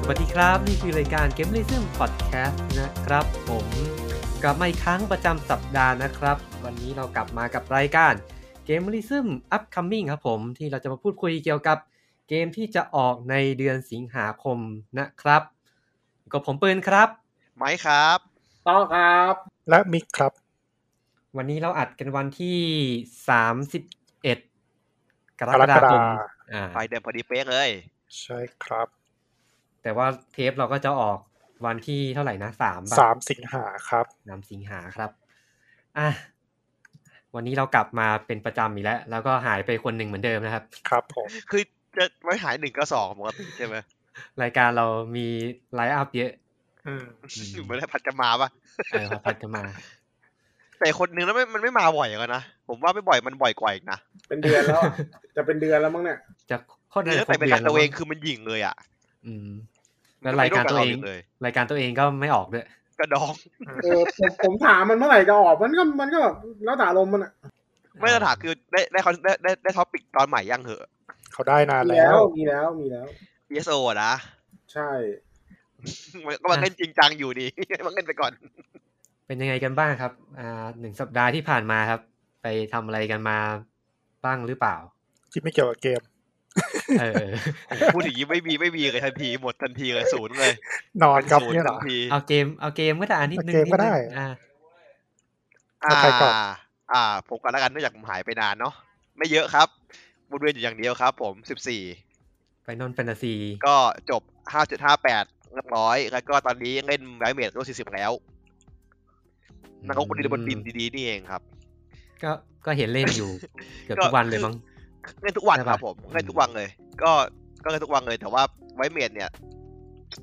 สวัสดีครับนี่คือรายการเกมลิซึมพอดแคสต์นะครับ ผมกลับมาอีกครั้งประจำสัปดาห์นะครับ วันนี้เรากลับมากับรายการเกมลิซึมอัพคัมมิ่งครับผมที่เราจะมาพูดคุยเกี่ยวกับเกมที่จะออกในเดือนสิงหาคมนะครับอยู่ก็ผมปืนครับ ไหมครับ ต้องครับ และมิกครับ วันนี้เราอัดกันวันที่ 31 กรกฎาคม กรกฎาคม อ่า ไปเดินพอดีเป๊ะเลย ใช่ครับ แต่ว่าเทปเราก็จะออกวันที่เท่าไหร่นะสามป่ะ สามสิงหาครับ นำสิงหาครับ อ่ะ วันนี้เรากลับมาเป็นประจำอีกแล้ว แล้วก็หายไปคนหนึ่งเหมือนเดิมนะครับ ครับผม คือจะไม่หายหนึ่งก็สองปกติใช่ไหม รายการเรามีไลฟ์อัพเยอะ อืม อืม ไม่ได้พัดจะมาปะ เออพัดกันมา แต่คนหนึ่งแล้วไม่มันไม่มาบ่อยกันนะ ผมว่าไม่บ่อยมันบ่อยกว่าอีกนะ เป็นเดือนแล้ว อะ จะเป็นเดือนแล้วมั้งเนี่ย จะโคตร คือ จะ ตั้งแต่เป็นรัครกบดื ตั แล้ว ว เอ มั้ งคือมันหยิ่งเลยอ่ะ อืม แล้วรายการตัวเอง มันไม่ร่มบเลย รายการตัวเองก็ไม่ออกด้วย กระดอง เออผมผมถามมันเมื่อไหร่จะออกมันก็มันก็แบบแล้วแต่อารมณ์มันอะ ไม่ต้องถามคือได้ได้คอนได้ได้ได้ท็อปิกตอนใหม่ยังเหอะ เขาได้นาน มี แล้ แล้ว วมีแล้วมีแล้ว ESO อะนะ ใช่ มันก็มาเล่นจริงจังอยู่ดี มันเล่นไปก่อน เป็นยังไงกันบ้างครับ อ่าหนึ่งสัปดาห์ที่ผ่านมาครับ ไปทำอะไรกันมาบ้างหรือเปล่า ที่ไม่เกี่ยวกับเกม เออ พูดถึงยิ่งไม่มีไม่มีเลยทันทีหมดทันทีเลยศูนย์เลย นอนครับ ศูน เนี่ย ย์ เหร ทั อ นที เอาเกม เอาเกมก็ได้อันนิดนึง เอาเกมก็ได้ นินึงอ่า อ่า ใครก่อน อ่าผมกันแล้วกันเนื่องจากผมหายไปนานเนาะไม่เยอะครับวนเวียนอยู่อย่างเดียวครับ ผมสิบสี่ ไปนอนแฟนตาซี ก็จบ 5.58 เรียบร้อย แล้วก็ตอนนี้เล่นไวเมดรุ่น40 แล้วนักรบนดินบนดินดีๆ นี่เองครับ ก็ก็เห็นเล่น อยู่ เกือบทุกวันเลยมั้ง เล่นทุกวัน ใช่ ค ปะ รับผม อืม เล่นทุกวันเลย ก็ก็เล่นทุกวันเลย แต่ว่าไวเมดเนี่ย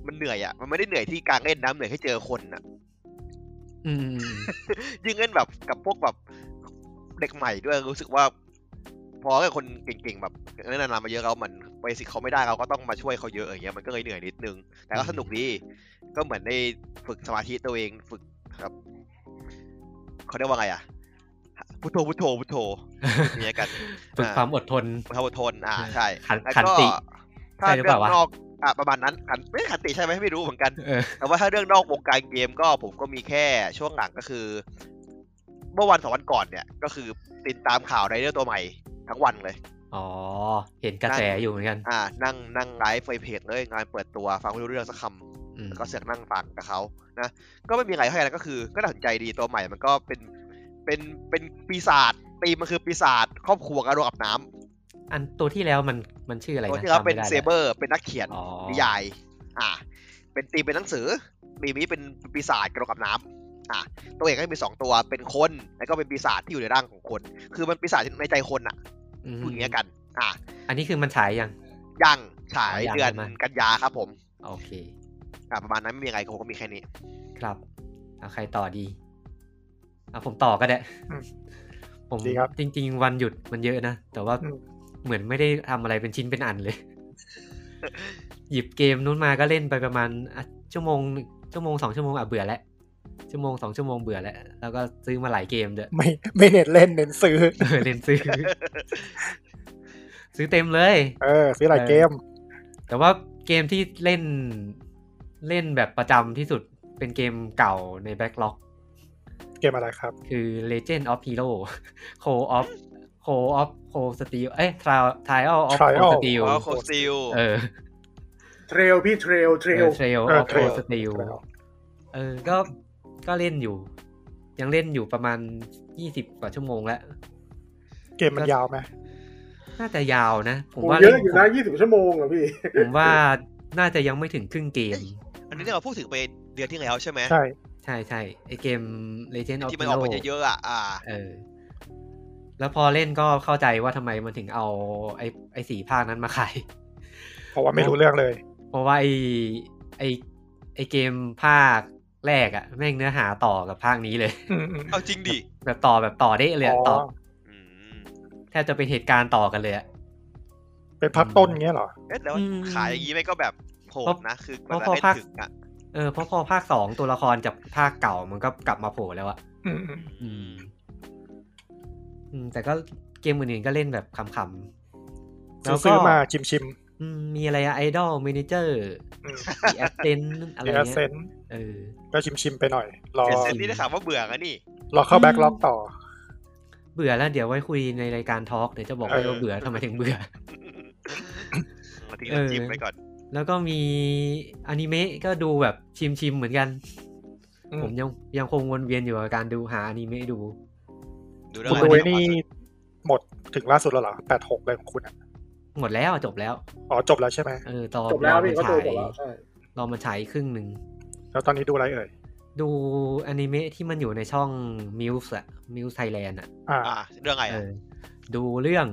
มันเหนื่อยอ่ะ มันไม่ได้เหนื่อยที่การเล่นนะเหนื่อยให้เจอคนอ่ะ อืมอืมอืม ยิ่งเล่นแบบกับพวกแบบเด็กใหม่ด้วยรู้สึกว่า พอกับคนเก่งๆแบบแนะนำมาเยอะแล้วมันเบสิกเขาไม่ได้เราก็ต้องมาช่วยเขาเยอะอย่างเงี้ยมันก็เลยเหนื่อยนิดนึง แต่ก็สนุกดีก็เหมือนได้ฝึกสมาธิตัวเองฝึกครับเขาเรียกว่าไงอ่ะพุทโธพุทโธพุทโธอย่างเงี้ยกัน ฝึกความอดทน เขาทนอ่าใช่ ขัน แล้ว ขัน ก็ ติ ถ้า ใช่หรือ เรื่ เป อง ล่าวะ นอกอ่ะประมาณนั้นขันไม่ขันติใช่ไหมไม่รู้เหมือนกัน เออ แต่ว่าถ้าเรื่องนอกวงการเกมก็ผมก็มีแค่ช่วงหลังก็คือ เมื่อวันสองวันก่อนเนี่ย ก็คือติดตามข่าวไรเดอร์ตัวใหม่ทั้งวันเลย อ๋อ เห็นกระแสอยู่เหมือนกัน อ่า นั่งนั่งไลฟ์ไฟเพจเลยงานเปิดตัวฟังไม่รู้เรื่องสักค อื ำ ม แล้วก็เสือกนั่งฟังกับเขานะก็ไม่มีอะไรเท่าไหร่นะก็คือ ก็น่าสนใจดีตัวใหม่มันก็เป็นเป็นเป็นปีศาจตีมมันคือปีศาจครอบครัวกระโดดอาบน้ อันตัวที่แล้วมันมันชื่ออะไร ำ นะ ตัวที่เขาเป็น จำไม่ได้ เซเบอร์ เป็นนักเขียน อ๋อ นิยาย อ่า เป็นตีมเป็นหนังสือมีมีเป็นปีศาจกระโดดกับน้ำอ่า ตัวเอกก็มีสองตัว เป็นคน แล้วก็เป็นปีศาจที่อยู่ในร่างของคน คือมันปีศาจในใจคนอ่ะ ม พูดอย่างนี้ยกัน อ่า อันนี้คือมันฉายยัง ยังฉาย อ๋อยัง เดือน ใช่ไหม กันยาครับผม โอเค อ่า ประมาณนั้นไม่มีอะไรผมก็มีแค่นี้ ครับ เอาใครต่อดี เอาผมต่อก็ได้ อืม ผม ดีครับ จริง ๆ วันหยุดมันเยอะนะ แต่ว่า อืม เหมือนไม่ได้ทำอะไรเป็นชิ้นเป็นอันเลย หยิบเกมนู้นมาก็เล่นไปประมาณอ่ะชั่วโมงหนึ่งชั่วโมงสองชั่วโมงอ่ะเบื่อแล้ว ชั่วโมงสองชั่วโมงเบื่อแล้ว แล้วก็ซื้อมาหลายเกมด้วย ไม่ไม่เน้นเล่นเน้นซื้อ เออเล่นซื้อ ซื้อเต็มเลย เออ ซื้อหลายเกม แต่ว่าเกมที่เล่นเล่นแบบประจำที่สุดเป็นเกมเก่าในแบ็ k ล็อก เกมอะไรครับ คือ Legend of Hero Co op Co op Co Steel เอ้ย Trial Trial of Co Trial Steel อ๋อโคซิล เออ เทรลพี่เทรลเท เอ ร อ ล Trial เออ of Co Trail Steel Trail เออก็ก็เล่นอยู่ ยังเล่นอยู่ประมาณ 20 กว่าชั่วโมงแล้ว เกมมันยาวไหม น่าจะยาวนะ ผม โอ้ ว่า เย เล่นอะอยู่นะยี่สิบชั่วโมงเหรอพี่ ผมว่าน่าจะยังไม่ถึงครึ่งเกม เอ้ย อันนี้เราพูดถึงไปเดือนที่แล้วใช่ไหม ใช่ ใช่ใช่ไอเกม Legend of ที่มันออกมา Hero เยอะๆอ่ะ อ่า เออ แล้วพอเล่นก็เข้าใจว่าทำไมมันถึงเอาไอไอสีภาคนั้นมาขาย เพราะว่าไม่รู้เรื่องเลย เพราะว่าไอไอไอเกมภาคแรกอะแม่งเนื้อหาต่อกับภาคนี้เลย อืมอืม เอาจริงดิ แบบต่อแบบต่อได้เลย อ๋ อะต่ อ อ อืม แทบจะเป็นเหตุการณ์ต่อกันเลยอะ เป็นพักต้นเงี้ยเหรอ เอ๊ะแต่ว่า อืม ขายอย่างนี้ไม่ก็แบบโหดนะ คือมัน เพราะ เล่น ภาค ถึงอ่ะ เออเพราะพอภาคสองตัวละครจากภาคเก่ามันก็กลับมาโผล่แล้วอะ อืมอืม อืม อืม แต่ก็เกมอื่นๆก็เล่นแบบขำๆ ซื้อซื้อมาชิมชิม อืมมีอะไรอะไอดอลเมนเจอร์ดีแอคเซนอะไร เดีย เงี้ เซ ย น เออ ก็ชิมชิมๆไปหน่อย รอ เจ็ดเซนนี่ได้ข่าวว่าเบื่อกันนี่ รอเข้าแบ็กล็อกต่อ เบื่อแล้วเดี๋ยวไว้คุยในรายการทอล์กเดี๋ยวจะบอก เออ ให้ว่าเบื่อทำไมถึงเบื่อ มาทิ้งน้ำจิ้มไปก่อน แล้วก็มีอนิเมะก็ดูแบบชิมๆเหมือนกัน อืม ผมยังยังคงวนเวียนอยู่กับการดูหาอนิเมะดู ดู เอ เรื่ออง คุณ อะไรเยดูไอ้นี่หมดถึงล่าสุดแล้วเหรอแปดหกเลยของคุณอะ หมดแล้วจบแล้ว อ๋อจบแล้วใช่ไหม เออตอน จบแล้วพี่ รอ ก็ มาฉายตัวจบแล้วใช่ รอมาฉายครึ่งหนึ่ง แล้วตอนนี้ดูอะไรเอ่ย ดูอนิเมะที่มันอยู่ในช่องมิวส์อะมิวส์ไทยแลนด์อะ อ่า อ่ะเรื่องอะไร เอ อ่ะ อดูเรื่อง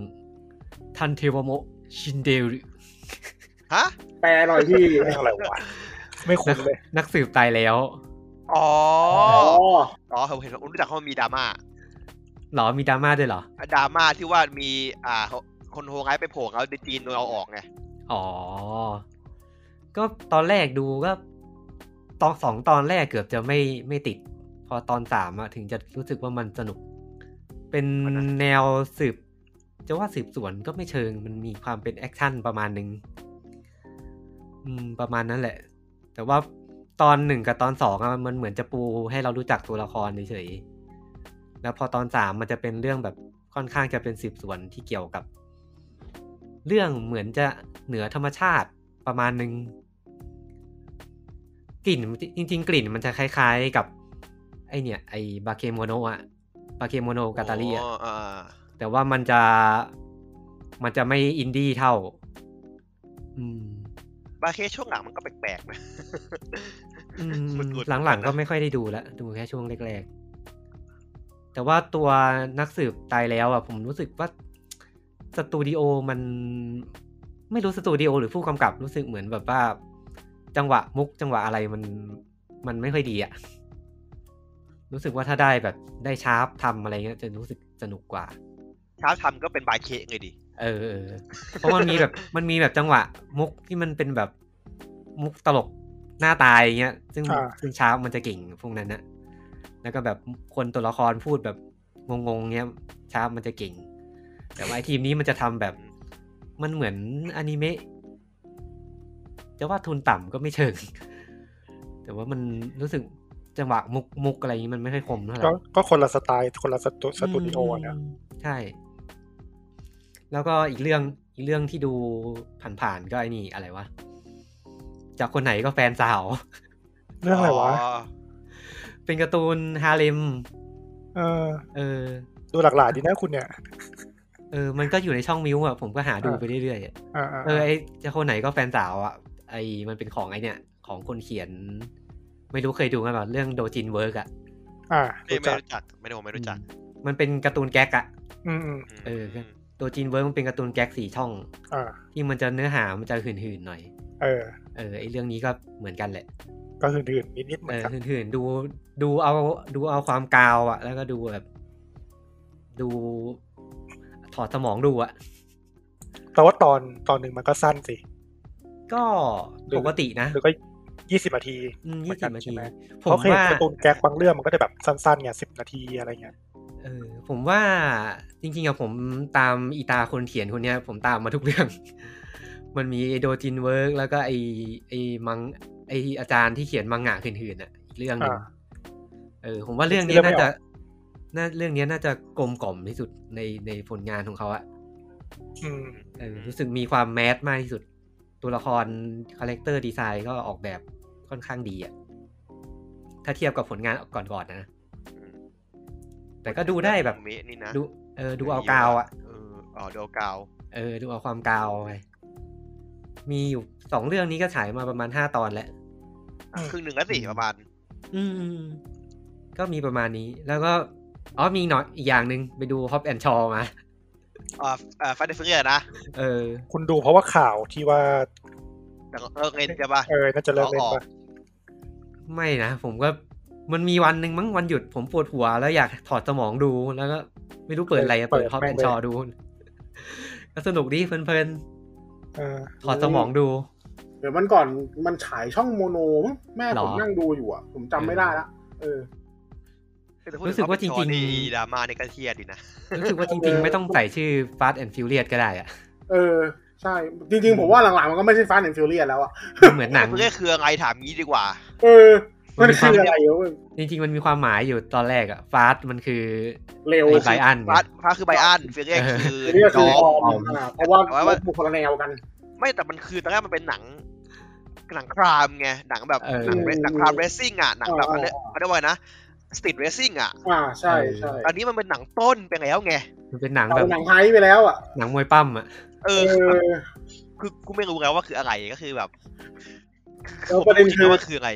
ทันเทวโมชินเดร ฮะ แปลหน่อยพี่ อะไรวะไม่คุ้นเลย นักสืบตายแล้ว อ๋อ อ๋อ อ๋อผมเห็นผมรู้จักเขามีดราม่า เหรอมีดราม่าด้วยเหรอ ดราม่าที่ว่ามีอ่าคนโฮไงไปโผล่เขาในจีนโดนเอาออกไง อ๋อ ก็ตอนแรกดูก็ตอนสองตอนแรกเกือบจะไม่ไม่ติด พอตอนสามอะถึงจะรู้สึกว่ามันสนุก เป็น มันนะ แนวสืบ จะว่าสืบสวนก็ไม่เชิง มันมีความเป็นแอคชั่นประมาณหนึ่งอืม ประมาณนั้นแหละ แต่ว่าตอนหนึ่งกับตอนสองอะมันเหมือนจะปูให้เรารู้จักตัวละครเฉยๆ แล้วพอตอนสามมันจะเป็นเรื่องแบบค่อนข้างจะเป็นสืบสวนที่เกี่ยวกับ เรื่องเหมือนจะเหนือธรรมชาติประมาณหนึ่งกลิ่นจริง ๆ กลิ่นมันจะคล้าย ๆกับ ไอเนี่ย ไอบาเคโมโนะอะบาเคโมโนะกาตาลีอะ อ๋ออ่า แต่ว่ามันจะมันจะไม่อินดี้เท่า อืม บาเคช่วงหลังมันก็แปลกๆนะ อืม สุดๆ หลังๆก็ไม่ค่อยได้ดูแล้ว ดูแค่ช่วงแรกๆ แต่ว่าตัวนักสืบตายแล้วอ่ะ ผมรู้สึกว่าสตูดิโอมันไม่รู้สตูดิโอหรือผู้กำกับรู้สึกเหมือนแบบว่า จังหวะมุกจังหวะอะไรมันมันไม่ค่อยดีอ่ะ รู้สึกว่าถ้าได้แบบได้ชาร์ปทำอะไรเงี้ยจะรู้สึกสนุกกว่า เช้าทำก็เป็นบาเคไงดิ เออเออ เพราะมันมีแบบ มันมีแบบจังหวะ มุกที่มันเป็นแบบมุกตลกหน้าตายอย่างเงี้ย ซึ่ง อ่า ซึ่งช้ามันจะเก่งพวกนั้นนะแล้วก็แบบคนตัวละครพูดแบบงงๆเงี้ยช้ามันจะเก่ง แต่ว่าไอทีมนี้มันจะทำแบบมันเหมือนอนิเมะจะว่าทุนต่ำก็ไม่เชิง แต่ว่ามันรู้สึกจังหวะมุกมุกอะไรอย่างงี้มันไม่ค่อยคมเท่าไหร่ ก็ก็คนละสไตล์คนละสตูสตูดิโออะนะ มใช่ แล้วก็อีกเรื่องอีกเรื่องที่ดูผ่านๆก็ไอ้นี่อะไรวะ จากคนไหนก็แฟนสาว เรื่องอะไรวะ เป็นการ์ตูนฮาเลม เออ เออ ดูหลากหลายดีนะคุณเนี่ย เออ มันก็อยู่ในช่องมิวอะผมก็หาดู อ่า ไปเรื่อยๆอะ อ่าๆๆ เออไอจากคนไหนก็แฟนสาวอะไอมันเป็นของไอเนี่ย ของคนเขียน ไม่รู้เคยดูกันเปล่าเรื่องโดจินเวิร์กอะ อ่า ไม่ รู้ ไม่ จัก รู้จัก ไม่ได้ผมไม่รู้จัก มันเป็นการ์ตูนแก๊กอะ อืมอืม เออ โดจินเวิร์กมันเป็นการ์ตูนแก๊กสี่ช่อง อ่า ที่มันจะเนื้อหามันจะหื่นๆหน่อย เออ เออไอเรื่องนี้ก็เหมือนกันแหละ ก็อื่นๆนิดๆเหมื เอ ออนกัน หื่นๆดูดูเอาดูเอาความกาวอะแล้วก็ดูแบบ ดูถอดสมองดูอะ แต่ว่าตอนตอนหนึ่งมันก็สั้นสิ ก็ปกตินะ หรือก็ยี่สิบนาที เหมื ยี่ อนกั สิ น บนา ใช่ ที ไหม ผ เพราะ ม เคยว่านเห็การ์ตูนแก๊กบางเรื่องมันก็จะแบบสั้นๆไงสิบนาทีอะไรเงี้ย เออผมว่าจริงๆอะผมตามอีตาคนเขียนคนเนี้ย ผมตามมาทุกเรื่อง มันมีไอโดจินเวิร์กแล้วก็ไอไอมังไออาจารย์ที่เขียนมังงะหื่นๆอะอีกเรื่องหนึง อ่า เออผมว่าเรื่องนี้ เรื่องไม่ น่า อ จะ อก น่าเรื่องนี้น่าจะกลมกล่อมที่สุดในในผลงานของเขาอะ อืม เออรู้สึกมีความแมสมากที่สุด ตัวละครคาแรคเตอร์ดีไซน์ก็ออกแบบค่อนข้างดีอะถ้าเทียบกับผลงานก่อนๆนะ แต่ก็ดูได้แบบ เมะนี่นะ ดูเออดูเอากาวอะ เอออ๋อดูเอากาว เออดูเอาความกาวไปมีอยู่สองเรื่องนี้ก็ฉายมาประมาณห้าตอนแล้ว ครึ่งหนึ่งแล้วสิประมาณ อืมก็มีประมาณนี้ แล้วก็อ๋อมีหน่อยอีกอย่างหนึ่งไปดูฮอปแอนชอมา อ่าอ่าฟันเดอร์เฟเยอร์นะ เออ คุณดูเพราะว่าข่าวที่ว่า แต่ก็เออเงินใช่ปะ เออน่าจะเลิกเล่น เอาออ ปะ ก ไม่นะผมก็มันมีวันหนึ่งมั้งวันหยุดผมปวดหัวแล้วอยากถอดสมองดูแล้วก็ไม่รู้เปิดอะไรอะเปิดฮอปแอนชอดู ก็สนุกดีเพลิน เออ ๆถอดสมองดู เดี๋ยวมันก่อนมันฉายช่องโมโนมั้งแม่ หรอ ผมนั่งดูอยู่อ่ะ ผมจำไม่ได้ละเออ แต่พูด รู้ ถึ สึกว่าจริงๆ คอมเมดี้ดราม่าในยกระเทียดดีนะ รู้สึกว่าจริงๆ ไม่ต้องใส่ชื่อ Fast and Furious ก็ได้อะ เออ ใช่จริงๆผมว่าหลังๆมันก็ไม่ใช่ฟาสต์แอนด์ฟิวเรียแล้วอะ มันเหมือน หนัง เพื่อคืออะไรถามงี้ดีกว่า เออ มันคืออะไรเว้ย จริงๆ มันมีความหมายอยู่ตอนแรกอะฟาสมันคือ เร็ว ไอ้ไบอันไง พาร์ทพาร์ทคือไบอันเฟรเรียคือ เรียก จ คือ อ ฟอ ม ร์มอ่ะเพราะว่า แต่ว่า บุคคลแนวกัน ไม่แต่มันคือตอนแรกมันเป็นหนัง หนังครามไงหนังแบบ เออ หนังหนังครามเรสซิ่งอ่ะหนังแบบ อ๋ออ๋อ เขาเรียกเขาเรียกว่าไงนะสตรีทเรสซิ่งอ่ะ อ่าใช่ใช่ อันนี้มันเป็นหนังต้นไปแล้วไง มันเป็นหนังแบ เอา บ หนังไฮไปแล้วอ่ะ หนังมวยปั้มอะ เอ เอ อ อ คือกูไม่รู้แล้วว่าคืออะไรก็คือแบบ แล้วประเด็นคือ ผมไม่ว่าคืออะไร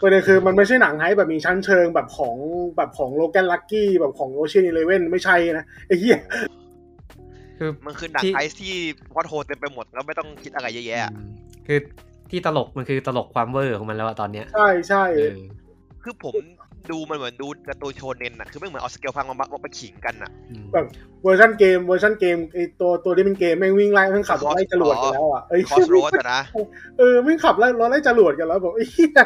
ประเด็นคือมันไม่ใช่หนังไฮแบบมีชั้นเชิงแบบของแบบของโลแกนลักกี้แบบของโอเชียนอีเลเว่นไม่ใช่นะไอ้เหี้ย คือ มันคือหนัง ที่ ไอซ์ที่พอดโฮเต็มไปหมดแล้วไม่ต้องคิดอะไรเยอะแยะ อืมคือที่ตลกมันคือตลกความเวอร์ของมันแล้วอะตอนเนี้ย ใช่ใช่ เออ คือผมดูมันเหมือนดูการ์ตูนโชเนนน่ะคือไม่เหมือนเอาสเกลฟังมามามาขิงกันน่ะ อืม เวอร์ชันเกมเวอร์ชันเกมไอ้ตัวตัวที่เป็นเกมแม่งวิ่งไล่แม่งขับรถไล่จรวดกันแล้วอ่ะเอ้ย คอสโรสนะ เออแม่งขับไล่รถไล่จรวดกันแล้วบอกไอ้เหี้ย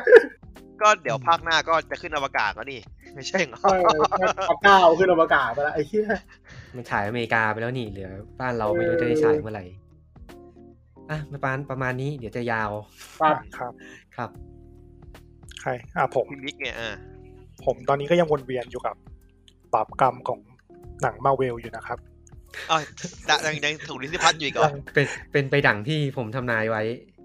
ก็เดี๋ยวภาคหน้าก็จะขึ้นอวกาศแล้วนี่ ไม่ใช่เหรอ เออขับก้าวขึ้นอวกาศไปแล้วไอ้เหี้ย มันฉายอเมริกาไปแล้วนี่เหลือบ้านเราไม่รู้จะได้ฉายเมื่อไหร่อ่ะประมาณประมาณนี้เดี๋ยวจะยาว ครับ ครับ ใครอ่ะผม คุณมิกเนี่ยอ่า ผมตอนนี้ก็ยังวนเวียนอยู่กับบาปกรรมของหนังมาเวลอยู่นะครับ อ้าวดะยังยังถูกลิซิพัทอยู่อีกเหรอ เป็นเป็นไปดังที่ผมทำนายไว้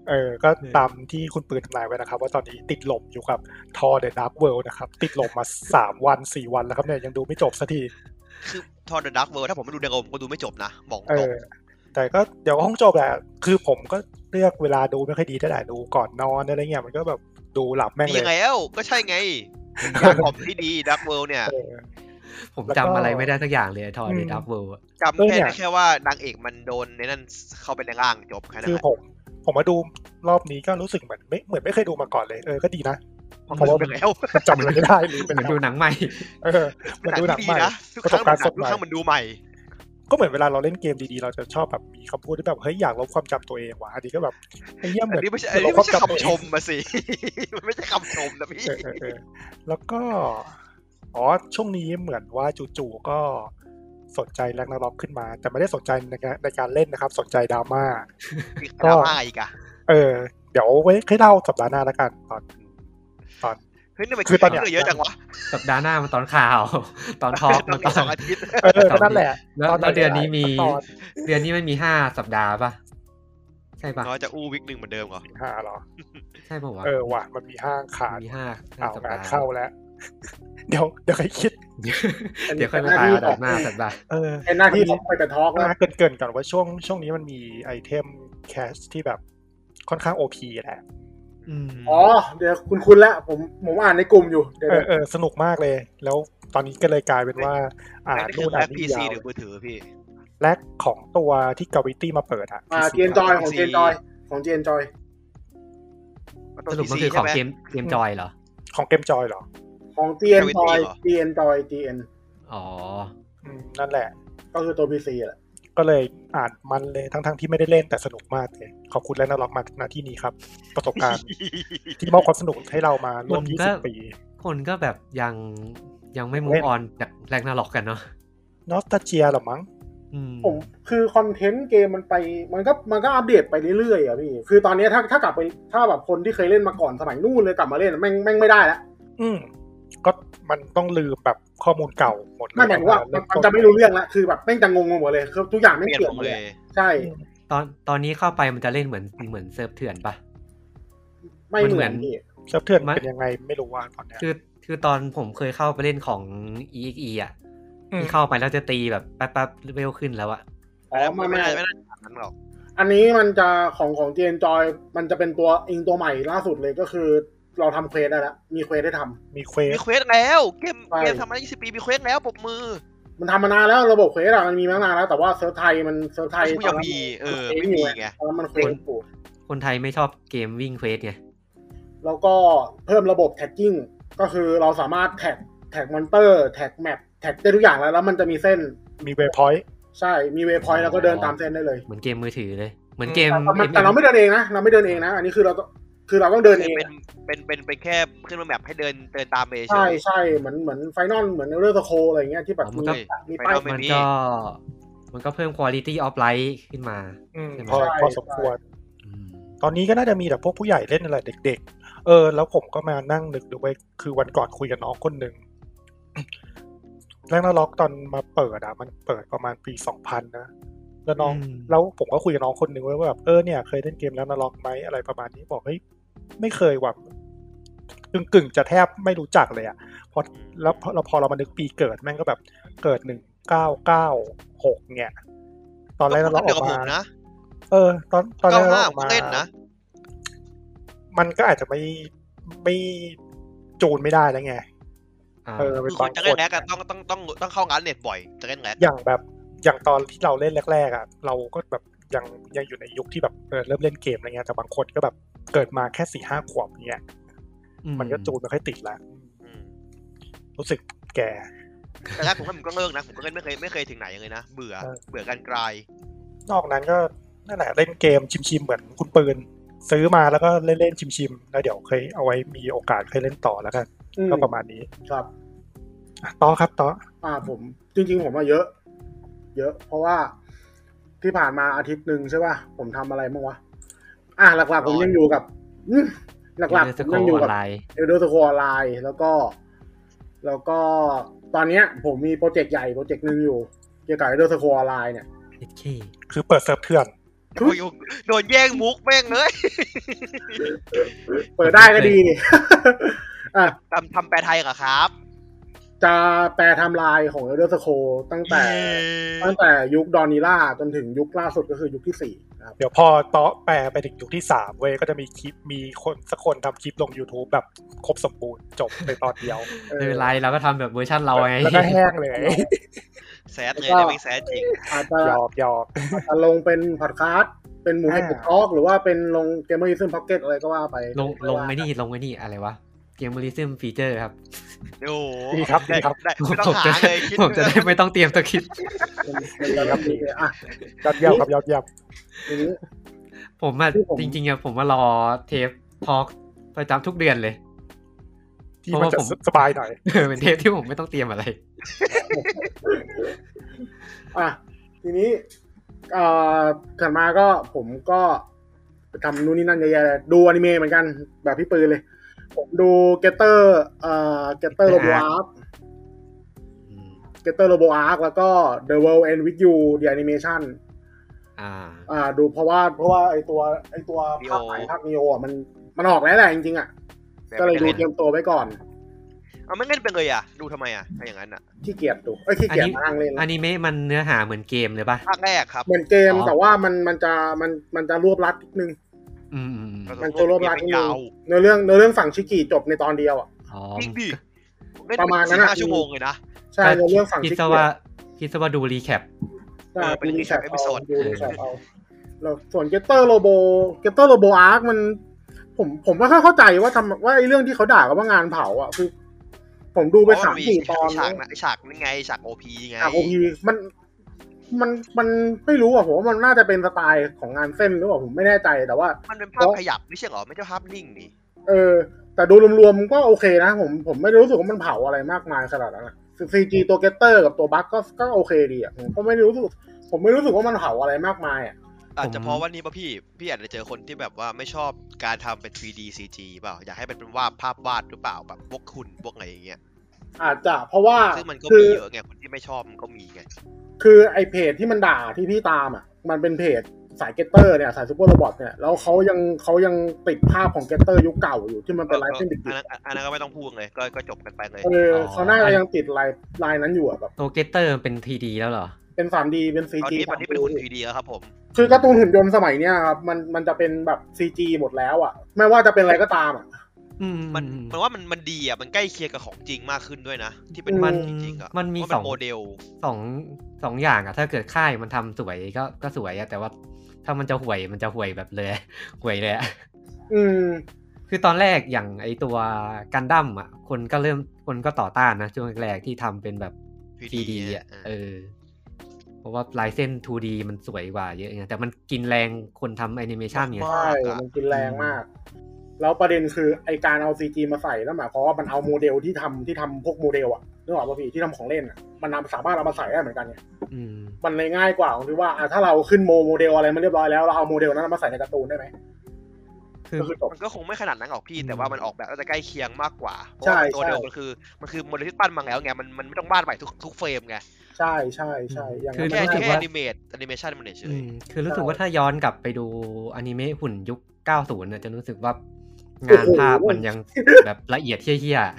เออก็ตามที่คุณปืนทำนายไว้นะครับ ว่าตอนนี้ติดลมอยู่กับทอเดอะดาร์กเวิลด์นะครับ ติดลมมา 3 วัน 4 วันแล้วครับเนี่ยยังดูไม่จบสักที คือทอร์ดดักเวิร์ถ้าผมไม่ดูในโรงผมก็ดูไม่จบนะ บอก เอ ตรง อ แต่ก็เดี๋ยวก็คงจบแหละ คือผมก็เลือกเวลาดูไม่ค่อยดีเท่าไหร่ดูก่อนนอนอะไรเงี้ยมันก็แบบดูหลับแม่ง ดี เล ยั ย งไงเอ้าก็ใช่ไงยาผมที่ดีดักเวิร์เนี่ย เออ ผม แล้วก็ จำอะไรไม่ได้สักอย่างเลยทอร์เด อืม ดับเบิลอะ จำแค่ได้แค่ว่านางเอกมันโดนในนั่นเข้าไปในร่างจบแค่นั้ คื นแหอละ ผม ผมมาดูรอบนี้ก็รู้สึกเหมือนไม่เหมือนไม่เคยดูมาก่อนเลยเออก็ดีนะ ผม ผมว่า ดูไปแล้ว มันจำอะไรไม่ได้ลืมไป เหมื แล้ อน ว ดูหนังใหม่ เออเหมันดูหนัง ที่ ใหม่ นะทุกครั้งเหมือนหนัง ประสบการณ์สทุกครั้งดใหม่เหมันดูใหม่ ก็เหมือนเวลาเราเล่นเกมดีๆ เราจะชอบแบบมีคำพูดที่แบบเฮ้ยอยากลบความจำตัวเองว่ะอันนี้ก็แบบไอ้เหี้ยเห อั มื น อน นี้ไม่ใช่อันนี้ไม่ใช่คำชมมาสิ มันไม่ใช่คำชมนะพี่ เออเออเออแล้วก็อ๋อช่วงนี้เหมือนว่าจู่ๆก็สนใจแลกนาล็อกขึ้นมา แต่ไม่ได้สนใจในการในการเล่นนะครับ สนใจดราม่า มีดราม่าอีกอะ เออ เดี๋ยวไว้ให้เล่าสัปดาห์หน้าละกันตอน เฮ้ยนี่มัน คื คือ อ ต ต อ อน น เนี้ย นี้เยอะจังวะ สัปดาห์หน้ามันตอนข่าว ตอนทอล์ก ตอ มัน นตอนี้ส น องอาทิตย์ เออก็นั่นแหละ แล้วแล้วเดือนนี้มี ตอน เดือนนี้มันมีห้าสัปดาห์ปะใช่ปะ น้อยจะอู้วิกหนึ่งเหมือนเดิมเหรอ มีห้าเหรอ ใช่ปะวะ เออว่ะมันมีห้างขาด มีห้าห้า เอา สัป งา ดาน ห์ เข้าแล้ว เดี๋ยวเดี๋ยวใครคิด เดี๋ยวค่อยมาตายเอาดับหน้าสัปดาห์ เออ เป็นหน้าที่ของไปแต่ทอล์กแล้ว เกรินเกรินก่อนว่าช่วงช่วงนี้มันมีไอเทมแคชที่แบบค่อนข้างโอพีแหละ อืม อ๋อ เดี๋ยวคุณคุณละผมผมอ่านในกลุ่มอยู่ เดี๋ยว เออเออสนุกมากเลย แล้วตอนนี้ก็เลยกลายเป็นว่า อ่าน นี่คื นู่ อน แอ อ่าน ปพี นี่ ซี ยาว หรือมือถือพี่ แลกของตัวที่กาวิตี้มาเปิดอ่ะ อ่า PC เจนจอยของเจนจอยของเจนจอย สรุปมันคือของเกมเกมจอยเหรอ ของเกมจอยเหรอ ของเจนจอย เหรอ เจนจอยเจน อ๋อ อืมนั่นแหละ ก็คือตัวพีซีแหละ ก็เลยอ่านมันเลยทั้งทั้งๆที่ไม่ได้เล่นแต่สนุกมากเลย ขอบคุณและนล็อกมาณที่นี้ครับ ประสบ การณ์ ที่มอบความสนุกให้เรามาร่วม มันก็ 20 ปี คนก็แบบยังยังไม่มู เล่ ฟ น ออนจากแรงนาล็อกกันเนาะ นอสตาเจียหรอมั้ง อืม ผมคือคอนเทนต์เกมมันไปมันก็มันก็อัปเดตไปเรื่อยๆอ่ะพี่ คือตอนเนี้ยถ้าถ้ากลับไปถ้าแบบคนที่เคยเล่นมาก่อนสมัยนู่นเลยกลับมาเล่นแม่งแม่งไม่ได้ละ อืมก็มันต้องลืมแบบข้อมูลเก่าหมดเลย ไม่หมายถึงว่ามันมันจะไม่รู้เรื่องละคือแบบแม่งจะงงงหมดเลยคือทุกอย่างไม่ง เปลี่ยน เกี่ผมเลยวหมดเลย ย ใช่ ตอนตอนนี้เข้าไปมันจะเล่นเหมือนเหมือนเซิร์ฟเถื่อนปะ ไม่ มัน เห เหมื มือ อน น พี่ เซิร์ฟเถื่อน มัน เป็นยังไงไม่รู้ว่าตอนเนี้ย คือคือตอนผมเคยเข้าไปเล่นของ EXE อ่ะ อืม ที่เข้าไปแล้วจะตีแบบแป๊บๆเวลขึ้นแล้วอะ อ๋อไม่ ไม่ได้ไม่ไม่ได้ถามนั้นหรอก อันนี้มันจะของของเจนจอยมันจะเป็นตัวอิงตัวใหม่ล่าสุดเลยก็คือ เราทำเควสได้ละมีเควสได้ทำ มีเควส มีเควสแล้ว เกม ใช่ เกมทำมาได้20 ปี มีเควสแล้วปรบมือ มันทำมานานแล้วระบบเควสอะมันมีมานานแล้ว แต่ว่าเซิร์ฟไทยมันเซิร์ฟไทย ไม่ยังมีเออ ไม่มีไง ตอนนั้นมันเควสอยู่ คนไทยไม่ชอบเกมวิ่งเควสไง แล้วก็เพิ่มระบบแท็กกิ้งก็คือเราสามารถแท็กแท็กมอนเตอร์แท็กแมปแท็กได้ทุกอย่างแล้ว แล้วมันจะมีเส้น มีเวพอยต์ ใช่มีเว y p อย n t แล้วก็เดินตามเส้นได้เลย เหมือนเกมมือถือเลย เหมือนเกม แต่เราไม่ MM แต่เราไม่เดินเองนะ เราไม่เดินเองนะ อันนี้คือเราต้องคือเราต้องเดินเอง เป็น เป็น เป็นเป็นแค่ขึ้นมาแมปให้เดิน เดินตามไปเฉ ใช่ ย ใช่เหมือนเหมือนไฟนอลเหมือนเรื่องสโคอะไรอย่างเงี้ยที่แบบ อ๋อมั มี นก็ มี ไฟ ป้าย นอล มันก็ มันก็เพิ่ม quality of life ขึ้นมา อืม ใช่ไหม พอ ใช่ พอสมควร อืม ตอนนี้ก็น่าจะมีแต่พวกผู้ใหญ่เล่นอะไรเด็ก ๆ เออ แล้วผมก็มานั่งนึกดูไว้คือวันก่อนคุยกับน้องคนหนึ่ง แรกนาล็อกตอนมาเปิดอ่ะ มันเปิดประมาณปีสองพันนะแล้วน้อง ม แล้วผมก็คุยกับน้องคนหนึ่งไว้ว่าแบบเออเนี่ยเคยเล่นเกมแล้วนาล็อกไหมอะไรประมาณนี้บอกเฮ้ยไม่เคยว่ะกึ่งกึ่งๆจะแทบไม่รู้จักเลยอ่ะพอแล้วพอเราพอเรามานึกปีเกิดแม่งก็แบบเกิดหนึ่งเก้าเก้าหกเนี่ย ตอนแรกนาล็อกอ เดียว อกับผมกาม นะ เออ ตอนตอนแร เก้าก นาล็ ห้า อกอ ผ อ ม กมา เล่นนะ มันก็อาจจะไม่ไม่จูนไม่ได้แล้วไง อ่า เออเป็คือบนา คุ ง ณจะ ค เล่น น แร็กอะต้องต้องต้องต้องเข้างานเน็ตบ่อยจะเล่นแร็ก อย่างแบบอย่างตอนที่เราเล่นแรกๆอ่ะเราก็แบบยังยังอยู่ในยุคที่แบบเออเริ่มเล่นเกมอะไรเงี้ยแต่บางคนก็แบบเกิดมาแค่สี่ห้าขวบเนี้ยมันก็จูนไม่ค่อยติดละ อืม รู้สึกแก่ แต่แรกผมก็ผมก็เลิกนะผมก็เล่นไม่เคยไม่เคยถึงไหนเลยนะเบื่อ เออ เบื่อการกลาย นอกนั้นก็นั่นแหละเล่นเกมชิมๆเหมือนคุณปืน ซื้อมาแล้วก็เล่นๆชิมๆแล้วเดี๋ยวเคยเอาไว้มีโอกาสเคยเล่นต่อแล้วกัน อืม ก็ประมาณนี้ ครับ อ่ะต่อครับต่อ อ่าผมจริง ๆ ผมว่าเยอะ เยอะ เพราะว่าที่ผ่านมาอาทิตย์หนึ่งใช่ป่ะผมทำอะไรบ้างวะอ่าหลัก ๆ ผมยังอยู่กับอืมหลัก เดี๋ยว ๆผ จะ ม ขอ ยัง อ อยู่ อน กับ ไลน์ เอลโดสโคออนไลน์แล้วก็ แล้วก็ตอนเนี้ย ผมมีโปรเจกต์ใหญ่โปรเจกต์หนึ่งอยู่เกี่ยวกับเอลโดสโคออนไลน์เนี่ย HK คือเปิดเซิร์ฟเถื่อน โอ้ยโดนแย่งมุกแม่งเลย เปิดได้ก็ดี นี่ อ่ะ ทำทำแปลไทยเหรอครับ จะแปลไทำลายของเอลโดสโคตั้งแต่ เย้ ตั้งแต่ยุคดอนนีล่าจนถึงยุคล่าสุดก็คือยุคที่สี่นะครับ เดี๋ยวพอเตาะแปลไปถึงยุคที่สามเว้ยก็จะมีคลิปมีคนสักคนทำคลิปลง YouTube แบบครบสมบูรณ์จบในตอนเดียว เออ ไม่เป็นไรเราก็ทำแบบเวอร์ชันเราไง แล้วก็แห้งเลย แซดเลยนะไม่แซดจริง อาจจะ ยอมยอม อาจจะลงเป็นพอดคาสต์เป็นหมูให้ติดทอกหรือว่าเป็นลงเกมเมอร์ซึ่งพ็อกเก็ตอะไรก็ว่าไป ลงลงไอ้นี่ลงไอ้นี่อะไรวะเกมบริซึมฟีเจอร์ครับ โอ้โห ดีครับดีครับ ได้ไม่ต้อ ผ ง ม หา จะ เลยคิด ผมจะได้ไม่ต้องเตรียมสคริป ต์ เป็นระดับนี้อ่ะ ยอดเยี่ยมครับยอดเยี่ยม ทีนี้ ผมอะ คือผม จริงๆอะผมมารอเทปทอล์กประจำทุกเดือนเลย ที่มันจะสบายหน่อย เออเป็นเทปที่ผมไม่ต้องเตรียมอะไร อ่ะทีนี้เอ่อถัดมาก็ผมก็ทำนู่นนี่นั่นเยอะแยะเลยดูอนิเมะเหมือนกันแบบพี่ปืนเลย ผมดูเกเตอร์เอ่อเกเตอร์โรโบอาร์คเกเตอร์โรโบอาร์คแล้วก็ The World End with You The Animation อ่า อ่าดูเพราะว่าเพราะว่าไอตัวไอตัวภาคใหม่ภาคนีโออ่ะมันมันออกแล้วแหละจริงๆอ่ะก็เลยดูเตรียมตัวไว้ก่อน เอาไม่เล่นไปเลยอ่ะดูทำไมอ่ะถ้าอย่างนั้นอ่ะ ขี้เกียจดูเอ้ยขี้เกียจนั่งเล่น อนิเมะมันเนื้อหาเหมือนเกมเลยป่ะ ภาคแรกครับ เหมือนเกม อ๋อ แต่ว่ามันมันจะมันมันจะรวบรัดนิดนึง อืมอืมอืม มันตัวรวบรัดนิดนึง ยาว เนื้อเรื่องเนื้อเรื่องฝั่งชิกิจบในตอนเดียวอ่ะ อ๋อ จริงดิเล่ ประมาณนั้น สี่ อะ ห้าชั่วโมงเลยนะ ใช่เนื้อเรื่องฝั่ง คิด ชิ ซะ กิ ว่า อ่ะ คิดซะว่าดูรีแคป ใช่ เออเป็น ดูรีแคป recap เอา episode ดูรีแคปเอาแล้วส่วนเกตเตอร์โลโบเกตเตอร์โลโบอาร์คมัน ผมผมก็เข้าใจว่าทำว่าไอ้เรื่องที่เขาด่ากันว่างานเผาอ่ะคือ ผมดูไปสามสี่ตอน ฉากนะไอ้ฉากนั่นไงฉากโอพีไง อ่ะโอพีมันมันมันไม่รู้อ่ะผมว่ามันน่าจะเป็นสไตล์ของงานเส้นหรือเปล่าผมไม่แน่ใจแต่ว่า มันเป็นภาพขยับไม่ใช่เหรอไม่ใช่ภาพนิ่งนี่ เออ แต่ดูรวมๆก็โอเคนะผมผมไม่ได้รู้สึกว่ามันเผาอะไรมากมายขนาดนั้นซีจีตัวเกตเตอร์กับตัวบัคก็ก็โอเคดีอ่ะผมก็ไม่ได้รู้สึก ผมไม่รู้สึกว่ามันเผาอะไรมากมายอ่ะ อาจจะเพราะว่านี่ป่ะพี่พี่อาจจะเจอคนที่แบบว่าไม่ชอบการทำเป็น 3D CG เปล่าอยากให้มันเป็นวาดภาพวาดหรือเปล่าแบบพวกคุณพวกอะไรอย่างเงี้ย อาจจะเพราะว่า ซึ่งมันก็ คื มี อ เยอะไงคนที่ไม่ชอบมันก็มีไง คือไอเพจที่มันด่าที่พี่ตามอ่ะ มันเป็นเพจสายเกตเตอร์เนี่ยสายซูเปอร์โรบอทเนี่ยแล้วเขายังเขายังติดภาพของเกตเตอร์ยุคเก่าอยู่ที่มันเป็นไลฟ์เส้นดิบ อันนั้นอันนั้นก็ไม่ต้องพูดเลยก็ก็จบกันไปเลย เออ อ๋อ เขาน่าจะยังติดลายลายนั้นอยู่อะแบบ โตเกเตอร์เป็นทีดีแล้วเหรอ เป็นสามดีเป็นซี ตอน จี นี้ตอนนี้เป็นหุ่น 3D แล้วครับผม คือการ์ตูนหุ่นยนต์สมัยเนี้ยครับมันมันจะเป็นแบบซีจีหมดแล้วอ่ะ ไม่ว่าจะเป็นอะไรก็ตามอ่ะ อืม มัน อื มันว่ามันมันดีอ่ะมันใกล้เคียงกับของจริงมากขึ้นด้วยนะ ที่เป็น อืม มันจริงๆอ่ะ มันมี ว่า ส เป็ อง นโมเดล สองสองอย่างอะถ้าเกิดค่ายมันทำสวยก็ก็สวยอะแต่ว่าถ้ามันจะห่วยมันจะ ห่วยแบบเลย ห่วยเลยอะ อืม คือตอนแรกอย่างไอตัวกันดั้มอ่ะ คนก็เริ่มคนก็ต่อต้านนะ ช่วงแรกๆที่ทำเป็นแบบ 3D 3D อ่ะ อ่ะ เออ เพราะว่าลายเส้น 2D มันสวยกว่าเยอะไงแต่มันกินแรงคนทำแอนิเมชันไง มาก ใช่ อะ มันกินแรงมาก แล้วประเด็นคือไอการเอาซีจีมาใส่แล้วหมายความว่ามันเอาโมเดลที่ทำที่ทำพวกโมเดลอะนึกออกป่ะพี่ที่ทำของเล่นอะมันนำสามารถเอามาใส่ได้เหมือนกันไง อืม มันเลยง่ายกว่าตรงที่ว่าอ่ะถ้าเราขึ้นโมโมเดลอะไรมันเรียบร้อยแล้วเราเอาโมเดลนั้นมาใส่ในการ์ตูนได้ไหม คือ ก็คือจบ มันก็คงไม่ขนาดนั้นหรอกพี่ อืม แต่ว่ามันออกแบบน่าจะใกล้เคียงมากกว่า เพราะ ใช่ ว่าตัว ใช่ เดิมมันคือมันคือโมเดลที่ปั้นมาแล้วไงมันมันไม่ต้องวาดใหม่ทุกทุกเฟรมไง ใช่ใช่ใช่อย่าง คือ นั้แค่นรู้สึก แค่ ว่า แอนิเมตแอนิเมชันมันเฉ อื ย มคือรู้สึกว่าถ้าย้อนกลับไปดูอนิเมะหุ่นยุค 90น่ะจะรู้สึกว่างานภาพมันยัง แบบละเอียดเที่ยๆอะ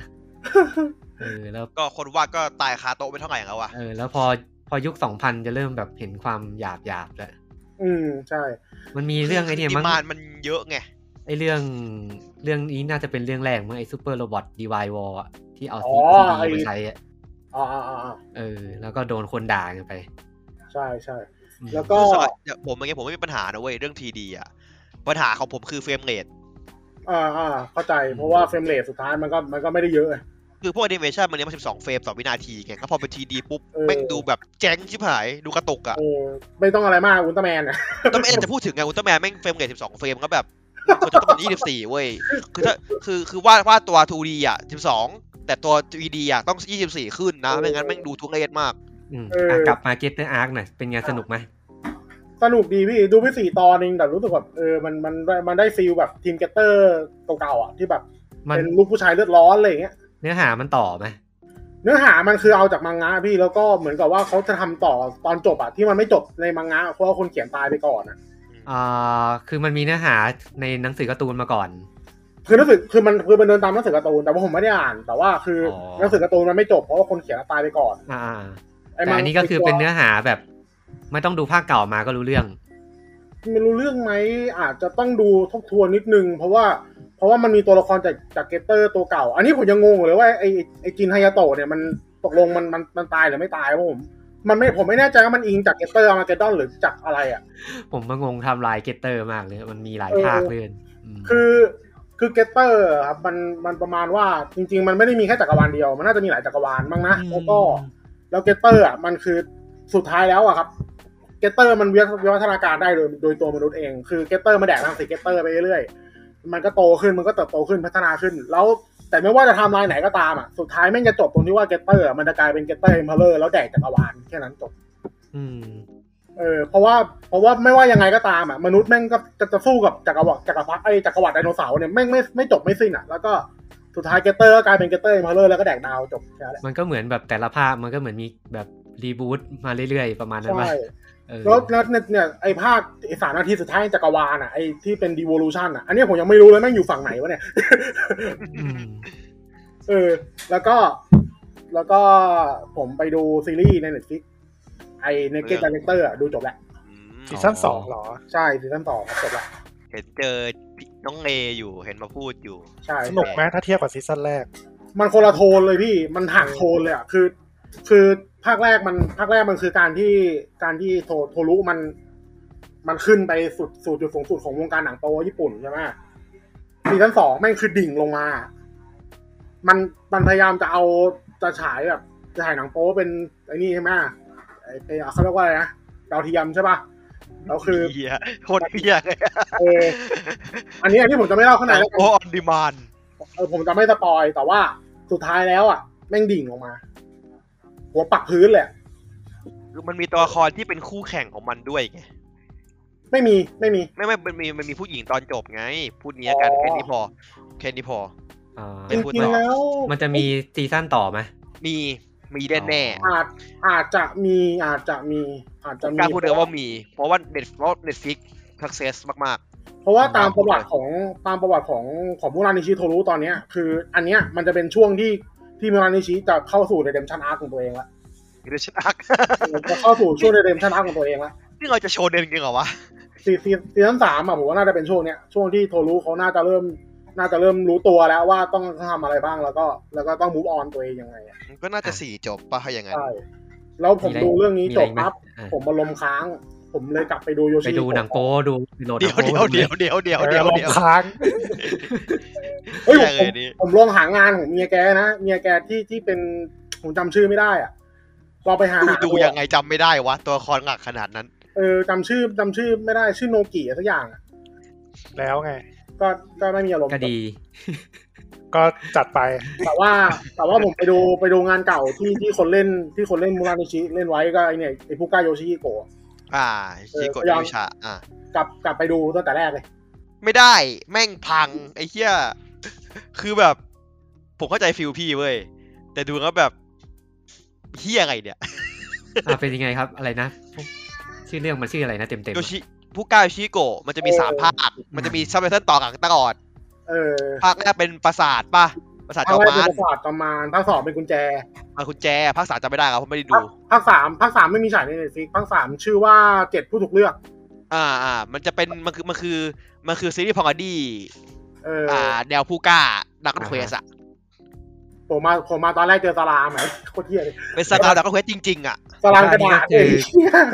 เออแล้ว ๆก็คนวาดก็ตายคาโต๊ะไปเท่าไหร่แล้วอะ เออแล้วพอพอยุคสองพันจะเริ่มแบบเห็นความหยาบหยาบแล้ว อืมใช่ มันมีเรื่องไอ้เนี่ย คื มั้ ดี ง มานมันเยอะไง ไอ้เรื่องเรื่องนี้น่าจะเป็นเรื่องแรกมั้งไอ้ซูเปอร์โรบอทดีวายวอลที่เอาซี อ๋อไอ้ ดีมาใช้อะ อ่าอ่าอ่าอ่า เออ แล้วก็โดนคนด่ากันไป ใช่ใช่ อืม แล้วก็ คือสมัยเนี่ยผมอย่างเงี้ยผมไม่มีปัญหานะเว้ยเรื่องทีดีอ่ะปัญหาของผมคือเฟรมเรท อ่าอ่าเข้าใจเพราะว่าเฟรมเรทสุดท้ายมันก็มันก็ไม่ได้เยอะ คือพวกแอนิเมชันมันเนี้ยมา12 เฟรมต่อวินาทีไงแล้วพอเป็นทีดีปุ๊บ เออ แม่งดูแบบแจ้งชิบหายดูกระตุกอ่ะ เออไม่ต้องอะไรมากอุลตร้าแมนอะ อุลตร้าแมนจะพูดถึงไงอุลตร้าแมนแม่งเฟรมเรท12 เฟรมก็แบบมันควรจะต้องเป็น 24 เว้ยคือถ้าคือคือวาดวาดตัว 2D อ่ะ 12 แต่ตัว 3D อ่ะต้อง 24 ขึ้นนะไม่งั้นแม่งดูทุเรศมาก อืม เอออ่ ะกลับมาเก็ตในอาร์คหน่อยเป็นไงสนุกไหม สนุกดีพี่ดูพี่สี่ตอนเองแต่รู้สึกแบบเออมันมันมันได้ฟีลแบบทีมเกตเตอร์เก่าๆอ่ะที่แบบ มัน เป็นลูกผู้ชายเลือดร้อนอะไรอย่างเงี้ย เนื้อหามันต่อไหม เนื้อหามันคือเอาจากมังงะพี่แล้วก็เหมือนกับว่าเขาจะทำต่อตอนจบอะที่มันไม่จบในมังงะเพราะว่าคนเขียนตายไปก่อนอะ อ่าคือมันมีเนื้อหาในหนังสือการ์ตูนมาก่อน คือหนังสือคือมันคือมันเดินตามหนังสือการ์ตูนแต่ว่าผมไม่ได้อ่าน แต่ว่าคืออ อ หนังสือการ์ตูนมันไม่จบเพราะว่าคนเขียนตายไปก่อน อ่า ไอ้ แต่ มัง อันนี้ก็คือเป็นเนื้อหาแบบ ไม่ต้องดูภาคเก่ามาก็รู้เรื่อง ไม่รู้เรื่องไหมอาจจะต้องดูทบทวนนิดนึง เพราะว่าเพราะว่ามันมีตัวละครจากจากเกตเตอร์ตัวเก่า อันนี้ผมยังงงอยู่เลยว่าไอไอ้ไอจินไฮยาโตะเนี่ยมันตกลงมันมันมันตายหรือไม่ตายเพราะผมมันไม่ผมไม่แน่ใจว่ามันอิงจากเกตเตอร์มาเกดอนหรือจากอะไรอะ ผมมางงไทำลายเกตเตอร์มากเลย มันมีหลายภาคเลยม คือคือเกตเตอร์ครับมันมันประมาณว่าจริง ๆ มันไม่ได้มีแค่จักรวาลเดียว มันน่าจะมีหลายจักรวาลบ้างนะแล้วก็แล้วเกตเตอร์อ่ะมันคือสุดท้ายแล้วอ่ะครับเกตเตอร์มันวิวัฒนาการได้โดยโดยตัวมนุษย์เองคือเกตเตอร์มาแดกรังสีเกตเตอร์ไปเรื่อยๆมันก็โตขึ้นมันก็เติบโตขึ้นพัฒนาขึ้น แล้วแต่ไม่ว่าจะไทำลายไหนก็ตามอ่ะสุดท้ายแม่งจะจบตรงที่ว่าเกตเตอร์มันจะกลายเป็นเกตเตอร์เอ็มพาเลอร์แล้วแดกจักรวาลแค่นั้นจบ อืม เออเพราะว่าเพราะว่าไม่ว่ายังไงก็ตามอ่ะมนุษย์แม่งก็จะจะสู้กับจักรวรรดิจักรพรรดิไอ้จักรวรรดิไดโนเสาร์เนี่ยแม่งไม่ไม่จบไม่สิ้นอ่ะแล้วก็สุดท้ายเกตเตอร์ก็กลายเป็นเกตเตอร์เอมพาเลอร์แล้วก็แดกดาวจบแค่นั้นแหละ มันก็เหมือนแบบแต่ละภาคมันก็เหมือนมีแบบรีบูตมาเรื่อยๆ ประมาณนั้น ใช่ ป่ะเออ แล้วแล้วเนี่ยไอ้ภาคไอ้สามนาทีสุดท้ายจักรวาลอ่ะไอ้ที่เป็นดีวอลูชันอ่ะอันเนี้ยผมยังไม่รู้เลยแม่งอยู่ฝั่งไหนวะเนี่ย อืม เออแล้วก็แล้วก็ผมไปดูซีรีส์ใน Netflix ไอ้เนเกตเตอร์ดูจบแล้ว อืม ซีซั่นสองเหรอ ใช่ซีซั่นต่อครับจบแล้ว เห็นเจอพี่น้องเนอยู่เห็นมาพูดอยู่ ใช่ สนุกไหมถ้าเทียบกับซีซั่นแรก มันคนละโทนเลยพี่ มันห่างโทนเลยอ่ะ คือ คือภาคแรกมันภาคแรกมันคือการที่การที่โทโทรุมัน มันขึ้นไปสุดสู่จุดสูงสุดของวงการหนังโตญี่ปุ่นใช่ไหมซีซั่นสองแม่งคือดิ่งลงมา มันมันพยายามจะเอาจะฉายแบบจะฉายหนังโป๊เป็นไอ้นี่ใช่ไหมไอ้ไอ้เขาเรียกว่าอะไรนะดาวเทียมใช่ป่ะแล้วคือ เหี้ยโคตรเหี้ยเลยอะ เอออันนี้อันนี้ผมจะไม่เล่าข้างในแล้วกัน โอ้ออนดีมาน เออผมจะไม่สปอยแต่ว่าสุดท้ายแล้วอ่ะ แม่งดิ่งลงมา หัวปักพื้นเลยอะ คือมันมีตัวละครที่เป็นคู่แข่งของมันด้วยไง ไม่มีไม่มี ไม่ไม่มันมีมันมีผู้หญิงตอนจบไง พูดเนี้ยกัน อ๋อ แค่นี้พอแค่นี้พอ อ่า ไม่ จริ พูด ง ต่อ ๆแล้ว มันจะมีซีซั่นต่อไหม มีมีแน่แน่ๆ อ๋ อาจอาจจะมีอาจจะมีอาจจะมี กล้าพูดเลยว่ามี เพราะว่าเน็ตเพราะเน็ตฟิกสักเซสมาก เพราะว่าตามประวัติของตามประวัติของของมูรานิชิโทรุตอนเนี้ย คืออันเนี้ยมันจะเป็นช่วงที่ที่มูรานิชิจะเข้าสู่เดเดมชันอาร์ของตัวเองละ ๆ เดชันอัก จะเข้าสู่ช่วงเดเดมชันอาร์ของตัวเองละ นี่เราจะโชว์เดนจริงเหรอวะ ซีซีซีซั่นสามอ่ะผมว่าน่าจะเป็นช่วงเนี้ยช่วงที่โทรุเขาน่าจะเริ่ม น่าจะเริ่มรู้ตัวแล้วว่าต้องทำอะไรบ้างแล้วก็ แล้วก็ต้องมูฟออนตัวเองยังไงอะ มันก็น่าจะสี่จบป่ะอย่างนั้น ใช่แล้วผมดูเรื่องนี้ มี จ อะไร บ ไหม ปั๊บ อ่ะ ผมมาลมณ์ค้าง ผมเลยกลับไปดูโยชิ ไปดูหนังโป๊ดูไปโหลดห เดี๋ นั ย ง ว โป๊ เดี๋ยวเดี๋ยวเดี๋ยวเดี๋ยวเดี๋ยว ล เดี๋ยว งค้าง เฮ้ย แย่ ผ เล ม ยนี่ ผมลองหางานของเมียแกนะเมียแกที่ที่เป็นผมจำชื่อไม่ได้อะเราไปหา ดู หา ดูยังไงจำไม่ได้วะ ตัวละครหลักขนาดนั้น เออจำชื่อจำชื่อไม่ได้ชื่อโนกิอะไรสักอย่างอะ แล้วไง ก็ก็ไม่มีอารมณ์ ก็ดี ก็จัดไป แต่ว่าแต่ว่าผมไปดูไปดูงานเก่าที่ที่คนเล่นที่คนเล่นมูรานิชิเล่นไว้ก็ไอเนี่ยไอผู้กล้าโยชิฮิโกะ อ่าชิโกะ เออ ยามิชะอ่ะ กลับกลับไปดูตั้งแต่แรกเลย ไม่ได้แม่งพัง ไอ้เหี้ยคือแบบ ผมเข้าใจฟิลพี่เว้ย แต่ดูแล้วแบบเหี้ยอะไรเนี่ย อ่ะเป็นยังไงครับอะไรนะ ชื่อเรื่องมันชื่ออะไรนะเต็มเต็มๆ โย อะ ชิผู้กล้าโยชิโกะมันจะมี เออ สามภาค มันจะมีซับไตเติลต่อกันตลอด เออ ภาคแรกเป็นปราสาทป่ะ ปราสาท ภา จอ ค ม แรก มา เป็นนประสาทประมาณภาคสองเป็นกุญแจ มาคุณแจ ภาคสามจำไม่ได้ครับเพราะไม่ได้ดู ภาคสามภาคสามไม่มีฉายในเน็ตฟลิกภาคสามชื่อว่าเจ็ดผู้ถูกเลือก อ่าอ่า มันจะเป็น มันคือ มันคือ มันคือซีรีส์พองอดี เอออ อ่าแนวผู้กล้าดักเควสอะ ผมมาผมมาตอนแรกเจอสลามไหมโคตรเที่ยเลย เป็นสกาวดักเควสจริง ๆอะ สลามกระดาษเลย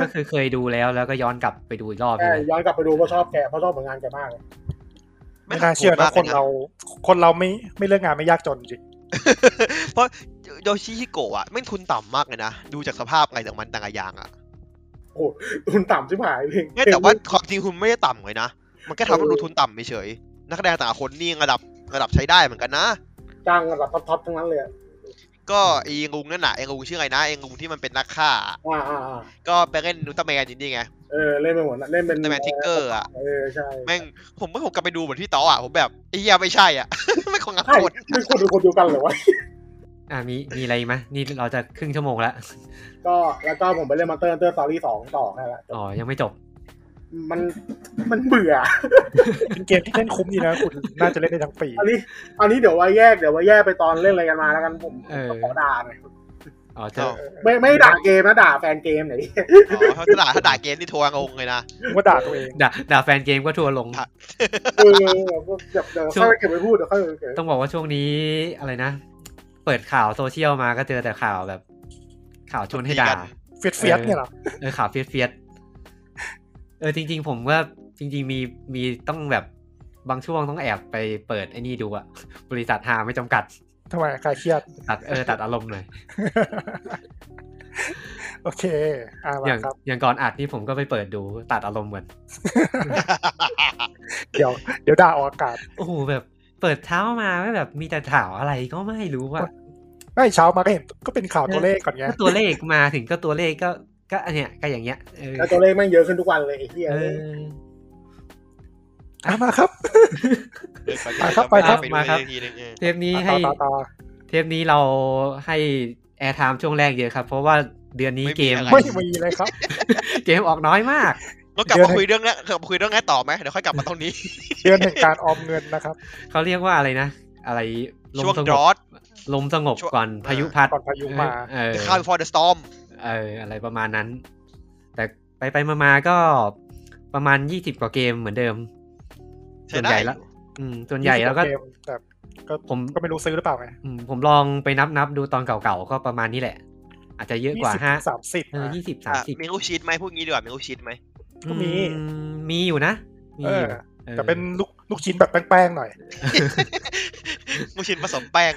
ก็คือเคยดูแล้วแล้วก็ย้อนกลับไปดูอีกรอบ ใช่ ใช่ไหม ย้อนกลับไปดูเพราะชอบแกเพราะชอบผลงานแกมากเลย ไม่น่าเชื่อโหนะดมาก คน เลยนะ เราคนเราไม่ไม่เลือกงานไม่ยากจนจริง เพราะโยชิฮิโกะอะไม่งทุนต่ำมากเลยนะ ดูจากสภาพอะไรจากมันต่างๆอย่างอะ ทุนต่ำชิบหายเลย ไม่แต่ว่าความจริงคุณไม่ได้ต่ำเลยนะ มันแค่ทำให้ดูทุนต่ำเฉยๆนักแสดงแต่ละคนนี่ระดับระดับใช้ได้เหมือนกันนะ จ้างระดับท็อปๆทั้งนั้นเลยอะ ก็ไอ้ลุงนั่นน่ะไอ้ลุงชื่ออะไรนะไอ้ลุงที่มันเป็นนักฆ่า อ่าอ่าอ่า ก็ไปเล่นนูตาแมนจริงๆไง เออเล่นเป็นหัวหน้าเล่นเป็น แต่แมนทิกเกอร์อะ เออใช่ แม่งผมเมื่อผมกลับไปดูเหมือนพี่ต่ออ่ะผมแบบไอ้เหี้ยไม่ใช่อ่ะ ไม่ของงาน ใช่ คน ไม่คนดูคนเดียวกันเหรอวะ อ่ะมีมีอะไรไหมนี่เราจะครึ่งชั่วโมงละ ก็แล้วก็ผมไปเล่นมาเตอร์เตอร์ซอรี่สองต่อแค่ละ อ๋อยังไม่จบ มันมันเบื่อ เป็นเกมที่เล่นคุ้มดีนะคุณน่าจะเล่นได้ทั้งปี อันนี้อันนี้เดี๋ยวไว่าแยกเดี๋ยวไว่าแยกไปตอนเล่นอะไรกันมาแล้วกันผม เออ ขอด่าหน่อย อ๋อจะ เอา ไม่ไม่ด่าเกมนะด่าแฟนเกมหน่อยดิ อ๋อถ้าด่าถ้าด่าเกมนี่โทรเอางงเลยนะ ว่าด่าตัวเอง ด่าด่าแฟนเกมก็ทัวร์ลง ครับ เออเดี๋ยวเดี๋ยวค่อยไปเก็บไปพูดเดี๋ยวค่อยไปเก็บ ต้องบอกว่าช่วงนี้อะไรนะ เปิดข่าวโซเชียลมาก็เจอแต่ข่าวแบบ ข่าวชวนให้ด่า เฟียดเฟียดเนี่ยเหรอ เออข่าวเฟียดเฟียดๆเออจริง ๆ ผมว่าจริง ๆ มีมีต้องแบบบางช่วงต้องแอบไปเปิดไอ้นี่ดูอะ บริษัทหาไม่จำกัด ทำไมคลายเครียด ตัดเออตัดอารมณ์หน่อย โอเคอ่า อ มา ย่าง ครับ อย่างก่อนอัดนี่ผมก็ไปเปิดดูตัดอารมณ์เหมือน เดี๋ยวเดี๋ยวด่าออกอากาศ โอ้โหแบบเปิดเช้ามาแล้วแบบมีแต่ข่าวอะไรก็ไม่รู้อะ ไม่เช้ามาก็เห็นก็เป็นข่าวตัวเลขก่อนไง ก็ตัวเลขมาถึงก็ตัวเลขก็ก็อันเนี้ยก็อย่างเงี้ยเออ แล้วตัวเลขแม่งเยอะขึ้นทุกวันเลยไอ้เหี้ย เออ อ่ะมาครับ เดี๋ยวก่อน ไปครับไปครับ เดี๋ยว มาครับ ไปดูอีกทีนึงเออ เทปนี้ ต่อ ให้ ต่อต่อ เทปนี้เราให้แอร์ไทม์ช่วงแรกเยอะครับ เพราะว่าเดือนนี้เกม ไม่มีเลยครับ เกมออกน้อยมาก แล้วกลับ เดี๋ย มาว คุยเรื่องนั้นกลับมาคุยเรื่องนั้นต่อไหมเดี๋ยวค่อยกลับมาตรงนี้ เดือนแห่งการออมเงินนะครับ เขาเรียกว่าอะไรนะ อะไรลม ช่วง สง ดร บ อต ลมสงบ ช่วง ก่อนพายุพัด ก่อนพายุมา เออ The Calm Before the Storm เอออะไรประมาณนั้น แต่ไปไปมามาๆก็ประมาณยี่สิบกว่าเกมเหมือนเดิม ใช่ ส่วน ได้ ใหญ่ละอืมส่วนใหญ่แล้วก็ ยี่สิบว่าเมแต่ก็ ผม ก็ไม่รู้ซื้อหรือเปล่าไง อืมผมลองไปนับนับๆดูตอนเก่าๆ ก็ประมาณนี้แหละ อาจจะเยอะกว่า สิบ ห้า สามสิบ เออ อ่ะ ยี่สิบสาม อ่ะ สิบ มีลูกชีตไหมพูดงี้ดีกว่ามีลูกชีตไหม ก็มี มีอยู่นะ มี เอ อ อยู่ ออ แต่เป็นลูกลูกชิ้นแบบแป้งๆหน่อย ลูกชีตผสมแป้ง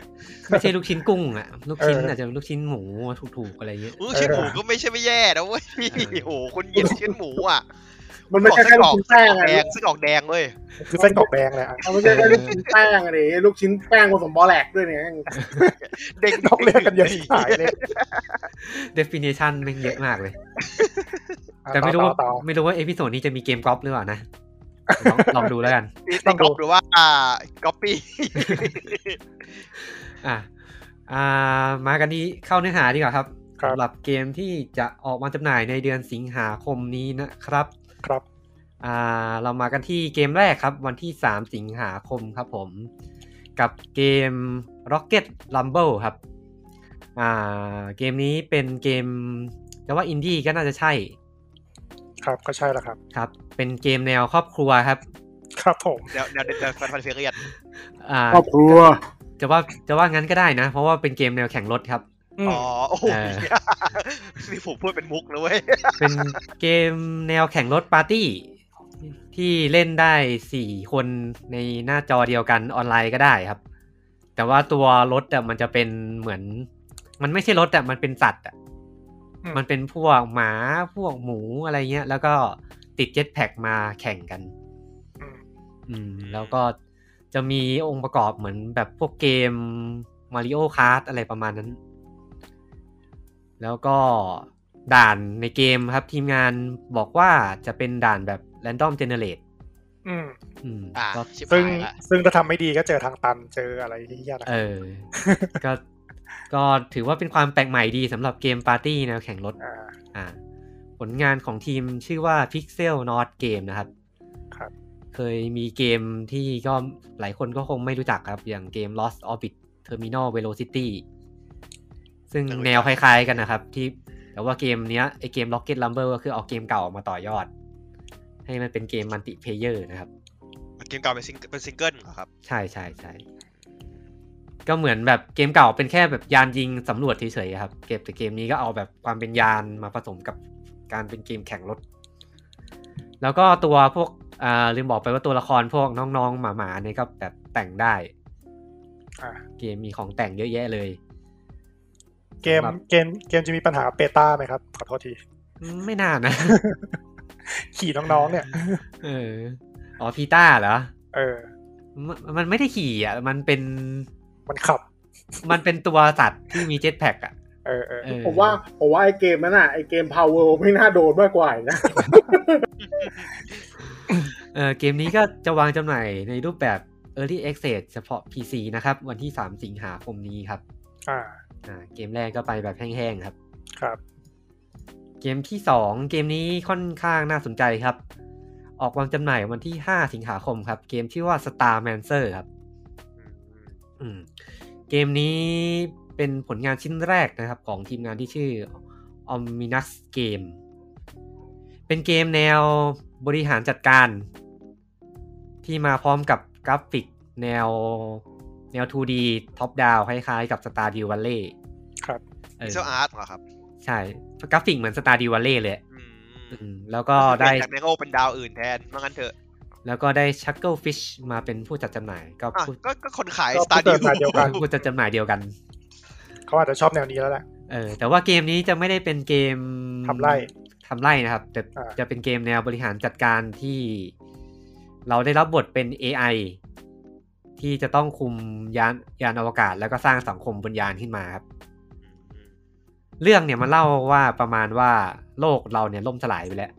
ไม่ใช่ลูกชิ้นกุ้งอ่ะ ลูกชิ้น เอออ อาจจะเป็นลูกชิ้นหมูถูกๆอะไรเงี้ย ลูกชิ้นหมูก็ไม่ใช่ไม่แย่นะเว้ยโอ้โหคนเหยียดลูกชิ้นหมูอ่ะ มันไม่ใช่แค่ลูกชิ้นแป้ง แด อะ งซึ่งออกแดงเว้ย คือเส้นกรอกแดงเลยอ่ะ มันไม่ใช่แค่ลูกชิ้นแป้งอะไรลูกชิ้นแป้งผสมบอแลกด้วยเนี่ย เด็ก ต้องเรียกกันเยอะหายเลย definition แม่งเยอะมากเลย อ่ะ แต่ไม่รู้ว่า ต่อ ไม่รู้ว่าเอพิโซดนี้จะมีเกมกอล์ฟหรือเปล่า นะลองลองดูแล้วกัน ต้ ต้ อ อง ง ดู ดูหรือว่าอ่าก๊อปปี้ อ่ะอ่ามากันที่เข้าเนื้อหาดีกว่าครับ ครับ สำหรับเกมที่จะออกมาจำหน่ายในเดือนสิงหาคมนี้นะครับ ครับ อ่าเรามากันที่เกมแรกครับ วันที่ 3 สิงหาคมครับผม กับเกม Rocket Rumble ครับอ่าเกมนี้เป็นเกมจะว่าอินดี้ก็น่าจะใช่ ครับก็ใช่ละครับ ครับ เป็นเกมแนวครอบครัวครับ ครับผม เดี๋ยวเดี๋ยวเดี๋ยวฟันเฟียเรียด อ่า ครอบครัว จะว่าจะว่างั้นก็ได้นะ เพราะว่าเป็นเกมแนวแข่งรถครับ อืม อ๋อโอ้โห เออ นี่ผมพูดเป็นมุกนะเว้ย เป็นเกมแนวแข่งรถปาร์ตี้ ที่เล่นได้สี่คนในหน้าจอเดียวกันออนไลน์ก็ได้ครับ แต่ว่าตัวรถอะมันจะเป็นเหมือน มันไม่ใช่รถอะมันเป็นสัตว์อะมันเป็นพวกหมาพวกหมูอะไรเงี้ย แล้วก็ติดเจ็ตแพ็กมาแข่งกัน อืม อืม แล้วก็ จะมีองค์ประกอบเหมือนแบบพวกเกม Mario Kart อะไรประมาณนั้น แล้วก็ด่านในเกมครับทีมงานบอกว่าจะเป็นด่านแบบ Random Generate อืม อืม อ่า ก็ ชิบ ซึ่ง หายละ ซึ่งถ้าทำไม่ดีก็เจอทางตันเจออะไรที่ยาก เออ ก็ก็ถือว่าเป็นความแปลกใหม่ดีสำหรับเกมปาร์ตี้แนวแข่งรถ อ่า อ่าผลงานของทีมชื่อว่า Pixel Not Game นะครับ ครับ เคยมีเกมที่ก็หลายคนก็คงไม่รู้จักครับ อย่างเกม Lost Orbit Terminal Velocity ซึ่งแนวคล้ายๆกันนะครับ ที่แต่ว่าเกมเนี้ยไอเกม Rocket Rumble ก็คือเอาเกมเก่ามาต่อยอด ให้มันเป็นเกมมัลติเพเยอร์นะครับ เกมเก่าเป็นซิงเป็นซิงเกิลเหรอครับ ใช่ใช่ใช่ก็เหมือนแบบเกมเก่าเป็นแค่แบบยานยิงสำรวจเฉยๆครับ เกมแต่เกมนี้ก็เอาแบบความเป็นยานมาผสมกับการเป็นเกมแข่งรถ แล้วก็ตัวพวกอ่าลืมบอกไปว่าตัวละครพวกน้องๆ หมาๆเนี่ยก็แบบแต่งได้ อ่า เกมมีของแต่งเยอะแยะเลย เกม สำหรับ เกมเกมจะมีปัญหาเปต้าไหมครับ ขอโทษที อืมไม่น่านะ ขี่น้องๆเนี่ย เอออ๋อพีต้าเหรอ เออ มมันไม่ได้ขี่อ่ะ มันเป็น มันขับ มันเป็นตัวสัตว์ที่มีเจ็ตแพ็กอ่ะ เออเออ เออ ผมว่าผมว่าไอเกมนั้นอ่ะไอเกม power ไม่น่าโดนมากกว่าอีกนะ เออเกมนี้ก็จะวางจำหน่ายในรูปแบบ Early Access เฉพาะ PC นะครับ วันที่ 3 สิงหาคมนี้ครับ อ่า อ่าเกมแรกก็ไปแบบแห้งๆครับ ครับ เกมที่ 2 เกมนี้ค่อนข้างน่าสนใจครับ ออกวางจำหน่ายวันที่ 5 สิงหาคมครับ เกมชื่อว่า Star Mancer ครับ อืมเกมนี้เป็นผลงานชิ้นแรกนะครับของทีมงานที่ชื่อ Ominous Game เป็นเกมแนวบริหารจัดการ ที่มาพร้อมกับกราฟิกแนวแนว 2D ท็อปดาวคล้ายๆกับ Star d e w Valley ครับ เออ เซลอาร์ตเหรอครับ ใช่กราฟิกเหมือน Star d e w Valley เลย อืม อืมแล้วก็ได้ เปลี่ยนจากแมงโอเป็นดาวอื่นแทนว่างั้นเถอะ แล้วก็ได้ Chucklefish มาเป็นผู้จัดจำหน่าย ก็ อ่ะ ผู้ ก็ก็คนขาย ก็ สตาร์ ผู้เปิดมาเดี ดิ ยว วกัน ผู้จัดจำหน่ายเดียวกัน เขาอาจจะชอบแนวนี้แล้วแหละ เออแต่ว่าเกมนี้จะไม่ได้เป็นเกม ทำไร่ ทำไร่นะครับ แต่ อ่า จะเป็นเกมแนวบริหารจัดการที่ เราได้รับบทเป็น AI ที่จะต้องคุมยานยานอวกาศ แล้วก็สร้างสังคมบนยานขึ้นมาครับ เรื่องเนี่ยมันเล่าว่าประมาณว่าโลกเราเนี่ยล่มสลายไปแล้ว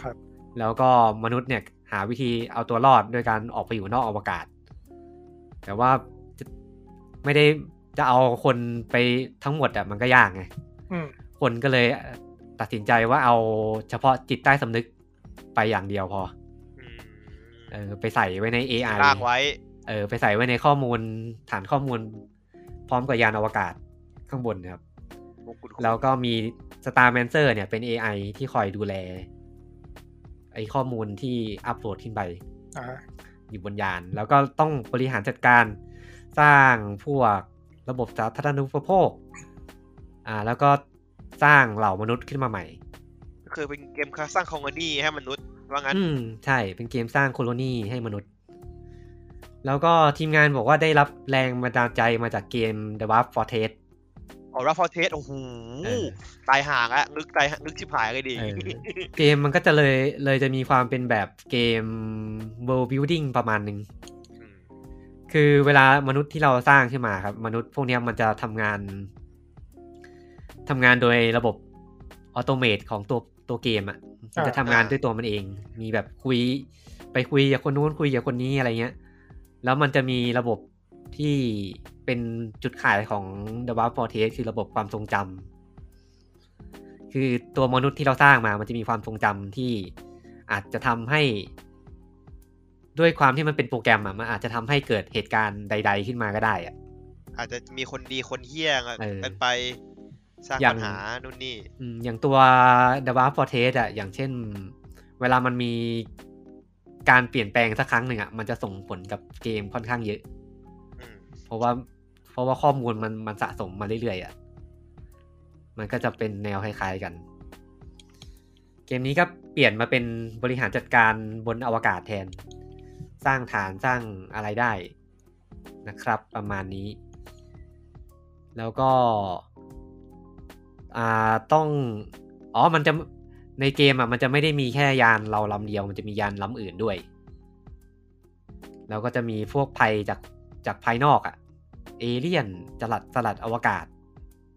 ครับ แล้วก็มนุษย์เนี่ยหาวิธีเอาตัวรอดโดยการออกไปอยู่นอกอวกาศ แต่ว่าจะไม่ได้จะเอาคนไปทั้งหมดอะมันก็ยากไง อืม คนก็เลยตัดสินใจว่าเอาเฉพาะจิตใต้สำนึกไปอย่างเดียวพอ อืม เออไปใส่ไว้ใน AI ร่างไว้ เออไปใส่ไว้ในข้อมูลฐานข้อมูล พร้อมกับยานอวกาศข้างบนนะครับ แล้วก็มี Starmancer เนี่ยเป็น AI ที่คอยดูแล ไอข้อมูลที่อัปโหลดขึ้นไป อ่า อยู่บนยาน แล้วก็ต้องบริหารจัดการสร้างพวกระบบสาธารณูปโภคอ่าแล้วก็สร้างเหล่ามนุษย์ขึ้นมาใหม่ ก็คือเป็นเกมสร้างคอมเมดี้ให้มนุษย์ว่างั้น อืมใช่เป็นเกมสร้างโคโลนีให้มนุษย์ แล้วก็ทีมงานบอกว่าได้รับแรงบันดาลใจมาจากเกม The Warp Fortress ออร่าฟอร์เทสโอ้โห เออ ตายห่างอะนึกตายนึกชิบหายเลยดิ เออ เกมมันก็จะเลยเลยจะมีความเป็นแบบเกม world building ประมาณหนึ่ง ม คือเวลามนุษย์ที่เราสร้างขึ้นมาครับ มนุษย์พวกเนี้ยมันจะทำงานทำงานโดยระบบออโตเมตของตัวตัวเกมอะ่ะ อ่า จะทำงานด้วยตัวมันเอง มีแบบคุยไปคุยกับคนนู้นคุยกับคนนี้อะไรเงี้ย แล้วมันจะมีระบบที่เป็นจุดขายของ The w a r f o r t r e s s คือระบบความทรงจำคือตัวมนุษย์ที่เราสร้างมา มันจะมีความทรงจำที่อาจจะทำให้ ด้วยความที่มันเป็นโปรแกรมอะมันอาจจะทำให้เกิดเหตุการณ์ใด ๆ ขึ้นมาก็ได้อะ อาจจะมีคนดีคนเฮี้ยงอะ เออ กันไปสร้าง อย่าง ปัญหานู่นนี่ อืมอย่างตัว The w a r f o r t r e s s อะอย่างเช่น เวลามันมีการเปลี่ยนแปลงสักครั้งหนึ่งอะมันจะส่งผลกับเกมค่อนข้างเยอะ อืม เพราะว่าเพราะว่าข้อมูลมันมันสะสมมาเรื่อยๆอะ่ะ มันก็จะเป็นแนวคล้ายๆกัน เกมนี้ก็เปลี่ยนมาเป็นบริหารจัดการบนอวกาศแทน สร้างฐานสร้างอะไรได้นะครับ ประมาณนี้ แล้วก็อ่าต้อง อ๋อ มันจะในเกมอ่ะมันจะไม่ได้มีแค่ยานเราลำเดียว มันจะมียานลำอื่นด้วย แล้วก็จะมีพวกภัยจากจากภายนอกอะ่ะ เอเลี่ยนจลัดสลัดอวกาศ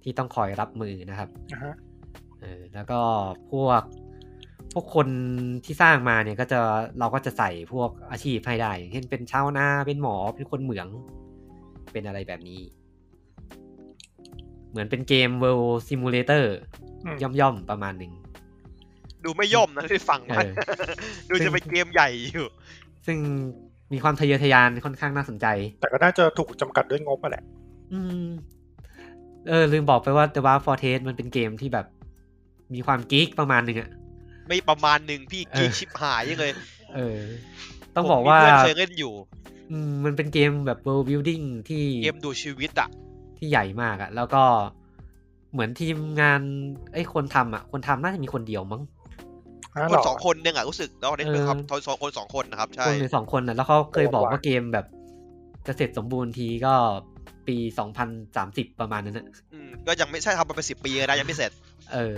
ที่ต้องคอยรับมือนะครับ นะฮะ เออแล้วก็พวกพวกคนที่สร้างมาเนี่ยก็จะเราก็จะใส่พวกอาชีพให้ได้อย่างเช่นเป็นชาวนาเป็นหมอเป็นคนเหมืองเป็นอะไรแบบนี้ เหมือนเป็นเกม World Simulator อืม ย่อมๆประมาณหนึ่ง ดูไม่ย่อมนะที่ฟังมัน เออ ดูจะเป็นเกมใหญ่อยู่ ซึ่งมีความทะเยอทะยานค่อนข้างน่าสนใจ แต่ก็น่าจะถูกจำกัดด้วยงบอะแหละ อืม เออ ลืมบอกไปว่า The War for t e s t มันเป็นเกมที่แบบ มีความกิ๊กประมาณหนึ่งอะ ไม่ประมาณหนึ่งพี่ เออ กีชิบหายยังเลย เออ ต้องบอกว่า ผมมีเพื่อนเคยเล่นอยู่ อืมมันเป็นเกมแบบ world building ที่ เกมดูชีวิตอ่ะ ที่ใหญ่มากอะแล้วก็เหมือนทีมงานไอ้ยคนทำอะคนทำน่าจะมีคนเดียวมั้ง ฮะ คน หรอ สองคนเนี่ยอ่ะรู้สึกแล้วนี่ เออ นะครับทอนสองคนสองคนนะครับ ใช่ คนหรือสองคนนะแล้วเขาเคยบอก โหด ว่า ว่ะ เกมแบบจะเสร็จสมบูรณ์ทีก็ปีสองพันสามสิบประมาณนั้นนะ อืมก็ยังไม่ใช่ทำมาเป็นสิบปีแล้วนะยังไม่เสร็จ เออ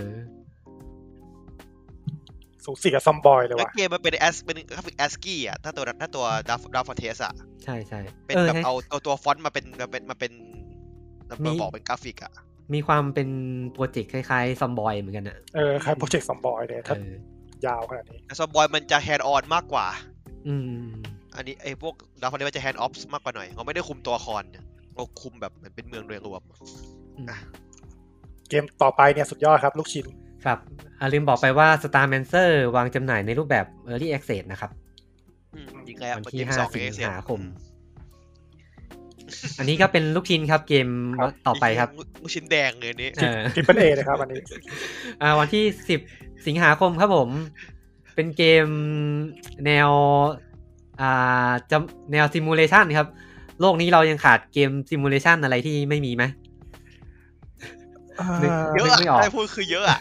สูสีกับซอมบอยเลย แล้ว ว่ะ เกมมันเป็นแอสเป็นกราฟิกแอสกี้อ่ะถ้าตัวถ้าตัวดัฟดัฟเทสอ่ะ ใช่ใช่ เป็น เออ แบบ ใช่ เอาตัวตัวฟอนต์มาเป็นมาเป็นมาเป็น มี มาบอกเป็นกราฟิกอ่ะ มีความเป็นโปรเจกต์คล้ายๆซอมบอยเหมือนกันอะ เออคล้ายโปรเจกต์ซอมบอยเลย เอ ถ้า อย าวขนาดนี้ แต่ซอมบอยมันจะแฮนด์ออนมากกว่า อืม อันนี้ไอ้พวกดัฟเทสมันจะแฮนด์ออฟมากกว่าหน่อยเขาไม่ได้คุมตัวละครเนี่ยเขาคุมแบบเหมือนเป็นเมืองโดยรวม อืม เกมต่อไปเนี่ยสุดยอดครับ ลูกชิ้น ครับอาลืมบอกไปว่า Star m a n c e r วางจำหน่ายในรูปแบบ Early Access นะครับ อืมยิงแล้ว วัน มัน ที่ ยิง ห้า สอง สิง เอเซีย หาคม อันนี้ก็เป็นลูกชิ้นครับเกม ครับ ต่อไปครับ ลูกชิ้นแดงเลยอันนี้ เออ ทริปเปิลเอเลยครับอันนี้ อ่าวันที่สิบสิงหาคมครับผม เป็นเกมแนวอ่าจำแนวซิมูเลชันครับ โลกนี้เรายังขาดเกมซิมูเลชันอะไรที่ไม่มีไหม นึก เยอะอะ นึกไม่ออก ได้พูดคือเยอะอะ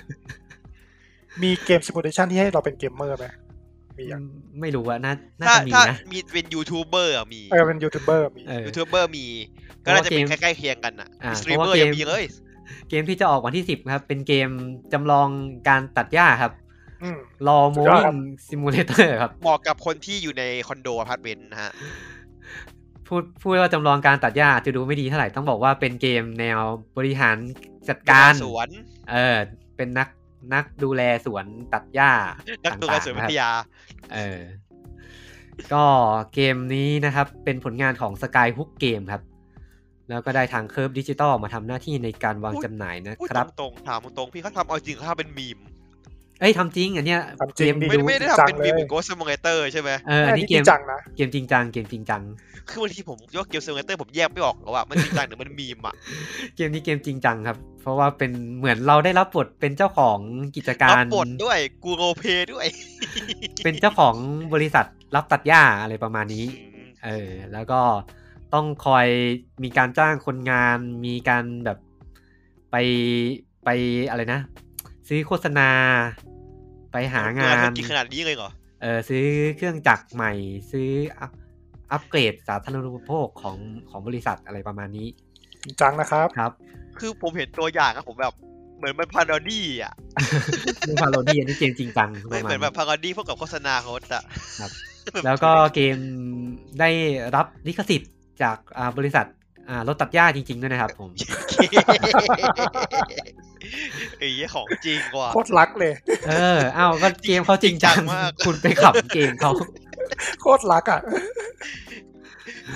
มีเกมซิมูเลชันที่ให้เราเป็นเกมเมอร์ไหมมีอ่ะ ไม่รู้อะน่าน่า ถ้า จะมี ถ้า นะ มีเป็นยูทูบเบอร์อะมี เออเป็นยูทูบเบอร์มี เออ ยูทูบเบอร์มี ก็น่าจะเป็น เพราะว่าเกม ใกล้ๆเคียงกันอ่ะ อ่า สตรีม เพ เม ราะ อ ว่า ร์ เกม ยังมีเลย เกมที่จะออกวันที่สิบครับ เป็นเกมจำลองการตัดหญ้าครับ อืม รอ สุดยอดครับ moving simulator ครับ เหมาะกับคนที่อยู่ในคอนโดอพาร์ตเมนต์นะฮะ พูดพูดว่าจำลองการตัดหญ้าจะดูไม่ดีเท่าไหร่ต้องบอกว่าเป็นเกมแนวบริหารจัดการ สวน เออเป็นนักนักดูแลสวนตัดหญ้า นักตัวการสวนวิท ต่งๆนะครับ ยา เออก็เกมนี้นะครับ เป็นผลงานของ Sky Hook Game ครับ แล้วก็ได้ทางเคิร์ฟดิจิตอลมาทำหน้าที่ในการวาง พูด จำหน่ายนะ พูด ค ต รับ รงๆถามตรงๆพี่เขาทำเอาจริงเขาทำเป็นมีม เอ้ยทำจริงอันเนี้ย ทำจ เก ริง ม ดิ ไม่ ดู ไม่ได้ทำจัง เป็นมีมเหเลยมือนโกสต์มเตอร์ใช่ไหม เอออันนี้เกมจริงจังนะ เกมจริงจังเกมจริงจัง คือวันที่ผมยกเกมซิมูเลเตอร์ผมแยกไม่ออกหรอกว่ามันจริงจังหรือมันมีมอ่ะ เกมนี้เกมจริงจังครับ เพราะว่าเป็นเหมือนเราได้รับบทเป็นเจ้าของกิจการ รับบทด้วยกูโรเพด้วย เป็นเจ้าของบริษัทรับตัดหญ้าอะไรประมาณนี้ อืม เออ แล้วก็ต้องคอยมีการจ้างคนงาน มีการแบบไปไปอะไรนะ ซื้อโฆษณา ไปหางา เธ น อกินขนาดนี้เลยเหรอ เออซื้อเครื่องจักรใหม่ ซื้ออัพอัปเกรดสาธารณูปโภคของของบริษัทอะไรประมาณนี้ จริงจังนะครับ ครับ คือผมเห็นตัวอย่างอะผมแบบเหมือนมันพาราดี้อะ นี่พาโรดี้อันนี้เกมจริงจังป ไม่ ระ เห มา มื ณ อนแบ นี้ บพาราดี้พวกกับโฆษณาเขาอะ ครับ แล้วก็เกมได้รับลิขสิทธิ์จากอ่าบริษัทอ่ารถตัดหญ้าจริงๆด้วยนะครับผม ไอ้เหี้ยของจริงว่ะ โคตรรักเลย เออเอ้าก็เกมเขาจริงจัง จริงจังมาก คุณไปขับเกมเขา โคตรรักอ่ะ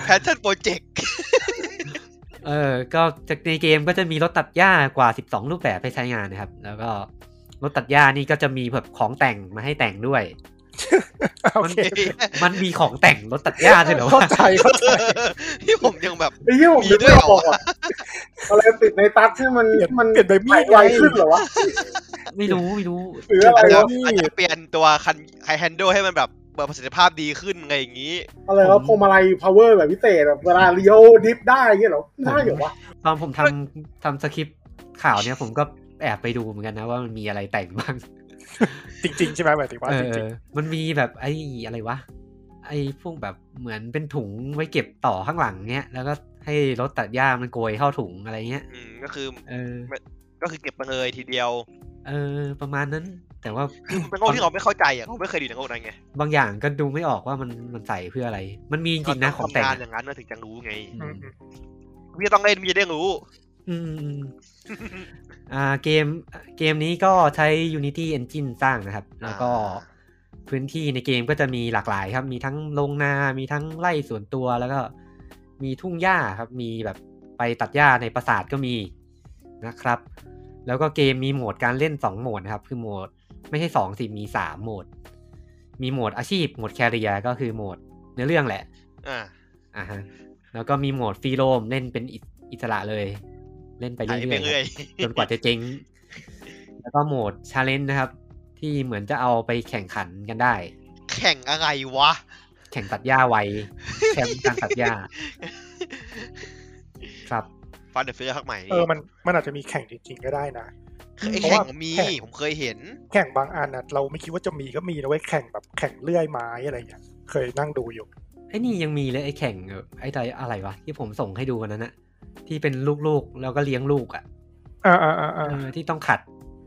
แพทเทิร์นโปรเจกต์ เออ ก็จากในเกมก็จะมีรถตัดหญ้ากว่า 12 รูปแบบให้ใช้งานนะครับ แล้วก็รถตัดหญ้านี่ก็จะมีแบบของแต่งมาให้แต่งด้วย โอเค มันมีของแต่งรถตัดหญ้าด้วยเหรอ เข้าว ะ ใจเข้าใจ ที่ผมยังแบบ ไอ้เหี้ยผมนึกไม่ออกอะอะไรติดในตัดที่มัน เปลี่ยน มัน เปลี่ยนไปมี ไป ด ไว ไง ขึ้นเหรอวะ ไม่รู้ไม่รู้ หรืออะไร อาจจะ วะ อาจจะเปลี่ยนตัวคันไฮแฮนโดให้มันแบบแบบประสิทธิภาพดีขึ้นอะไรอย่างนี้ อะไรวะพวงมาลัยพาวเวอร์แบบพิเศษแบบเวลาเลี้ยวดิฟได้เงี้ยเหรอได้เหรอวะ ตอนผมทำทำสคริปต์ข่าวเนี้ยผมก็แอบไปดูเหมือนกันนะว่ามันมีอะไรแต่งบ้าง จริง ๆ ใช่ไหมหมายถึงว่า เอ จริง อ มันมีแบบไอ้อะไรวะ ไอ้พวกแบบเหมือนเป็นถุงไว้เก็บต่อข้างหลังเนี้ย แล้วก็ให้รถตัดหญ้ามันโกยเข้าถุงอะไรเงี้ย อืมก็คือ เออ ก็คือเก็บมาเลยทีเดียว เออ ประมาณนั้น แต่ว่า คือมันเป็นโลกที่เราไม่เข้าใจอ่ะเราไม่เคยอยู่ในโลกนั้นไง บางอย่างก็ดูไม่ออกว่ามันมันใส่เพื่ออะไร มันมีจริงๆนะของแต่ง ทำงานอ อะ ย่างนั้นน่ะถึงจะรู้ไง อืม พี่ต้องเล่นพี่จะได้รู้ อืมอืมอ่าเกมเกมนี้ก็ใช้ Unity Engine สร้างนะครับ แล้วก็ อ่า พื้นที่ในเกมก็จะมีหลากหลายครับ มีทั้งลงนา มีทั้งไร่สวนตัวแล้วก็มีทุ่งหญ้าครับ มีแบบไปตัดหญ้าในปราสาทก็มีนะครับ แล้วก็เกมมีโหมดการเล่น 2 โหมดนะครับ คือโหมดไม่ใช่ 2 สิ มี 3 โหมด มีโหมดอาชีพ โหมดแคริเอร์ก็คือโหมดเนื้อเรื่องแหละ อ่า อ่าฮะแล้วก็มีโหมดฟรีโรมเล่นเป็นอิสอิสระเลย เล่นไปเรื่ หายไปเรื่ออย ย ๆจนกว่าจะเจ๊งแล้วก็โหมดชาเลนจ์นะครับ ที่เหมือนจะเอาไปแข่งขันกันได้ แข่งอะไรวะ แข่งตัดหญ้าไวแชมป์การตัดหญ้าครับ ฟันเดอะฟิลเลอร์ภาคใหม่ เออมันมันอาจจะมีแข่งจริงๆก็ได้นะ คือไอ้ เพราะ แข่ง ว่า มี แข่ง ผมเคยเห็น แข่งบางอันนะเราไม่คิดว่าจะมีก็มีนะเว้ยแข่งแบบแข่งเลื่อยไม้อะไรอย่างเงี้ยเคยนั่งดูอยู่ ไอ้นี่ยังมีเลยไอ้แข่งเออไอ้อะไรอะไรวะ ที่ผมส่งให้ดูวันนั้นนะที่เป็นลูกๆ แล้วก็เลี้ยงลูกอ่ะ อ่าอ่าอ่า เอ อ่า อที่ต้องขัด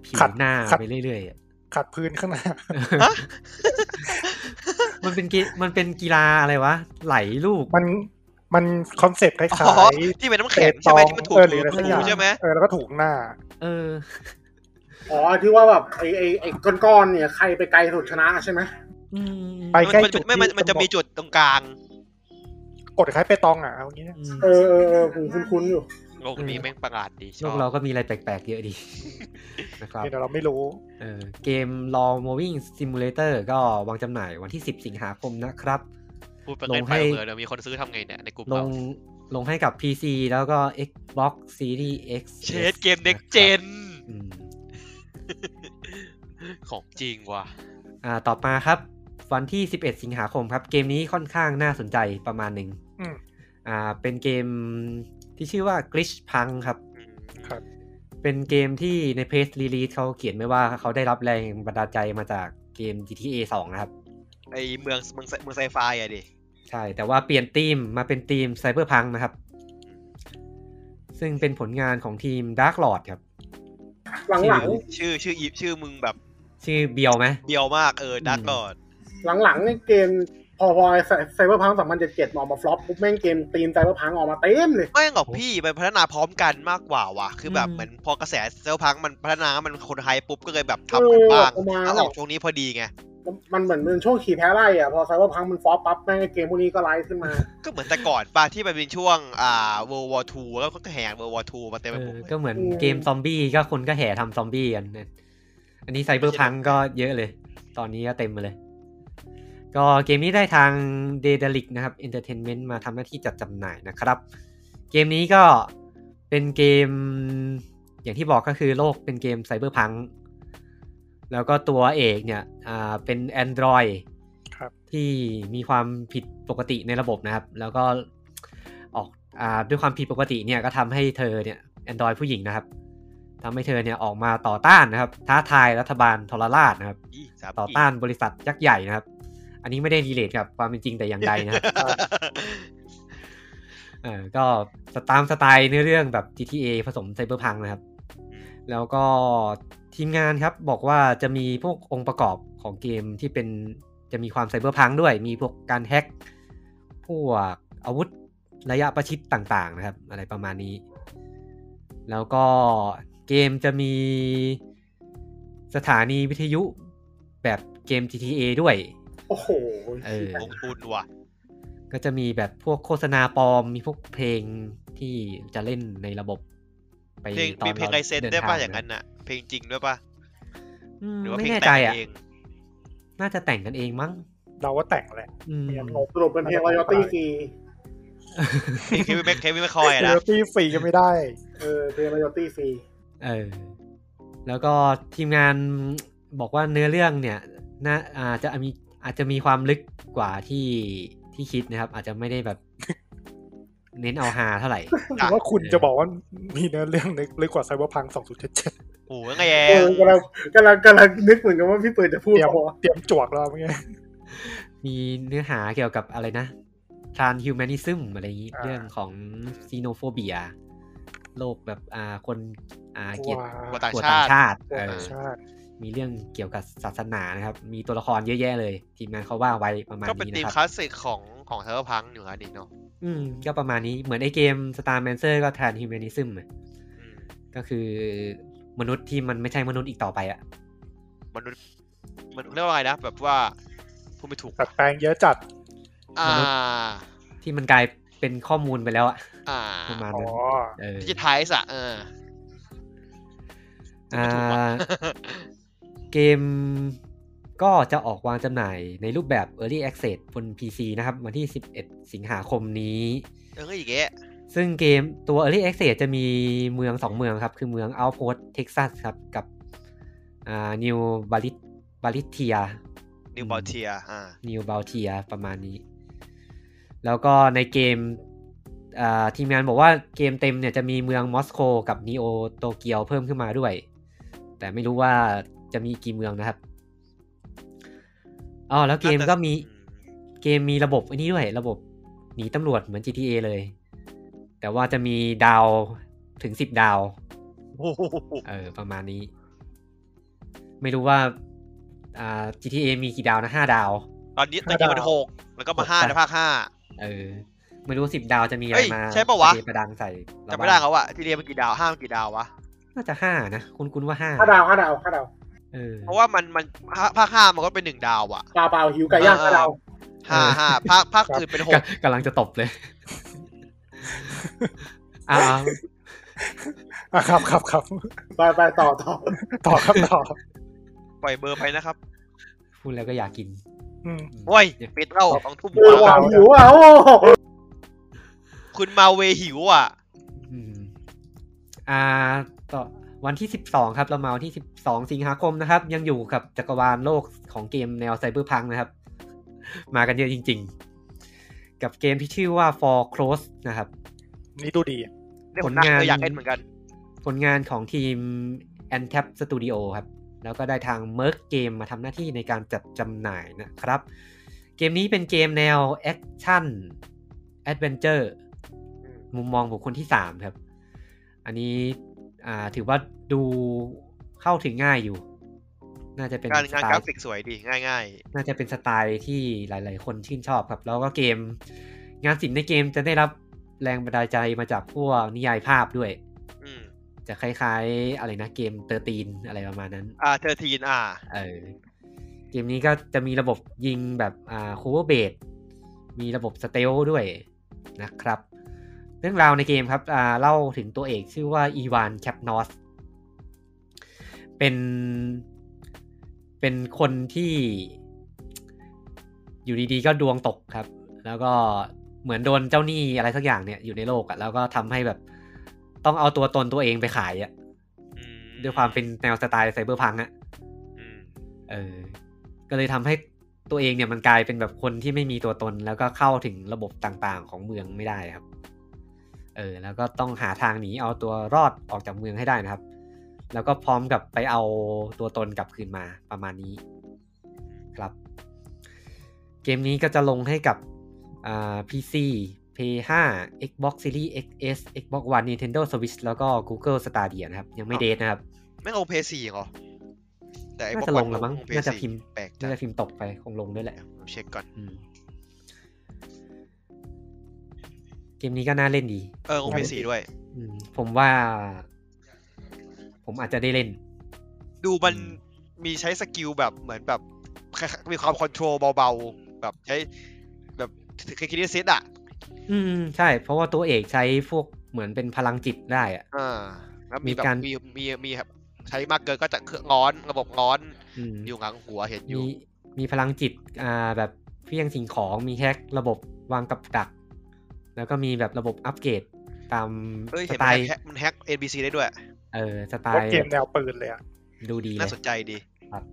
ผิว ขัด หน้า ขัด ไปเรื่อยๆอะ ขัดพื้นข้างหน้า ฮะ มันเป็นกีมันเป็นกีฬาอะไรวะ ไหลลูก มันมันคอนเซ็ปต์คล้า อ๋อ ยๆ ที่เป็นน้ำแข็งใช่ไหมที่มันถูก เออห ถู รืออะไรสักอย่าง ใช่ไหม เออแล้วก็ถูกหน้า เออ อ๋อที่ว่าแบบไอไอไอก้อนๆเนี่ยใครไปไกลสุดชนะใช่ไหม อืม ไปใกล้ มัน จุด ไม่มันมันจะมี จุด จุดตรงกลาง กดคล้ายไปตองอ่ะเอางี้นะ อืม เออเออเออผมคุ้นๆอยู่ โลกนี้แม่งประหลาดดีช โล อบ กเราก็มีอะไรแปลกๆ เยอะดี นะครับ เดี๋ยวเราไม่รู้ เออเกม Law Moving Simulator ก็วางจำหน่ายวันที่ 10 สิงหาคมนะครับ พูดไปเล่น ลง ไป ให้ เผื่อเดี๋ยวมีคนซื้อทำไงเนี่ยในกลุ่ม ล เรา งลงให้กับ PC แล้วก็ Xbox Series X เชดเกมเน็กเจน อืม ของจริงว่ะ อ่าต่อมาครับ วันที่ 11 สิงหาคมครับ เกมนี้ค่อนข้างน่าสนใจประมาณหนึ่ง อืม อ่าเป็นเกมที่ชื่อว่า Glitch Punk ครับ อืม ครับ เป็นเกมที่ในเพจรีลีสเขาเขียนไว้ว่าเขาได้รับแรงบันดาลใจมาจากเกม GTA 2 นะครับ ไอเมืองเมืองไซเมืองไซไฟอะดิ ใช่ แต่ว่าเปลี่ยนทีมมาเป็นทีมไซเบอร์พังนะครับ ซึ่งเป็นผลงานของทีม Dark Lord ครับ หลังหลัง ชื่อชื่ออีฟชื่อมึงแบบ ชื่อเบียวไหม เดียวมากเออดักลอด หลังหลังๆเนี่ยเกมพอพอไซเบอร์พังสองพันเจ็ดเจ็ดออกมาฟลอปปุ๊บแม่งเกมตีมไซเบอร์พังออกมาเต็มเลย ไม่หรอกพี่มันพัฒนาพร้อมกันมากกว่าว่ะ คือแบบ อืม เหมือนพอกระแสเซลพังมันพัฒนามันคนไฮปุ๊บก็เลยแบบทำเอกั อน บ้าง ประมาณ แล้วออกช่วงนี้พอดีไง มันเหมือนเป็นช่วงขี่แพ้ไล่อะพอไซเบอร์พังมันฟลอปปั๊บแม่งไอ้เกมพวกนี้ก็ไลฟ์ขึ้นมา ก็เหมือนแต่ก่อนป่ะที่มันเป็นช่วงอ่า World War II แล้วก็แหง World War II มาเต็ม เอ ไปหม อ ด ก็เหมือน อืม เกมซอมบี้ก็คนก็แห่ทำซอมบี้กันนะอันนี้ไซเบอร์พังก็เยอะเลย ตอนนี้ก็เต็มมาเลย ก็เกมนี้ได้ทาง d a d a l i c นะครับ Entertainment มาทำหน้าที่จัดจำหน่ายนะครับ เกมนี้ก็เป็นเกม อย่างที่บอกก็คือโลกเป็นเกมไซเบอร์พัง แล้วก็ตัวเอกเนี่ยอ่าเป็น Android ครับ ที่มีความผิดปกติในระบบนะครับ แล้วก็ออกอ่าด้วยความผิดปกติเนี่ยก็ทำให้เธอเนี่ยแอนดรอยผู้หญิงนะครับทำให้เธอเนี่ยออกมาต่อต้านนะครับ ท้าทายรัฐบาลทรราชนะครับ อีสาม ต่อ อี ต้านบริษัทยักษ์ใหญ่นะครับ อันนี้ไม่ได้รีเลทกับความเป็นจริงแต่อย่างใดนะครับ เออก็ตามสไตล์เนื้อเรื่องแบบ GTA ผสมไซเบอร์พังนะครับ แล้วก็ทีมงานครับบอกว่าจะมีพวกองค์ประกอบของเกมที่เป็นจะมีความไซเบอร์พังด้วย มีพวกการแฮ็กพวกอาวุธระยะประชิดต่างๆนะครับ อะไรประมาณนี้ แล้วก็เกมจะมีสถานีวิทยุแบบเกม GTA ด้วย โอ้โห เออ ลงทุนว่ะ ก็จะมีแบบพวกโฆษณาปลอม มีพวกเพลงที่จะเล่นในระบบไป เพลง ตอน มีเพลง รา ไลเซนส์ได้ ท ป่ะอย่างนั้นน่ะ เพลงจริงด้วยป่ะ อืม หรือว่า ไม่ เพลง แน่ใจ แต่ง อ่ะ เอง น่าจะแต่งกันเองมั้ง เราว่าแต่งแหละ อืม เมียงง สรุปเป็นเพลงรอยตี้ฟรี เพลงเควินแม็กเควินแมคคอยอะ เจ นะ อตีฟรีก็ไม่ได้ เออเพลงรอยตี้ฟรี เออ แล้วก็ทีมงานบอกว่าเนื้อเรื่องเนี่ยน่าอาจจะมีอาจจะมีความลึกกว่าที่ที่คิดนะครับ อาจจะไม่ได้แบบ เน้นเอาฮาเท่าไหร่ หรือว่าคุณจะบอกว่ามีเนื้อเรื่องนึกลึกกว่าไซเบอร์พัง2077 โอ้โหยังไงแอ เออง กำลังกำลังกำลังนึกเหมือนกันว่าพี่เปิดจะพูด เตรียม พอ เตรียมจวกแล้วเมื่อกี้ มีเนื้อหาเกี่ยวกับอะไรนะทานฮิวแมนิซึมอะไรอย่างนี้ อ่า เรื่องของซีโนโฟเบีย โลกแบบอ่าคนอ่าเกียรติ กลัว ว้า ต่าง กลัว ชา ต่างชาติติ กลัว เอ ต่าง อ ชาติ มีเรื่องเกี่ยวกับศาสนานะครับ มีตัวละครเยอะแยะเลย ทีมงานเขาว่าไว้ประมาณ ก็เป็น นี้ ธีม นะ ค ครับ ลาสสิกของของเทอร์พังอยู่นะนี่เนาะ อืมก็ประมาณนี้เหมือนไอเกม Star m a n c e r ก็ Transhumanism อะ อืม ก็คือมนุษย์ที่มันไม่ใช่มนุษย์อีกต่อไปอะ มันษย์มันเรียกว่าไงนะ แบบว่าพูดไม่ถูก ตัดแปลงเยอะจัด อ่า มนุษย์ ที่มันกลายเป็นข้อมูลไปแล้วอะ อ่า ประมาณ อ๋อ นั้นเออ ดิจิไทส์อ่ะเออ อ่ ถูกปะ า เกมก็จะออกวางจำหน่ายในรูปแบบ Early Access บน PC นะครับ วันที่ 11 สิงหาคมนี้ เอออีกแกะ ซึ่งเกมตัว Early Access จะมีเมือง 2 เมืองครับ คือเมือง Outpost Texas ครับ กับอ่า New b a l i t b a l i t i a นิวบอลเทียอ่า New b a l t i a ประมาณนี้ แล้วก็ในเกมอ่าทีมงานบอกว่าเกมเต็มเนี่ยจะมีเมืองมอสโกกับนีโอโตเกียวเพิ่มขึ้นมาด้วย แต่ไม่รู้ว่าจะมีกี่เมืองนะครับอ๋อแล้วเกมก็มี เกมมีระบบอันนี้ด้วยระบบหนีตำรวจเหมือน GTA เลย แต่ว่าจะมีดาวถึงสิบดาว โอ้โห เออ ประมาณนี้ ไม่รู้ว่าอ่า GTA มีกี่ดาวนะห้าดาว ตอนนี้ตอนนี้มันหกแล้วก็มาห้าในภาคห้า เออ ไม่รู้สิบดาวจะมีอะ เอ้ ไร ย มา ใช่ปะวะ เทประดังใส่เรา จำไม่ได้เขาอะที่เรียนมันกี่ดาวห้ามันกี่ดาววะ น่าจะห้านะ คุณคุณว่าห้า ห้าดาวห้าดาวห้าดาว เออ เพราะว่ามันมันภาภาคห้ามันก็เป็นหนึ่งดาวอะ เปล่าเปล่าหิวไก่ย่างห้าดาว ห้าห้าภาคภาคอื่นเป็นหก กำลังจะตบเลย อ่า อ่ะครับครับครับ ไปไปต่อต่อ ต่อครับต่อ ปล่อยเบอร์ไปนะครับ พูดแล้วก็อยากกิน อืม โอ้ย เนี่ย ปิดเล่าของทุ่ม เออว่ะ ดาว หิวอ่ะโอ้ คุณมาเวหิวอ่ะ อืมอ่า ต่อวันที่สิบสองครับ เรามาวันที่สิบสองสิงหาคมนะครับ ยังอยู่กับจักรวาลโลกของเกมแนวไซเบอร์พังนะครับ มากันเยอะจริง ๆ กับเกมที่ชื่อว่า For Close นะครับ นี่ดูดี เนี่ยผมนั่ง ผลงาน เอออยากเล่นเหมือนกัน ผลงานของทีม a n t a p Studio ครับ แล้วก็ได้ทาง m e r c Game มาทำหน้าที่ในการจัดจำหน่ายนะครับ เกมนี้เป็นเกมแนวแอคชั่นแอดเวนเจอร์ อืม มุมมองบุคคลที่ 3 ครับ อันนี้อ่าถือว่าดูเข้าถึงง่ายอยู่ น่าจะเป็น งานงาน สไต กรา ล์ ฟิกสวยดีง่าย น่าจะเป็นสไตล์ที่หลาย ๆ คนชื่นชอบครับ แล้วก็เกม งานศิลป์ในเกมจะได้รับแรงบันดาลใจมาจากพวกนิยายภาพด้วย ๆ อืม จะคล้ายๆ อะไรนะเกมเตอร์ตีนอะไรประมาณนั้น อ่าเธอทีนอ่า เออเกมนี้ก็จะมีระบบยิงแบบอ่าคูเวอร์เบดมีระบบสเตลด้วยนะครับ เรื่องราวในเกมครับอ่าเล่าถึงตัวเอกชื่อว่าอีวานแคปนอสเป็นเป็นคนที่อยู่ดีๆ ก็ดวงตกครับ แล้วก็เหมือนโดนเจ้าหนี้อะไรสักอย่างเนี่ยอยู่ในโลกอะแล้วก็ทำให้แบบต้องเอาตัวตนตัวเองไปขายอะ อืม ด้วยความเป็นแนวสไตล์ไซเบอร์พังอะ อืม เออ ก็เลยทำให้ตัวเองเนี่ยมันกลายเป็นแบบคนที่ไม่มีตัวตน แล้วก็เข้าถึงระบบต่างๆ ของเมืองไม่ได้ครับ เออ แล้วก็ต้องหาทางหนีเอาตัวรอดออกจากเมืองให้ได้นะครับ แล้วก็พร้อมกับไปเอาตัวตนกลับคืนมาประมาณนี้ ครับ เกมนี้ก็จะลงให้กับอ่า PC P5 Xbox Series XS Xbox One Nintendo Switch แล้วก็ Google Stadia นะครับ ยังไม่เดทนะครับ ไม่เอาเพย์สี่เหรอ แต่ไอ้ น่า พวก จะลงแล้วมั้ง เพย์ น่าจะ สี่ พิมพ์ แปลกจั น่าง จะพิมพ์ตกไปคงลงด้วยแหละ เช็คก่อน อืมเกมนี้ก็น่าเล่นดี เออเอาเพย์สี่ด้วย อืม ผมว่า ผมอาจจะได้เล่น ดูมัน อืม มีใช้สกิลแบบเหมือนแบบคล้ายๆมีความคอนโทรลเบาๆ แบบใช้แบบคคิดเซตอ่ะ อืม ใช่ เพราะว่าตัวเอกใช้พวกเหมือนเป็นพลังจิตได้อะ อ่าแล้วมี มี แบบ การ มีมีมีแบบใช้มากเกินก็จะเครื่องร้อนระบบร้อน อืม อยู่หลังหัวเห็นอ มี ยู่ มีพลังจิต อ่า แบบเพียงสิ่งของมีแฮกระบบวางกับดัก แล้วก็มีแบบระบบอัปเกรดตาม เฮ้ย ส เห็น ไต มัน ล์ แฮกมันแฮก NBC ได้ด้วย เออสไต ก็ ล์ เกมแนวปืนเลยอ่ะ ดูดีเล น่าย สนใจดี ครับ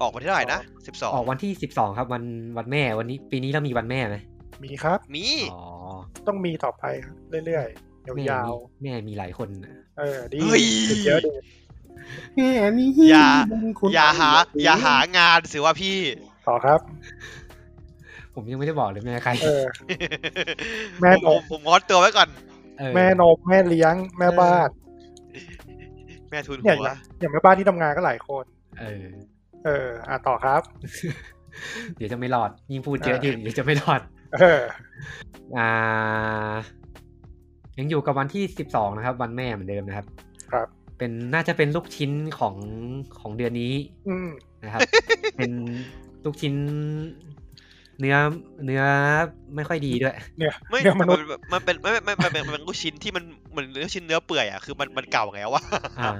ออกวันที่เท่าไหร่นะสิบสอง ออกวันที่สิบสองครับ วันวันแม่วันนี้ ปีนี้เรามีวันแม่ไหม มีครับ มี อ๋อ ต้องมีต่อไปครับเรื่อย แม่ ๆยามวีแม่มีหลายคนน่ะ ๆเออดี เฮ้ย ดีเยอะดี แค่นี้ อย่า คุณ อย่าหาอย่าหางานสิว่าพี่ ต่อครับ ผมยังไม่ได้บอกเลยแม่ใคร เออ ผม แม่ ผ บอก มผมงอนตัวไว้ก่อน เออ แม่นมแม่เลี้ยงแม่บ้าน แม่ทุน เนี่ย หั อ ว ย่างอย่างแม่บ้านที่ทำงานก็หลายคน เออ เออ อ่ะต่อครับ เดี๋ยวจะไม่รอด ยิ่งพูดเยอะ เออ ยิ่งเดี๋ยวจะไม่รอด เออ อ่า ยังอยู่กับวันที่สิบสองนะครับ วันแม่เหมือนเดิมนะครับ ครับ เป็นน่าจะเป็นลูกชิ้นของของเดือนนี้ อืม นะครับ เป็นลูกชิ้น เนื้อเนื้อไม่ค่อยดีด้วย เนี่ย ไม่ เนี่ยม มัน นุษย์ มันมันเป็นไม่ไม่ไม่ไม่มันเป็นลูกชิ้นที่มันเหมือนลูกชิ้นเนื้อเปื่อยอ่ะคือมันมันเก่าแล้วว่ะ อ่า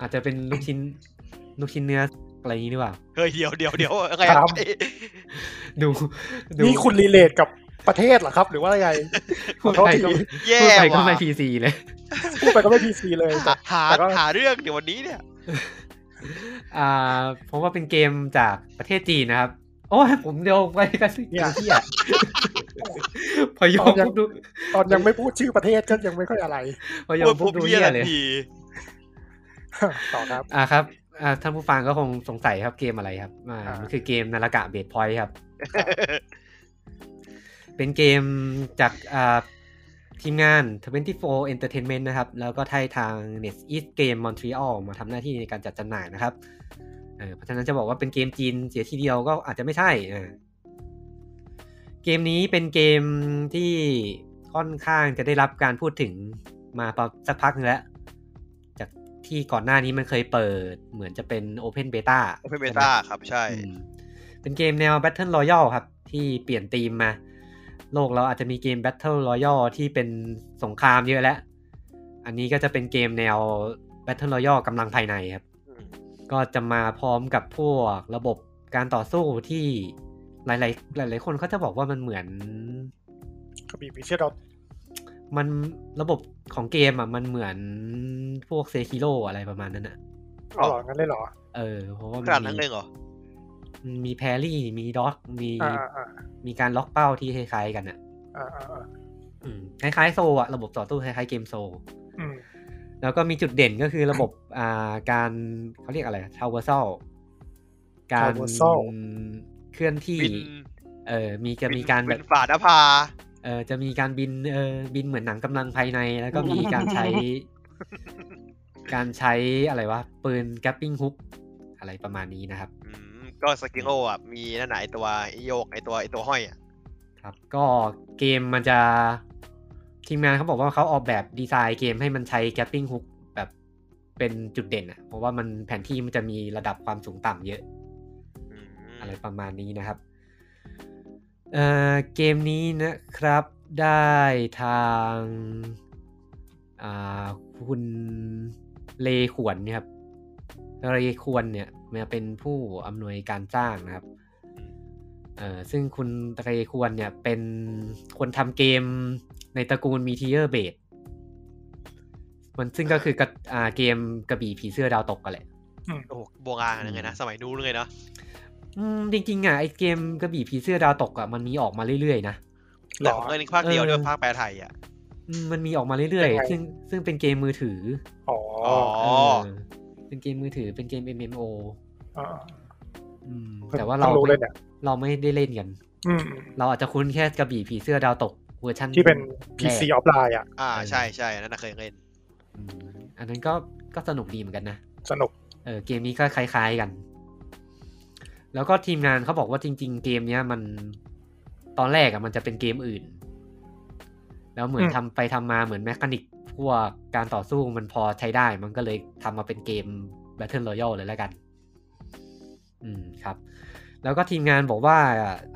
อาจจะเป็นลูกชิ้น ลูกชิ้นเนื้ออะไรนี้หรือเปล่า เฮ้ยเดี๋ยวเดี๋ยวเดี๋ยวอะไรอะไร ดูดู นี่คุณรีเลทกับประเทศเหรอครับ หรือว่า อะไร พูดไป ขอโทษที แย่ พูดไปก็ ว่ะ ไม่พีซีเลย พูดไปก็ไม่พีซีเลย หาหา แต่ก็ หาเรื่องเดี๋ยววันนี้เนี่ย อ่าผมว่าเป็นเกมจากประเทศจีนนะครับ โอ้ยผมเดียวไปกันสิ เนี่ย เที่ ยพอยอมปุ๊บดู ตอนยังไม่พูดชื่อประเทศก็ยังไม่ค่อยอะไร พอยอมพูด ปุ๊ ปุ๊ บบ ดู เหี้ เที่ยยทั เลย น ที ต่อครับ อ่าครับอ่าท่านผู้ฟังก็คงสงสัยครับเกมอะไรครับอ่า อ่ามั มันคือเกมนารากะเบดพอยครับ เป็นเกมจากอ่าทีมงาน 24 Entertainment นะครับ แล้วก็ไทยทาง Net East Game Montreal มาทำหน้าที่ในการจัดจำหน่ายนะครับเออเพราะฉะนั้นจะบอกว่าเป็นเกมจีนเสียทีเดียวก็อาจจะไม่ใช่เออเกมนี้เป็นเกมที่ค่อนข้างจะได้รับการพูดถึงมาประมาณสักพักหนึงแล้ว จากที่ก่อนหน้านี้มันเคยเปิดเหมือนจะเป็น Open Beta โอเพนเบ ใช่ไหม ต้าครับใช่ อืมเป็นเกมแนว Battle Royale ครับ ที่เปลี่ยนธีมมา โลกเราอาจจะมีเกม Battle Royale ที่เป็นสงครามเยอะแล้ว อันนี้ก็จะเป็นเกมแนว Battle Royale กำลังภายในครับ อืม ก็จะมาพร้อมกับพวกระบบการต่อสู้ที่หลาย ๆ หลาย ๆ คนเขาจะบอกว่ามันเหมือน ก็มีพิเชียดอท มันระบบของเกมอ่ะมันเหมือนพวกเซคิโ o อะไรประมาณนั้นอ่ะ เอาเหรองั้นเลยเหรอ เออเพราะว่า ขนาดนั้นเล มี ยเหรอ มีแพรี่มีด็อกมี อ่าอ่า มีการล็อกเป้าที่คล้ายๆกันอ่ะ อ่าอ่าอ่า อืมคล้ายๆโซลอะระบบต่อสู้คล้ายๆเกมโซล อืม แล้วก็มีจุดเด่นก็คือระบบ อ่าการเขาเรียกอะไรทาวเวอร์ซลการเคลื่อนที่ บิน เออมีจะ บิน มีการแบบ บินฝ่าหน้าผา เออจะมีการบินเออบินเหมือนหนังกำลังภายใน แล้วก็มีการใช้ การใช้อะไรวะปืนแกปปิ้งฮุกอะไรประมาณนี้นะครับ อืมก็สกิโลอ่ะมีนั่นไหนะไอ้ตัวไอ้โยกไอ้ตัวไอ้ตัวห้อยอ่ะ ครับก็เกมมันจะทีมงานเขาบอกว่าเขาออกแบบดีไซน์เกมให้มันใช้แกปปิ้งฮุกแบบเป็นจุดเด่นอะเพราะว่ามันแผนที่มันจะมีระดับความสูงต่ำเยอะ อืม อะไรประมาณนี้นะครับเอ่อเกมนี้นะครับได้ทางอ่าคุณเลขวนเนะครับเลขวนเนี่ยมาเป็นผู้อำนวยการสร้างนะครับเอ่อซึ่งคุณเลขวนเนี่ยเป็นคนทำเกมในตระกูลมีทีเออร์เบดมันซึ่งก็คือกระอ่าเกมกระบี่ผีเสื้อดาวตกกันแหละ โอ้โหโบราณยังไงนะสมัยนู้นเลยเนาะ อืมจริงๆอ่ะไอเกมกระบี่ผีเสื้อดาวตกอ่ะมันมีออกมาเรื่อยๆนะ หร แต่ อ ผมเคยนึกภาคเดียว เออ ด้วยภาคแปลไทยอ่ะ อืมมันมีออกมาเรื่อยๆ ซึ่งซึ่งเป็นเกมมือถือ อ๋อ อ อ เออเป็นเกมมือถือเป็นเกม MMO อ่า อืมแต่ว่าเรา พิ่งรู้เล ไม่ ยเนี่ย เราไม่ได้เล่นกัน อืมอืม เราอาจจะคุ้นแค่กระบี่ผีเสื้อดาวตกเวอร์ชัน ที่เป็น แร PC ก ออฟไลน์อ่ะ อ่าใช่ใช่อันนั่นนะเคยเล่น อืมอันนั้นก็ก็สนุกดีเหมือนกันนะ สนุก เออเกมนี้ก็คล้ายๆกัน แล้วก็ทีมงานเขาบอกว่าจริง ๆ เกมเนี้ยมันตอนแรกอะมันจะเป็นเกมอื่น แล้วเหมือน อืม ทำไปทำมาเหมือนแมคานิกพวกการต่อสู้มันพอใช้ได้ มันก็เลยทำมาเป็นเกม Battle Royale เลยแล้วกัน อืมครับ แล้วก็ทีมงานบอกว่า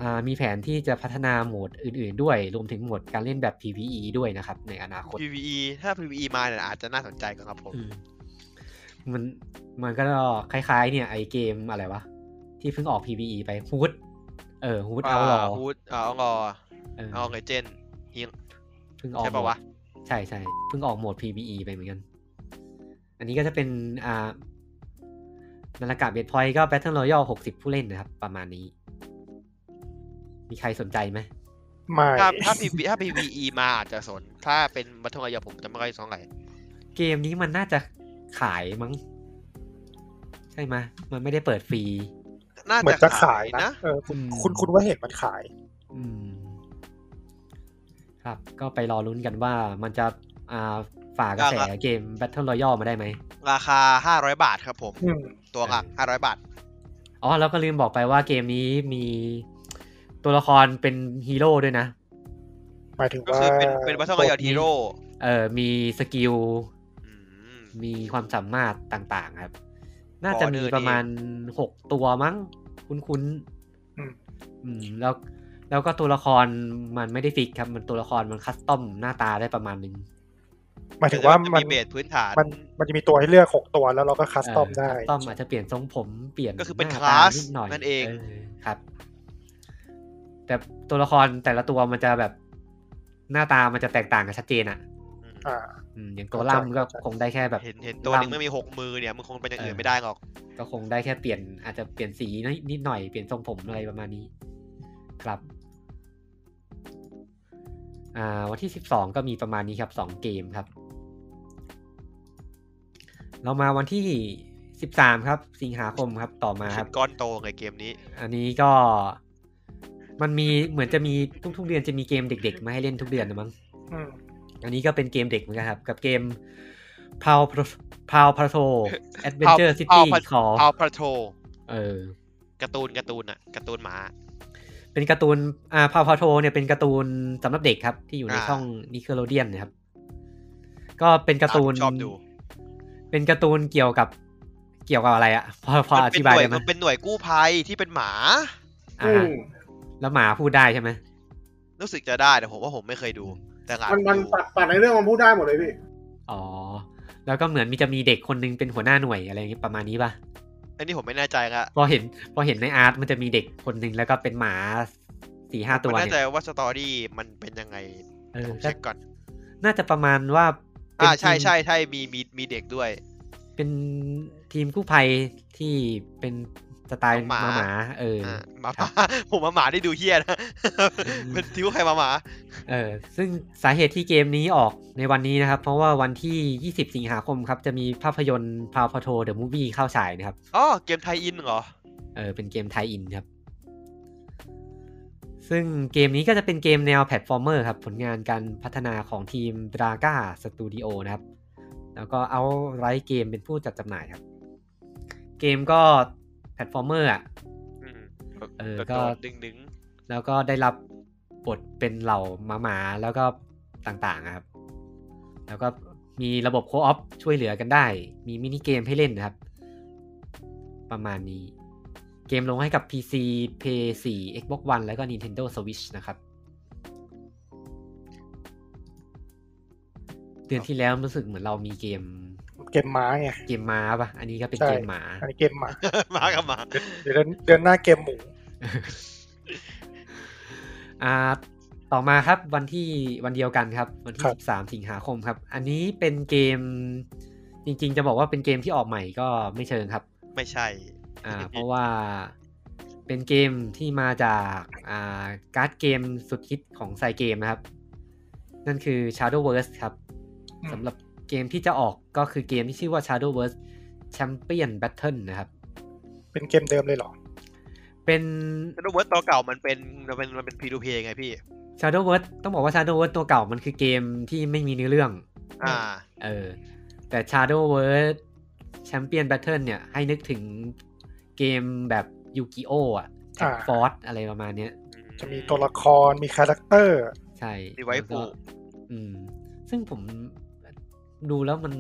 อ่ามีแผนที่จะพัฒนาโหมดอื่น ๆ ด้วย รวมถึงโหมดการเล่นแบบ PVE ด้วยนะครับ ในอนาคต PVE ถ้า PVE มาเนี่ยอาจจะน่าสนใจครับผม อืมมันมันก็คล้ายๆ เนี่ยไอเกมอะไรวะ ที่เพิ่งออก PVE ไปฮูดเออฮูดเอาหรอ ฮูดอ่าเอารอ เออ เอาเลเจนยิง เพิ่งออก ใช่ปะวะ ใช่ใช่เพิ่งออกโหมด PVE ไปเหมือนกัน อันนี้ก็จะเป็นอ่านาฬกาเบดพอยก็ Battle Royale 60 ผู้เล่นนะครับ ประมาณนี้ มีใครสนใจไหม ไม่ ถ้าถ้า PVE ถ้า PVE มาอาจจะสน ถ้าเป็นบัตเทิลรอยผมจะไม่ค่อยสนใจ เกมนี้มันน่าจะขายมั้ง ใช่ไหมยมันไม่ได้เปิดฟรี น่า เหมือนจะ จะ ขาย ขาย นะ นะ เออคุณ อืม คุณคุณว่าเห็นมันขาย อืม ครับ ก็ไปรอลุ้นกันว่ามันจะ อ่าฝ่ากระแสเกม Battle Royale มาได้ไหม ราคาห้าร้อยบาทครับผม อืม ตัวละห้าร้อยบาท อ๋อแล้วก็ลืมบอกไปว่าเกมนี้มีตัวละครเป็นฮีโร่ด้วยนะ หมายถึง ก็ ว่า คือเป็นเป็นบัตเทิลรอยัลฮีโร่ เออมีสกิล มีความสามารถต่างๆครับ น่าจะมีประมาณหกตัวมั้ง คุ้นๆ อืม อืมแล้วแล้วก็ตัวละครมันไม่ได้ฟิกครับ มันตัวละครมันคัสตอมหน้าตาได้ประมาณนึง หมายถึงว่า จะ มัน มีเบสพื้นฐาน มันมันจะมีตัวให้เลือกหกตัวแล้วเราก็คัสตอมได้ คัสตอมอาจจะเปลี่ยนทรงผมเปลี่ยน ก็คือเป็น ห คลาส ตนิดหน่อย นั่นเอง ครับ แต่ตัวละครแต่ละตัวมันจะแบบหน้าตามันจะแตกต่างกันชัดเจนอ่ะ อืม อ่า อืมอย่างตัวล่ำก็คเข้าใจงได้แค่แบบ เห็นเห็นตัวหนึง ล่ำ ไม่มีหกมือเนี่ย มันคงเป็นอย่างอื่ เอน อ ไม่ได้หรอก ก็คงได้แค่เปลี่ยนอาจจะเปลี่ยนสีนิดหน่อยเปลี่ยนทรงผมอะไรประมาณนี้ ครับ อ่า วันที่สิบสองก็มีประมาณนี้ครับสองเกมครับ เรามาวันที่สิบสามครับ สิงหาคมครับต่อมาค เห็ รับ นก้อนโตไงเกมนี้ อันนี้ก็ มันมีเหมือนจะมีทุกๆเดือนจะมีเกมเด็กๆ มาให้เล่นทุกเดือนนะมั้ง อืม อันนี้ก็เป็นเกมเด็กเหมือนกันครับ กับเกมพาวพาวพาโท แอดเวนเจอร์ซิ Prowl ตี้ Pat- ขอ เอาพาโท เออ การ์ตูนการ์ตูนอะการ์ตูนหมา เป็นการ์ตูน อ่า พาวพาโทเนี่ยเป็นการ์ตูนสำหรับเด็กครับ ที่อยู่ใน อ่า ช่องนิเคโลเดียนนะครับ ก็เป็นการ์ตูน อ่าผมชอบดู เป็นการ์ตูนเกี่ยวกับเกี่ยวกับอะไรอะพอพออ มันเป็น ธิ ห บาย น่วย ได้ไหม มันเป็นหน่วยกู้ภัยที่เป็นหมา อ่าฮะแล้วหมาพูดได้ใช่ไหม รู้สึกจะได้แต่ผมว่าผมไม่เคยดู แต่หลาน มันมัน ดู ปัดปัดในเรื่องมันพูดได้หมดเลยพี่ อ๋อ แล้วก็เหมือนมีจะมีเด็กคนนึงเป็นหัวหน้าหน่วยอะไรอย่างเงี้ยประมาณนี้ป่ะ อันนี้ผมไม่แน่ใจละ พอเห็นพอเห็นในอาร์ตมันจะมีเด็กคนนึงแล้วก็เป็นหมาสี่ห้าตัวไม่แน่ เนี่ ใจ ย ว่าสตอรี่มันเป็นยังไง เอ เดี๋อยวผม ก็ เช็คก่อน น่าจะประมาณว่าเป็น อ่าใช่ ทีม ใช่ใช่มีมีมีเด็กด้วย เป็นทีมกู้ภัยที่เป็นสไตล์ น้อง หมาหมา หมาเอออ อ่าหมา ครั ป่า บ ผมมาหมาได้ดูเฮียนะ อืม เป็นทิ้วใครมาหมา เออ ซึ่งสาเหตุที่เกมนี้ออกในวันนี้นะครับ เพราะว่าวันที่ 20 สิงหาคมครับ จะมีภาพยนตร์พาวพอโทเดอะมูฟวี่เข้าฉายนะครับ อ๋อเกมไทยอินเหรอ เออ เป็นเกมไทยอินครับ ซึ่งเกมนี้ก็จะเป็นเกมแนวแพลตฟอร์เมอร์ครับ ผลงานการพัฒนาของทีม Draga Studio นะครับ แล้วก็เอาไรเกมเป็นผู้จัดจำหน่ายครับ เกมก็แพลตฟอร์เมอร์อ่ะ อืม เออ แบบ ก็ โดดดึงดึง แล้วก็ได้รับบทเป็นเหล่าหมาหมาแล้วก็ต่างๆอะครับ แล้วก็มีระบบโคออฟช่วยเหลือกันได้ มีมินิเกมให้เล่นนะครับ ประมาณนี้ เกมลงให้กับ PC PS4 Xbox One แล้วก็ Nintendo Switch นะครับ เดือนที่แล้วรู้สึกเหมือนเรามีเกม เกมม้าไง เกมม้าปะอันนี้ก็เป็น ใช่ เกมหมา อันนี้เกมหมา หมากับหมา เดี๋ยวเดือนเดือนหน้าเกมหมู อ่าต่อมาครับวันที่วันเดียวกันครับ วันที่ 13 สิงหาคมครับ อันนี้เป็นเกมจริงๆ จะบอกว่าเป็นเกมที่ออกใหม่ก็ไม่เชิงครับ ไม่ใช่ อ่า เพราะว่าเป็นเกมที่มาจากอ่าการ์ดเกมสุดฮิตของไซเกมนะครับ นั่นคือ Shadowverse ครับสำหรับเกมที่จะออกก็คือเกมที่ชื่อว่า Shadowverse Champion Battle นะครับ เป็นเกมเดิมเลยเหรอ เป็น แต่โนเวิร์ดตัวเก่ามันเป็นมันเป็นมันเป็นพีดูเพไงพี่ Shadowverse ต้องบอกว่า Shadowverse ตัวเก่ามันคือเกมที่ไม่มีเนื้อเรื่อง อ่า เออ แต่ Shadowverse Champion Battle เนี่ย ให้นึกถึงเกมแบบยูกิโออะแท็ก อ่า ฟอร์อะไรประมาณเนี้ย จะมีตัวละครมีคาแรคเตอร์ ใช่ มีไว้ แล้วก็ ปลูก อืม ซึ่งผมดูแล้วมัน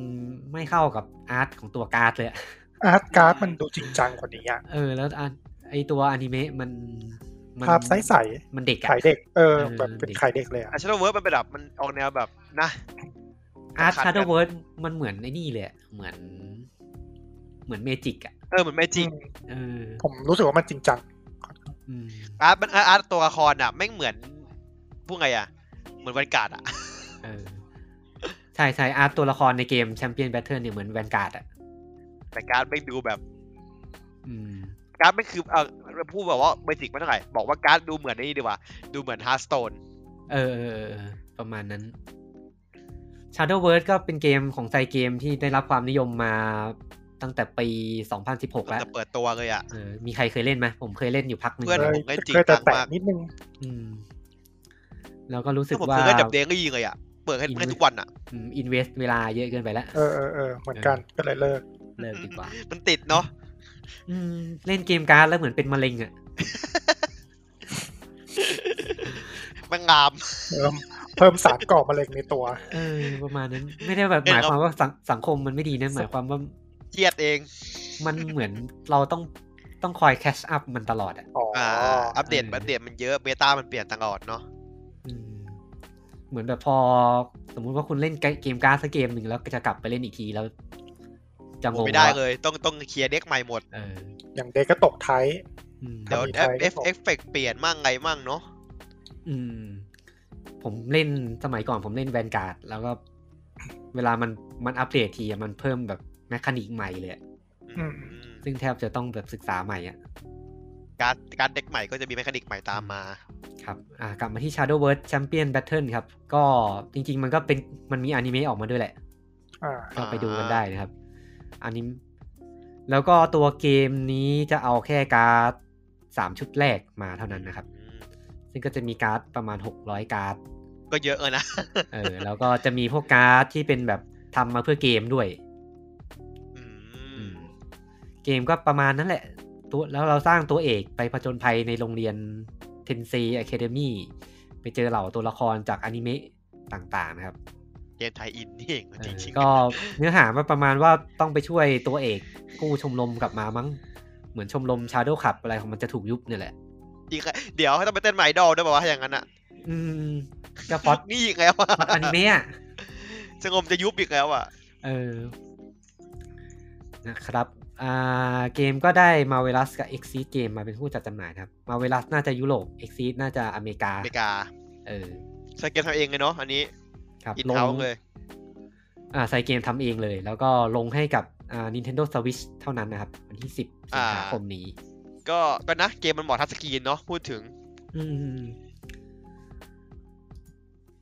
ไม่เข้ากับอาร์ตของตัวการ์ดเลยอะ อาร์ตการ์ดมันดูจริงจังกว่านี้อ่ะ เออ แล้วอาร์ตไอตัวอนิเมะมันมัน ภาพใส มันเด็ก ๆ อะ ขายเด็กเออ เออ แบบเป็น เด็ก ขายเด็กเลยอ่ะ อาชโนเวิร์ดมันเป็นแบบมันออกแนวแบบนะ อาร์ต ขัดกั ชาน ร์ดเวิร์ดมันเหมือนไอ้นี่เลยอะเหมือน เหมือนเมจิกอะ เออเหมือนแมจิก อืม เออ ผมรู้สึกว่ามันจริงจัง อืม อาร์ตมันอาร์ตอาร์ตตัวละครอ่ะแม่งเหมือนพูดไงอ่ะ เหมือนวันการ์ดอ่ะ เออใช่ใช่อาร์ตตัวละครในเกมแชมเปี้ยนแบทเทิลเนี่ยเหมือนแวนการ์ดอ่ะ แต่การ์ดไม่งดูแบบ อืม การ์ดไม่งคือเออพูดแบบว่าเบสิกมันเท่าไหร่บอกว่าการ์ดดูเหมือนไอ้นี่ดีกว่า ดูเหมือนฮาร์สโตน เออเออเออเออ ประมาณนั้น Shadowverse ก็เป็นเกมของไซเกมที่ได้รับความนิยมมาตั้งแต่ปี 2016 แล้ว แต่เปิดตัวเลยอ่ะ เออมีใครเคยเล่นไหมผมเคยเล่นอยู่พักหนึ่ง เพื่อน เคย ผมเล่นจริง เคยแต่ จัง แตะ มาก นิดนึง อืม แล้วก็รู้สึก ผม ว่า เคยเล่นดับเดงก็ยิงเลยอ่ะ เปิดให้ให้ทุกวันอ่ะ อินเวสเวลาเยอะเกินไปแล้ว เออเออเออเหมือนกันก็เลยเลิก เลิกดีกว่า มันติดเนาะ อืมเล่นเกมการ์ดแล้วเหมือนเป็นมะเร็งอ่ะ มันงาม เพิ่มเพิ่มสารก่อมะเร็งในตัว เออประมาณนั้น ไม่ได้แบบหมายความว่าสังสังคมมันไม่ดีนะหมายความว่า เจียดเอง มันเหมือน เราต้องต้องคอยแคชอัพมันตลอดอ่ะ อ๋ออ อ่าอัปเดตอัปเดตมันเยอะเบต้ามันเปลี่ยนตลอดเนาะ อืมเหมือนแบบพอสมมุติว่าคุณเล่นเกมการ์ดสักเกมหนึ่งแล้วก็จะกลับไปเล่นอีกทีแล้วจะง โอ้ ง ไม่ได้ ว่า เลยต้องต้องเคลียร์เด็กใหม่หมด เออ อย่างเด็กก็ตกไทย อืม เดี๋ยว ทำอีก เอ ใคร ฟเอฟก็บอก เอฟเฟกต์เปลี่ยนมั่งไงมั่งเนาะ อืม ผมเล่นสมัยก่อนผมเล่นแวนการ์ดแล้วก็เวลามันมันอัปเดตทีอะมันเพิ่มแบบแมคานิกใหม่เลยอะ อืม อืม ซึ่งแทบจะต้องแบบศึกษาใหม่อ่ะ การดการดเด็กใหม่ก็จะมีแมคานิกใหม่ตามมา ครับอ่ากลับมาที่ Shadow World Champion Battle ครับ ก็จริง ๆ มันก็เป็นมันมีอนิเมะออกมาด้วยแหละ อ่า ก็ อ่า ไปดูกันได้นะครับ อันนี้ แล้วก็ตัวเกมนี้จะเอาแค่การ์ดสามชุดแรกมาเท่านั้นนะครับ อืม ซึ่งก็จะมีการ์ดประมาณ 600 การ์ด ก็เยอะเออนะ เออ แล้วก็จะมีพวกการ์ดที่เป็นแบบทำมาเพื่อเกมด้วย อื อื ม ม เกมก็ประมาณนั้นแหละ ตัวแล้วเราสร้างตัวเอกไปผจญภัยในโรงเรียน Tensei Academy ไปเจอเหล่าตัวละครจากอนิเมะต่างๆนะครับ เกมไทยอินนี่เอง เอ จ อ ริงๆ ก็เนื้อหามาประมาณว่าต้องไปช่วยตัวเอกกู้ชมรมกลับมามั้ง เหมือนชมรมชาโดว์ขับอะไรของมันจะถูกยุบเนี่ยแหละ จริงๆเดี๋ยวให้ต้องไปเต้นไมดอลด้วยป่าวะถ้าอย่างนั้นอ่ะ อืมก็พล็อด นี่อีกแล้วอะ พล็อดอ นิเมะอะ จะงมจะยุบอีกแล้วอ่ะ เออนะครับอ่าเกมก็ได้มาเวลัสกับเอ็กซีเกมมาเป็นผู้จัดจำหน่ายนะครับมาเวลัสน่าจะยุโรปเอ็กซีน่าจะอเมริกา อเมริกา เออ ใช้เกมทำเองเลยเนาะอันนี้ ครับ อิน ลง เท้าเลย อ่าใส่เกมทำเองเลย แล้วก็ลงให้กับอ่า Nintendo Switch เท่านั้นนะครับ วันที่ 10สิบสิงหาคมนี้ ก็ก็นะเกมมันเหมาะทัชสกรีนเนาะพูดถึง อืม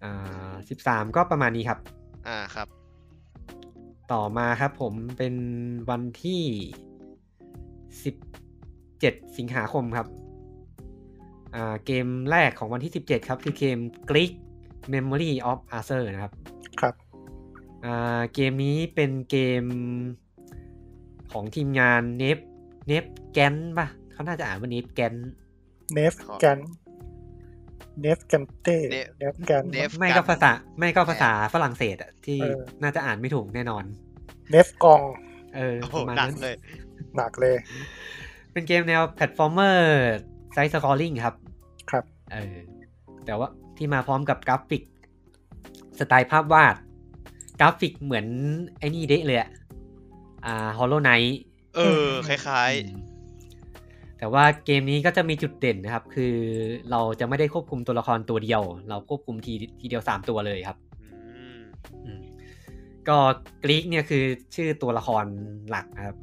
อ่าสิบสามก็ประมาณนี้ครับ อ่าครับ ต่อมาครับผมเป็นวันที่สิบเจ็ดสิงหาคมครับ อ่าเกมแรกของวันที่สิบเจ็ดครับ คือเกม Greek Memory of Arthur นะครับ ครับ อ่าเกมนี้เป็นเกมของทีมงานเนฟเนฟแกนป่ะ เขาน่าจะอ่านว่าเนฟแกน เนฟแกน เนฟแกนเต้ Nef- เนฟแกน Nef ไม่ กั ก็ น ภาษาไม่ก็ภาษาฝรั่งเศสอะที่ เออ น่าจะอ่านไม่ถูกแน่นอน เนฟกอง เออ โอ้ปโหระมาณ หนัก นั้น เลย หนักเลย เป็นเกมแนวแพลตฟอร์มเมอร์ไซส์สกอร์ลิงครับ ครับ เออแต่ว่าที่มาพร้อมกับกราฟิก สไตล์ภาพวาด กราฟิกเหมือนไอ้นี่เดะเลยอะอ่าฮอลโลไนท์ เออคล้าย แต่ว่าเกมนี้ก็จะมีจุดเด่นนะครับ คือเราจะไม่ได้ควบคุมตัวละครตัวเดียว เราควบคุมทีทีเดียวสามตัวเลยครับ ๆอืม อืมก็กรีกเนี่ยคือชื่อตัวละครหลักนะครับ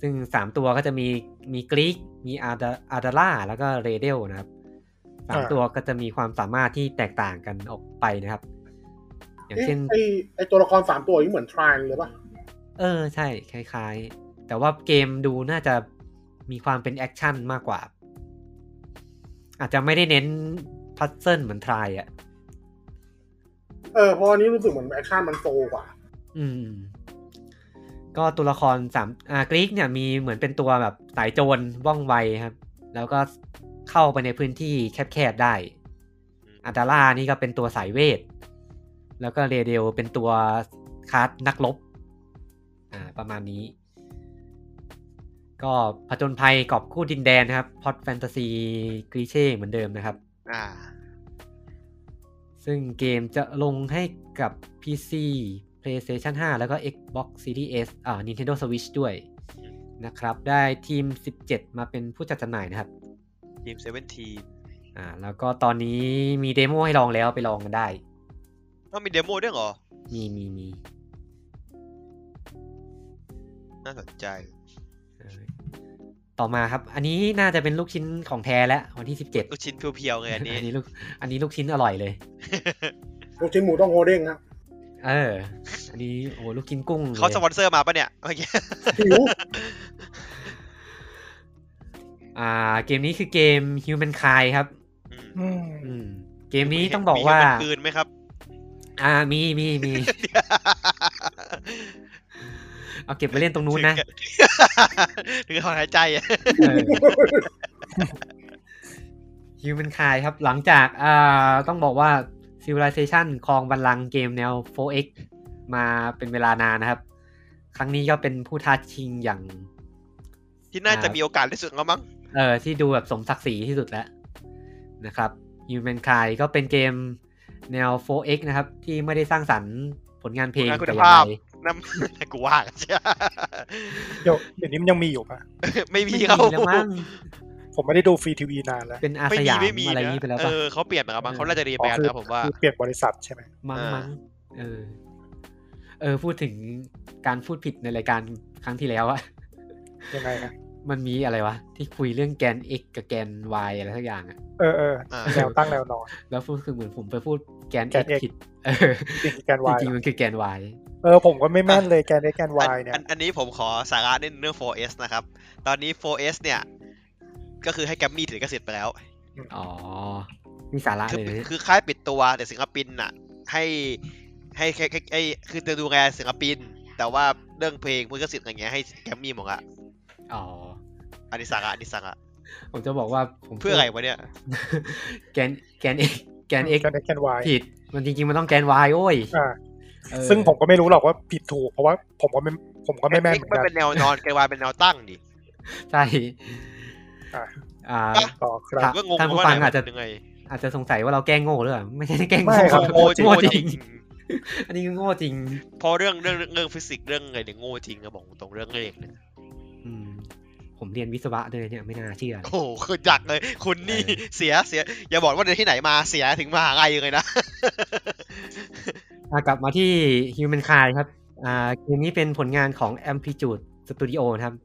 ซึ่งสามตัวก็จะมีมีกรีกมีอาดาอาดาล่าแล้วก็เรเดลนะครับสาม อ่า ตัวก็จะมีความสามารถที่แตกต่างกันออกไปนะครับ อย่าง เอ๊ะ เช่น ไอไอตัวละครสามตัวนี้เหมือนทรานเลยปะ เออใช่คล้ายๆ แต่ว่าเกมดูน่าจะมีความเป็นแอคชั่นมากกว่า อาจจะไม่ได้เน้นพัซเซิลเหมือนทรายอ่ะ เออเพราะอันนี้รู้สึกเหมือนแอคชั่นมันโฟกว่า อืม ก็ตัวละครสามอ่ากรีกเนี่ยมีเหมือนเป็นตัวแบบสายโจรว่องไวครับ แล้วก็เข้าไปในพื้นที่แคบๆได้ อัตาล่านี่ก็เป็นตัวสายเวท แล้วก็เรเดลเป็นตัวคาร์ดนักลบ อ่า ประมาณนี้ ก็ผจญภัยกอบกู้ดินแดนนะครับ พอดแฟนตาซีกรีเช่เหมือนเดิมนะครับ อ่า ซึ่งเกมจะลงให้กับ PC PlayStation 5 แล้วก็ Xbox Series S อ่า Nintendo Switch ด้วยนะครับ ได้ทีม 17 มาเป็นผู้จัดจำหน่ายนะครับ ทีมเซเว่นทีม อ่า แล้วก็ตอนนี้มีเดโมให้ลองแล้วไปลองกันได้ ต้องมีเดโมด้วยเหรอ มีมีมี น่าสนใจ เออต่อมาครับ อันนี้น่าจะเป็นลูกชิ้นของแท้แล้ววันที่ 17 ลูกชิ้นเพียวๆไงอันนี้ อันนี้ลูกอันนี้ลูกชิ้นอร่อยเลย ลูกชิ้นหมูต้องโฮเด้งครับ เออ อันนี้โอ้โหลูกชิ้นกุ้งลย เขาสปอนเซอร์มาปะเนี่ยเมื่อกี้ หิว อ่า เกมนี้คือเกม Human Kind ครับ อืม อืม อืม เกมนี้ต้องบอกว่า มีเห็นปืนไหมครับ อ่ามีมีมีเอาเก็บไปเล่นตรงนู้นนะ ถึงถอนหายใจอะ ฮิวแมนคายครับหลังจากอ่าต้องบอกว่า Civilization ครองบัลลังก์เกมแนว 4X มาเป็นเวลานานนะครับ ครั้งนี้ก็เป็นผู้ท้าชิงอย่าง ที่น่าจะ ครับ มีโอกาสที่สุดแล้วมั้ง เออที่ดูแบบสมศักดิ์ศรีที่สุดแล้วนะครับ Humankind ก็เป็นเกมแนว 4X นะครับ ที่ไม่ได้สร้างสรรค์ผลงานเพลง ผลงานคุณ แต่อย่าง ภาพ ใด นั่น กูว่าใช่ เดี๋ยวเดี๋ยวนี้มันยังมีอยู่ปะ ไม่ ไม่ มี มี เขา แล้วมั้ง ผมไม่ได้ดูฟรีทีวีนานแล้ว เป็นอา ไม่ ส มี ยาม ไม่มี อะไร นะ นี้ไปแล้ว เอ ป่ะ อเขาเปลี่ยนนะครับมั้ง เออ เขาน่าจะรีแบรนด์ คือ นะผมว่า คือเปลี่ยนบริษัทใช่ไหม มั้ง อ่ามั้ มั้งเออ เออ พูดถึงการพูดผิดในรายการครั้งที่แล้วอะ ยังไงอะ มันมีอะไรวะ ที่คุยเรื่องแกน x กับแกน y อะไรทักอย่างอะ เออเออ อ่า แนวตั้งแนวนอน แล้วพูดคือเหมือนผมไปพูดแกน แก x น X ผิด เออ จริงๆแกน จ วาย ริงๆมันคือแกน y เออผมก็ไม่แม่นเลยแกนเอ็กแกนวายเนี่ย อันอันนี้ผมขอสาระนิดนึงเรื่อง 4S นะครับ ตอนนี้ 4S เนี่ย ก็คือให้แกรมมี่ถือกสิทธิ์ไปแล้ว อ๋อ มีสาระ คือ เลยนะ คือค่ายปิดตัวแต่ศิลปินน่ะ ให้ให้ให้ให้คือจะดูแลศิลปิน แต่ว่าเรื่องเพลงมือกสิทธิ์อย่างเงี้ยให้แกรมมี่หมดอะ อ๋อ อันนี้สาระอันนี้สาระ ผมจะบอกว่าผม เพื่ออะไรวะเนี่ย แกนแกน x แกน x แกนเอ็กแกนวาย ผิด มันจริงๆ มันต้องแกน y โอ้ย อ่า เออ ซึ่งผมก็ไม่รู้หรอกว่าผิดถูกเพราะว่าผมก็ไม่ผมก็ไม่แม่นเหมือน มัน กัน เป็นแนวนอนแกวายเป็นแนวตั้งดิ ใช่ อ่ะ อ่า อ่ะ ต่อครั ผ บ มก็งง ท่านผู้ ว่า ฟัง ไหน อาจจะ เป็นยังไง อาจจะสงสัยว่าเราแกล้งโง่หรือเปล่าไม่ใช่แกล้ง ไม่ โง่ ครับ โง่จริง โง่จริงโง่จริง อันนี้คือโง่จริง เพอเรื่องเรื่องเรื่องฟิสิกส์เรื่องอะไรเนี่ยโง่จริงนะบอกตรงเรื่องเลขเนี่ย อืม ผมเรียนวิศวะเลยเนี่ยไม่น่าเชื่อ โอ้โหคือจักเลย คุณนี่ เออ เสียเสีย อย่าบอกว่าเดินที่ไหนมาเสียถึงมหาลัยเลยนะ อ่ะกลับมาที่ Human Kind ครับ อ่าเกมนี้เป็นผลงานของ Amplitude Studio นะครับ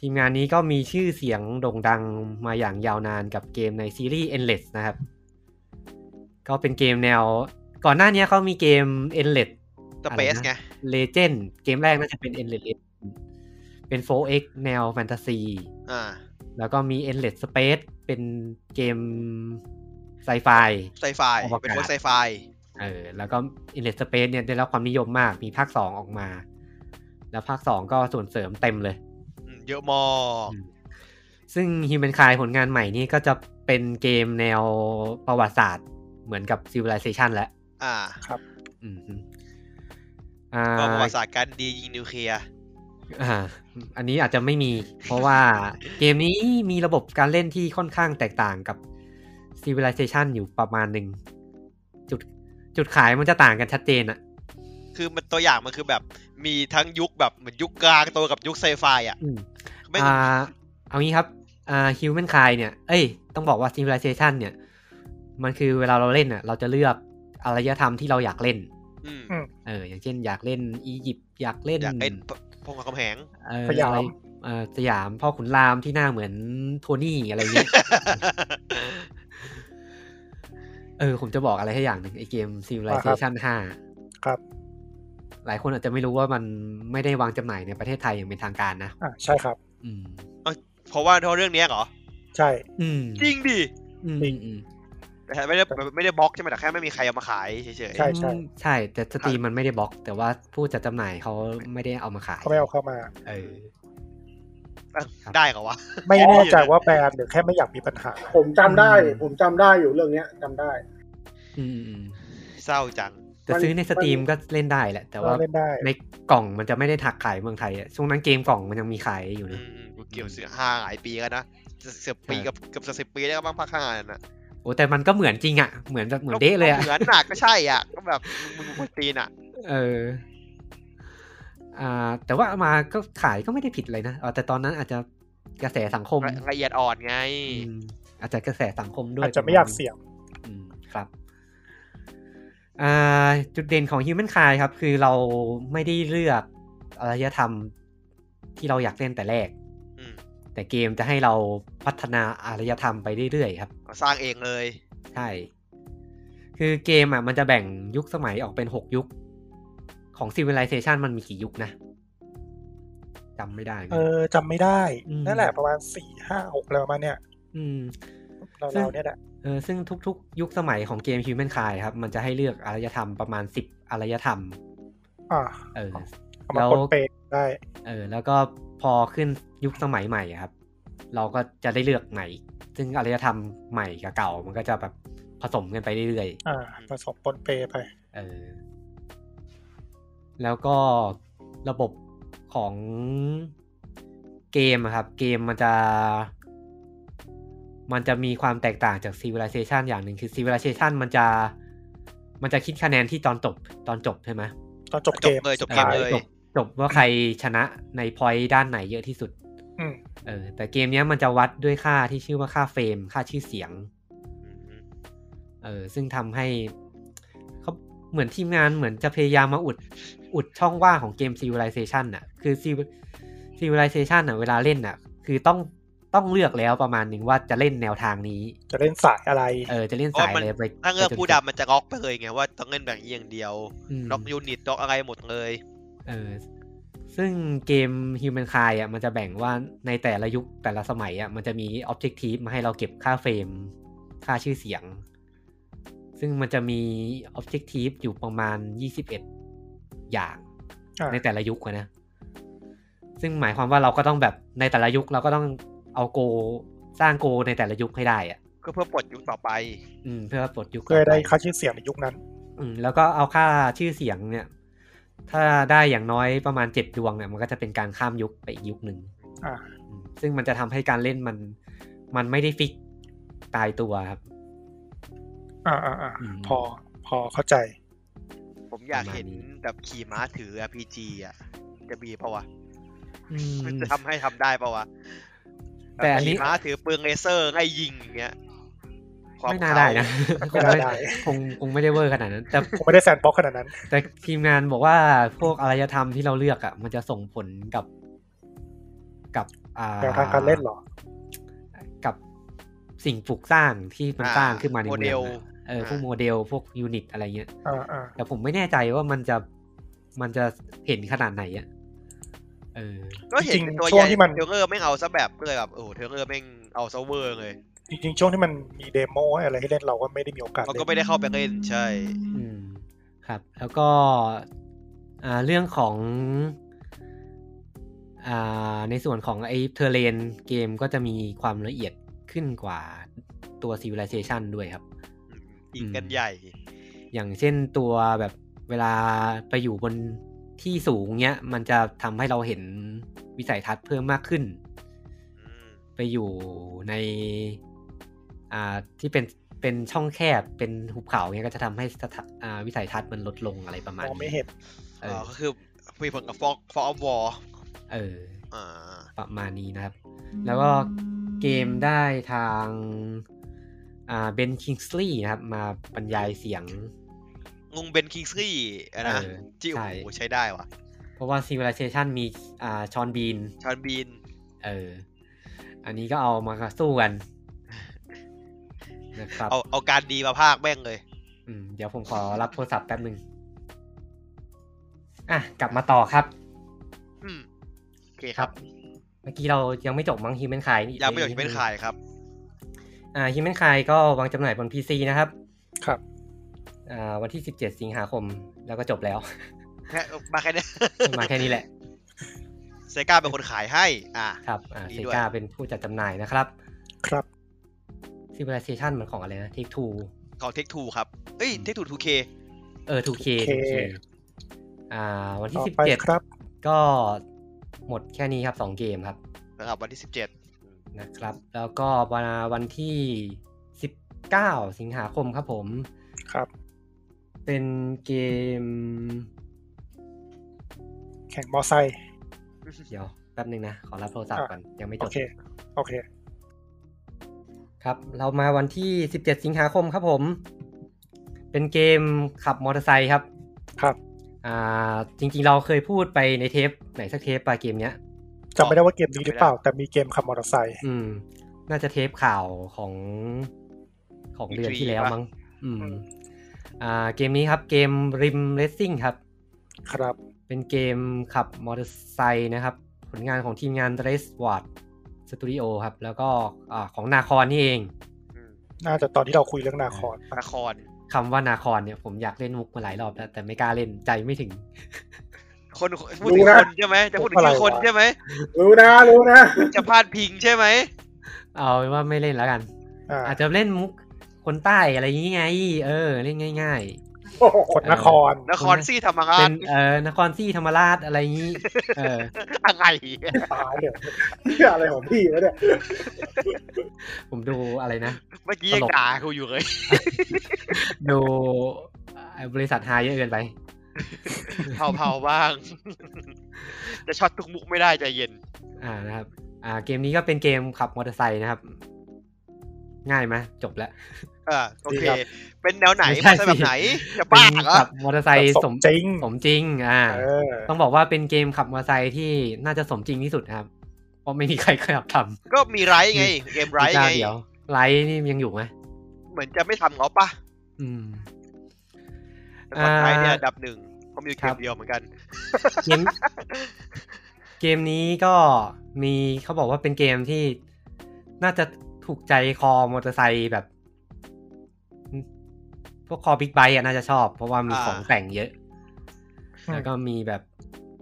ทีมงานนี้ก็มีชื่อเสียงโด่งดังมาอย่างยาวนานกับเกมในซีรีส์ Endless นะครับ ก็เป็นเกมแนว ก่อนหน้านี้เขามีเกม Endless สเปซไง Legend เกมแรกน่าจะเป็น Endless Legend เป็น 4X แนวแฟนตาซี อ่า แล้วก็มี Endless Space เป็นเกมไซไฟ ไซไฟ อวกาศ เป็นพวกไซไฟ เออแล้วก็ Endless Space เนี่ยได้รับความนิยมมาก มีภาค 2 ออกมา แล้วภาค 2 ก็ส่วนเสริมเต็มเลย อืมเยอะมอก ซึ่ง Human k i n d ผลงานใหม่นี่ก็จะเป็นเกมแนวประวัติศาสตร์เหมือนกับ Civilization แล้ว อ่า อืมฮึอ่า ก็ประวัติศาสตร์การดียิงนิวเคลียร์ อ่า อันนี้อาจจะไม่มี เพราะว่าเกมนี้มีระบบการเล่นที่ค่อนข้างแตกต่างกับ Civilization อยู่ประมาณหนึ่งจุดจุดขายมันจะต่างกันชัดเจนอะ คือมันตัวอย่างมันคือแบบมีทั้งยุคแบบเหมือนยุคกลางตัวกับยุคไซไฟอ่ะ อืม ไม่ง อ่าเอางี้ครับอ่า human kind เนี่ย เอ้ย ต้องบอกว่า civilization เนี่ย มันคือเวลาเราเล่นน่ะ เราจะเลือกอารยธรรมที่เราอยากเล่น อืม เออ อย่างเช่น อยากเล่นอียิปต์ อยากเล่น อยากเป็นพงศ์คำแหง เออ สยาม อะไรเออสยามพ่อขุนรามที่หน้าเหมือนโทนี่อะไรเงี้ย เออ ผมจะบอกอะไรให้อย่างหนึ่งไอเกม civilization ครับ 5 หลายคนอาจจะไม่รู้ว่ามันไม่ได้วางจำหน่ายในประเทศไทยอย่างเป็นทางการนะ อ่าใช่ครับ อืม เพราะว่าเพราะเรื่องเนี้ยเหรอ ใช่ อืม จริงดิ อืมอืมอืม แต่ไม่ได้ไม่ได้บล็อกใช่ไหมแต่แค่ไม่มีใครเอามาขายเฉย ใช่ใช่ อืมใช่แต่สตรีมมันไม่ได้บล็อก แต่ว่าผู้จัดจำหน่ายเขาไม่ได้เอามาขาย เขาไม่เอาเข้ามา เออ ๆเอ้าได้เหรอวะ ไม่แน่ใจว่าแบรนด์หรือแค่ไม่อยากมีปัญหา ผมจำได้ อืม ผมจำได้อยู่เรื่องเนี้ยจำได้ อืมอืมอืม เศร้าจัง แต่ซื้อในสตรีมก็เล่นได้แหละ แต่ว่า เล่นได้ ในกล่องมันจะไม่ได้ถักขายเมืองไทยอะช่วงนั้นเกมกล่องมันยังมีขายอยู่ อื นะ มอืมกูเกี่ยวเสือห้าหลายปีแล้วนะเสือปีกับเกับสิบปีได้วบ้างภาคห้านั่นน่ะ โอ้แต่มันก็เหมือนจริงอ่ะ เหมือนแบบเหมือนเดะเลยอ่ะ เหมือนหนักก็ใช่อ่ะก็แบบมึงมึงคนตีนอ่ะ เออ อ่า แต่ว่าเอามาก็ขายก็ไม่ได้ผิดเลยนะเออแต่ตอนนั้นอาจจะกระแสสังคม ละละเอียดอ่อนไง อืมอาจจะกระแสสังคมด้วย อาจจะไม่อยากเสี่ยง อืมครับอ่าจุดเด่นของ Human Kind ครับ คือเราไม่ได้เลือกอารยธรรมที่เราอยากเล่นแต่แรก อืม แต่เกมจะให้เราพัฒนาอารยธรรมไปเรื่อยๆครับ เอาสร้างเองเลย ใช่ คือเกมอ่ะมันจะแบ่งยุคสมัยออกเป็น 6 ยุค ของ Civilization มันมีกี่ยุคนะจำไม่ได้เหมื เอ อนกัน อจำไม่ได้ อืม นั่นแหละประมาณสี่ห้าหกอะไรประมาณเนี้ย อืม เราวๆเนี้ยแหละ เอ อซึ่งทุกๆ ยุคสมัยของเกม Human k i n d ครับ มันจะให้เลือกอารยธรรมประมาณ 10อารยธรรม อ่า เออ เอามา แล้ว ปนเปนได้ เออ แล้วก็พอขึ้นยุคสมัยใหม่อะครับ เราก็จะได้เลือกใหม่ ซึ่งอารยธรรมใหม่กับเก่า มันก็จะแบบผสมกันไปเรื่อยๆ อ่าผสมปนเปไป เออแล้วก็ระบบของเกมอะครับ เกมมันจะ มันจะมีความแตกต่างจาก Civilization อย่างหนึ่งคือ Civilization มันจะ มันจะคิดคะแนนที่ตอนจบตอนจบใช่ไหม ตอนจบ จ เก บ ม เลยจบเกมสุดท้า เลย จบจบว่าใครชนะในพอยต์ด้านไหนเยอะที่สุด อืม เออ แต่เกมเนี้ยมันจะวัดด้วยค่าที่ชื่อว่าค่าเฟรม ค่าชื่อเสียง เออซึ่งทำให้เขาเหมือนทีมงานเหมือนจะพยายามมาอุดอุดช่องว่างของเกม Civilization น่ะ คือ Civ- Civilization น่ะเวลาเล่นน่ะ คือต้องต้องเลือกแล้วประมาณหนึ่งว่าจะเล่นแนวทางนี้ จะเล่นสายอะไร เออจะเล่นสายอะไรไป ถ้าเงือก ไปจน ผู้ดำมันจะล็อกไปเลยไงว่าต้องเล่นแบบนี้อย่างเดียว อืม ล็อกยูนิตล็อกอะไรหมดเลย เออซึ่งเกม Human k i n d อ่ะมันจะแบ่งว่าในแต่ละยุคแต่ละสมัยอ่ะมันจะมี Objective มาให้เราเก็บค่าเฟรม ค่าชื่อเสียง ซึ่งมันจะมี Objective อยู่ประมาณ 21 อย่าง อ่า ในแต่ละยุคอะนะ ซึ่งหมายความว่าเราก็ต้องแบบในแต่ละยุคเราก็ต้องเอาโกลสร้างโกลในแต่ละยุคให้ได้อะ ก็เพื่อปลดยุคต่อไป อืมเพื่อปลดยุค เพื่อได้ ต่ป ค่าชื่อเสียงในยุคนั้น อืมแล้วก็เอาค่าชื่อเสียงเนี่ย ถ้าได้อย่างน้อยประมาณเจ็ดดวงเนี่ยมันก็จะเป็นการข้ามยุคไปอีกยุคหนึ่ง อ่า อืมซึ่งมันจะทำให้การเล่นมัน มันไม่ได้ฟิกตายตัวครับ อ่าอ่าอ่า อืม พอพอเข้าใจ ผมอยากเห็น ประมาณนี้ แบบขี่ม้าถือ RPG อ่ะ จะมีปะวะ อืม มันจะทำให้ทำได้ปะวะ แต่อันนี้ ขี่ม้าถือปืนเลเซอร์ไล่ยิงอย่างเงี้ยความ ไม่น่าได้นะคงไม่ ได้ คงคงไม่ได้เวอร์ขนาดนั้นแต่ ผมไม่ได้แซนด์บ็อกซ์ขนาดนั้น แต่ทีมงานบอกว่าพวกอารยธรรมที่เราเลือกอ่ะ มันจะส่งผลกับ กับอ่า แนวทางการเล่นเหรอ กับสิ่งปลูกสร้างที่มันสร้างขึ้นมาใน โม เมื เด อง ล อะเออพวก อ่า โมเดลพวกยูนิตอะไรเงี้ย อ่าอ่า แต่ผมไม่แน่ใจว่ามันจะมันจะเห็นขนาดไหนอ่ะเออ ก็เห็นเป็นตัว ช่ ให วง ญ่ ที่มัน เทรลเลอร์ไม่งเอาซะแบบก็เลยแบบโอ้โหเทรลเลอร์ไม่งเอาซะเวอร์เลย จริงๆช่วงที่มันมีเดโมให้อะไรให้เล่นเราก็ไม่ได้มีโอกาส มันก็ เล่น ไม่ได้เข้าไปเล่นใช่ อืมครับแล้วก็อ่าเรื่องของอ่าในส่วนของไอ้เทเลนเกมก็จะมีความละเอียดขึ้นกว่าตัว Civilization ด้วยครับ ยิงกันใหญ่ อย่างเช่นตัวแบบเวลาไปอยู่บนที่สูงเนี้ย มันจะทำให้เราเห็นวิสัยทัศน์เพิ่มมากขึ้น อืม ไปอยู่ในอ่าที่เป็นเป็นช่องแคบเป็นหุบเขาเงี้ยก็จะทำให้สถาอ่าวิสัยทัศน์มันลดลงอะไรประมาณ มองไม่ นี้ เห็น เออ เอ่อก็คือมีผลกับฟอกฟอกออฟวอร์ เออ อ่า ประมาณนี้นะครับ แล้วก็เกมได้ทางอ่าเบนคิงส์ลีย์นะครับ มาบรรยายเสียง งงเบนคิงสกี้อะนะ เออ จิ๋ว ใช่ ใช้ได้ว่ะ เพราะว่า Civilization มีอ่าชอนบีน ชอนบีน เออ อันนี้ก็เอามาสู้กันนะครับ เอาเอาการดีมาภาคแม่งเลย อืมเดี๋ยวผมขอรับโทรศัพท์แป๊บหนึ่งอ่ะ กลับมาต่อครับ อืมโอเคครับ เมื่อกี้เรายังไม่จบมั้งฮิมแมนคาย ยังไม่จบที่เป็นขายครับ อ่าฮิมแมนคายก็วางจำหน่ายบน PC นะครับ ครับ อ่าวันที่ 17 สิงหาคมแล้วก็จบแล้ว แค่มาแค่เนี้ย มา แค่นี้แหละ เซกาเป็นคนขายให้ อ่า ครับอ่า ดี เซ ด้วย กาเป็นผู้จัดจำหน่ายนะครับ ครับ Civilization มันของอะไรนะ Take Two ของเทคทูครับ เอ้ยเทคทูทูเค เออ 2K 2K อ่า วันที่ ต่อไป 17 ครับ ก็หมดแค่นี้ครับ 2 เกมครับ นะครับวันที่สิบเจ็ด นะครับแล้วก็วันวันที่ 19 สิงหาคมครับผม ครับ เป็นเกม แข่งมอไซค์ เดี๋ยวแป๊บหนึงนะ ขอรับโทรศัพท์ อ่ะ ก่อน ยังไม่จ โอบ เค โอเค ครับ เรามาวันที่ 17 สิงหาคมครับผม เป็นเกมขับมอเตอร์ไซค์ครับ ครับ อ่าจริงๆเราเคยพูดไปในเทป ไหนสักเทปปะเกมเนี้ย จำไม่ได้ว่าเกมนี้หรือเปล่า แต่มีเกมขับมอเตอร์ไซค์ อืม น่าจะเทปข่าวของของเดือนที่แล้วมั้งอืมอ่าเกมนี้ครับเกมริมเร c ซิ่งครับ ครับ เป็นเกมขับมอเตอร์ไซค์นะครับ ผลงานของทีมงาน r a c e w a r d Studio ครับ แล้วก็อ่าของนาคอนนี่เอง น่าจะตอนที่เราคุยเรื่องนาคอนปะ ละคร คำว่านาคอนเนี่ยผมอยากเล่นมุกมาหลายรอบแล้วแต่ไม่กล้าเล่นใจไม่ถึง คนพูดถึงคนใช่ไหมจะพูดถึงชื่อคนใช่ไหม รู้นะรู้นะ จะพาดพิงใช่ไหม เอาเป็นว่าไม่เล่นแล้วกัน อ่า อาจจะเล่นมุกคนใต้อะไรอย่างงี้ไง เออ เล่นง่าย คนนคร นครซีธรรม ๆ รา เป็ ช นเออนครซี่ธรรมราชอะไรอย่างงี้ เออ อะไร ตายเดี๋ยว เหี้ยอะไรของพี่วะเนี่ย ผมดูอะไรนะ เมื่อกี้ยังด่ากูอยู่เลย ดูไอ้บริษัทหาเยอะเกินไป เผาๆบ้าง จะช็อตทุกมุกไม่ได้ใจเย็น อ่านะครับ อ่า เกมนี้ก็เป็นเกมขับมอเตอร์ไซค์นะครับ ง่ายไหมจบแล้ว เออโอเค เป็นแนวไหน ม่ มา ใช่ ใช่แบบไหน จะบ้า เป็น เหรอ ขับมอเตอร์ไซค์ ส ส ม ม จริง สมจริง อ่า เออ ต้องบอกว่าเป็นเกมขับมอเตอร์ไซค์ที่น่าจะสมจริงที่สุดนะครับ เพราะไม่มีใครเคยขับทำ ก็มีไรไง เกมไร มีเจ้า ไง เดียวไลท์นี่ยังอยู่ไหม เหมือนจะไม่ทำเขาปะ อืม แต่คนไทยเนี่ย อ่า อันดับหนึ่งเขามีอยู่เก ครั ม บ เดียวเหมือนกัน เกม เกมนี้ก็มีเขาบอกว่าเป็นเกมที่น่าจะถูกใจคอมอเตอร์ไซค์แบบพวกคอบิ๊กไบค์อะน่าจะชอบ เพราะว่ามี อ่า ของแต่งเยอะ แล้วก็มีแบบ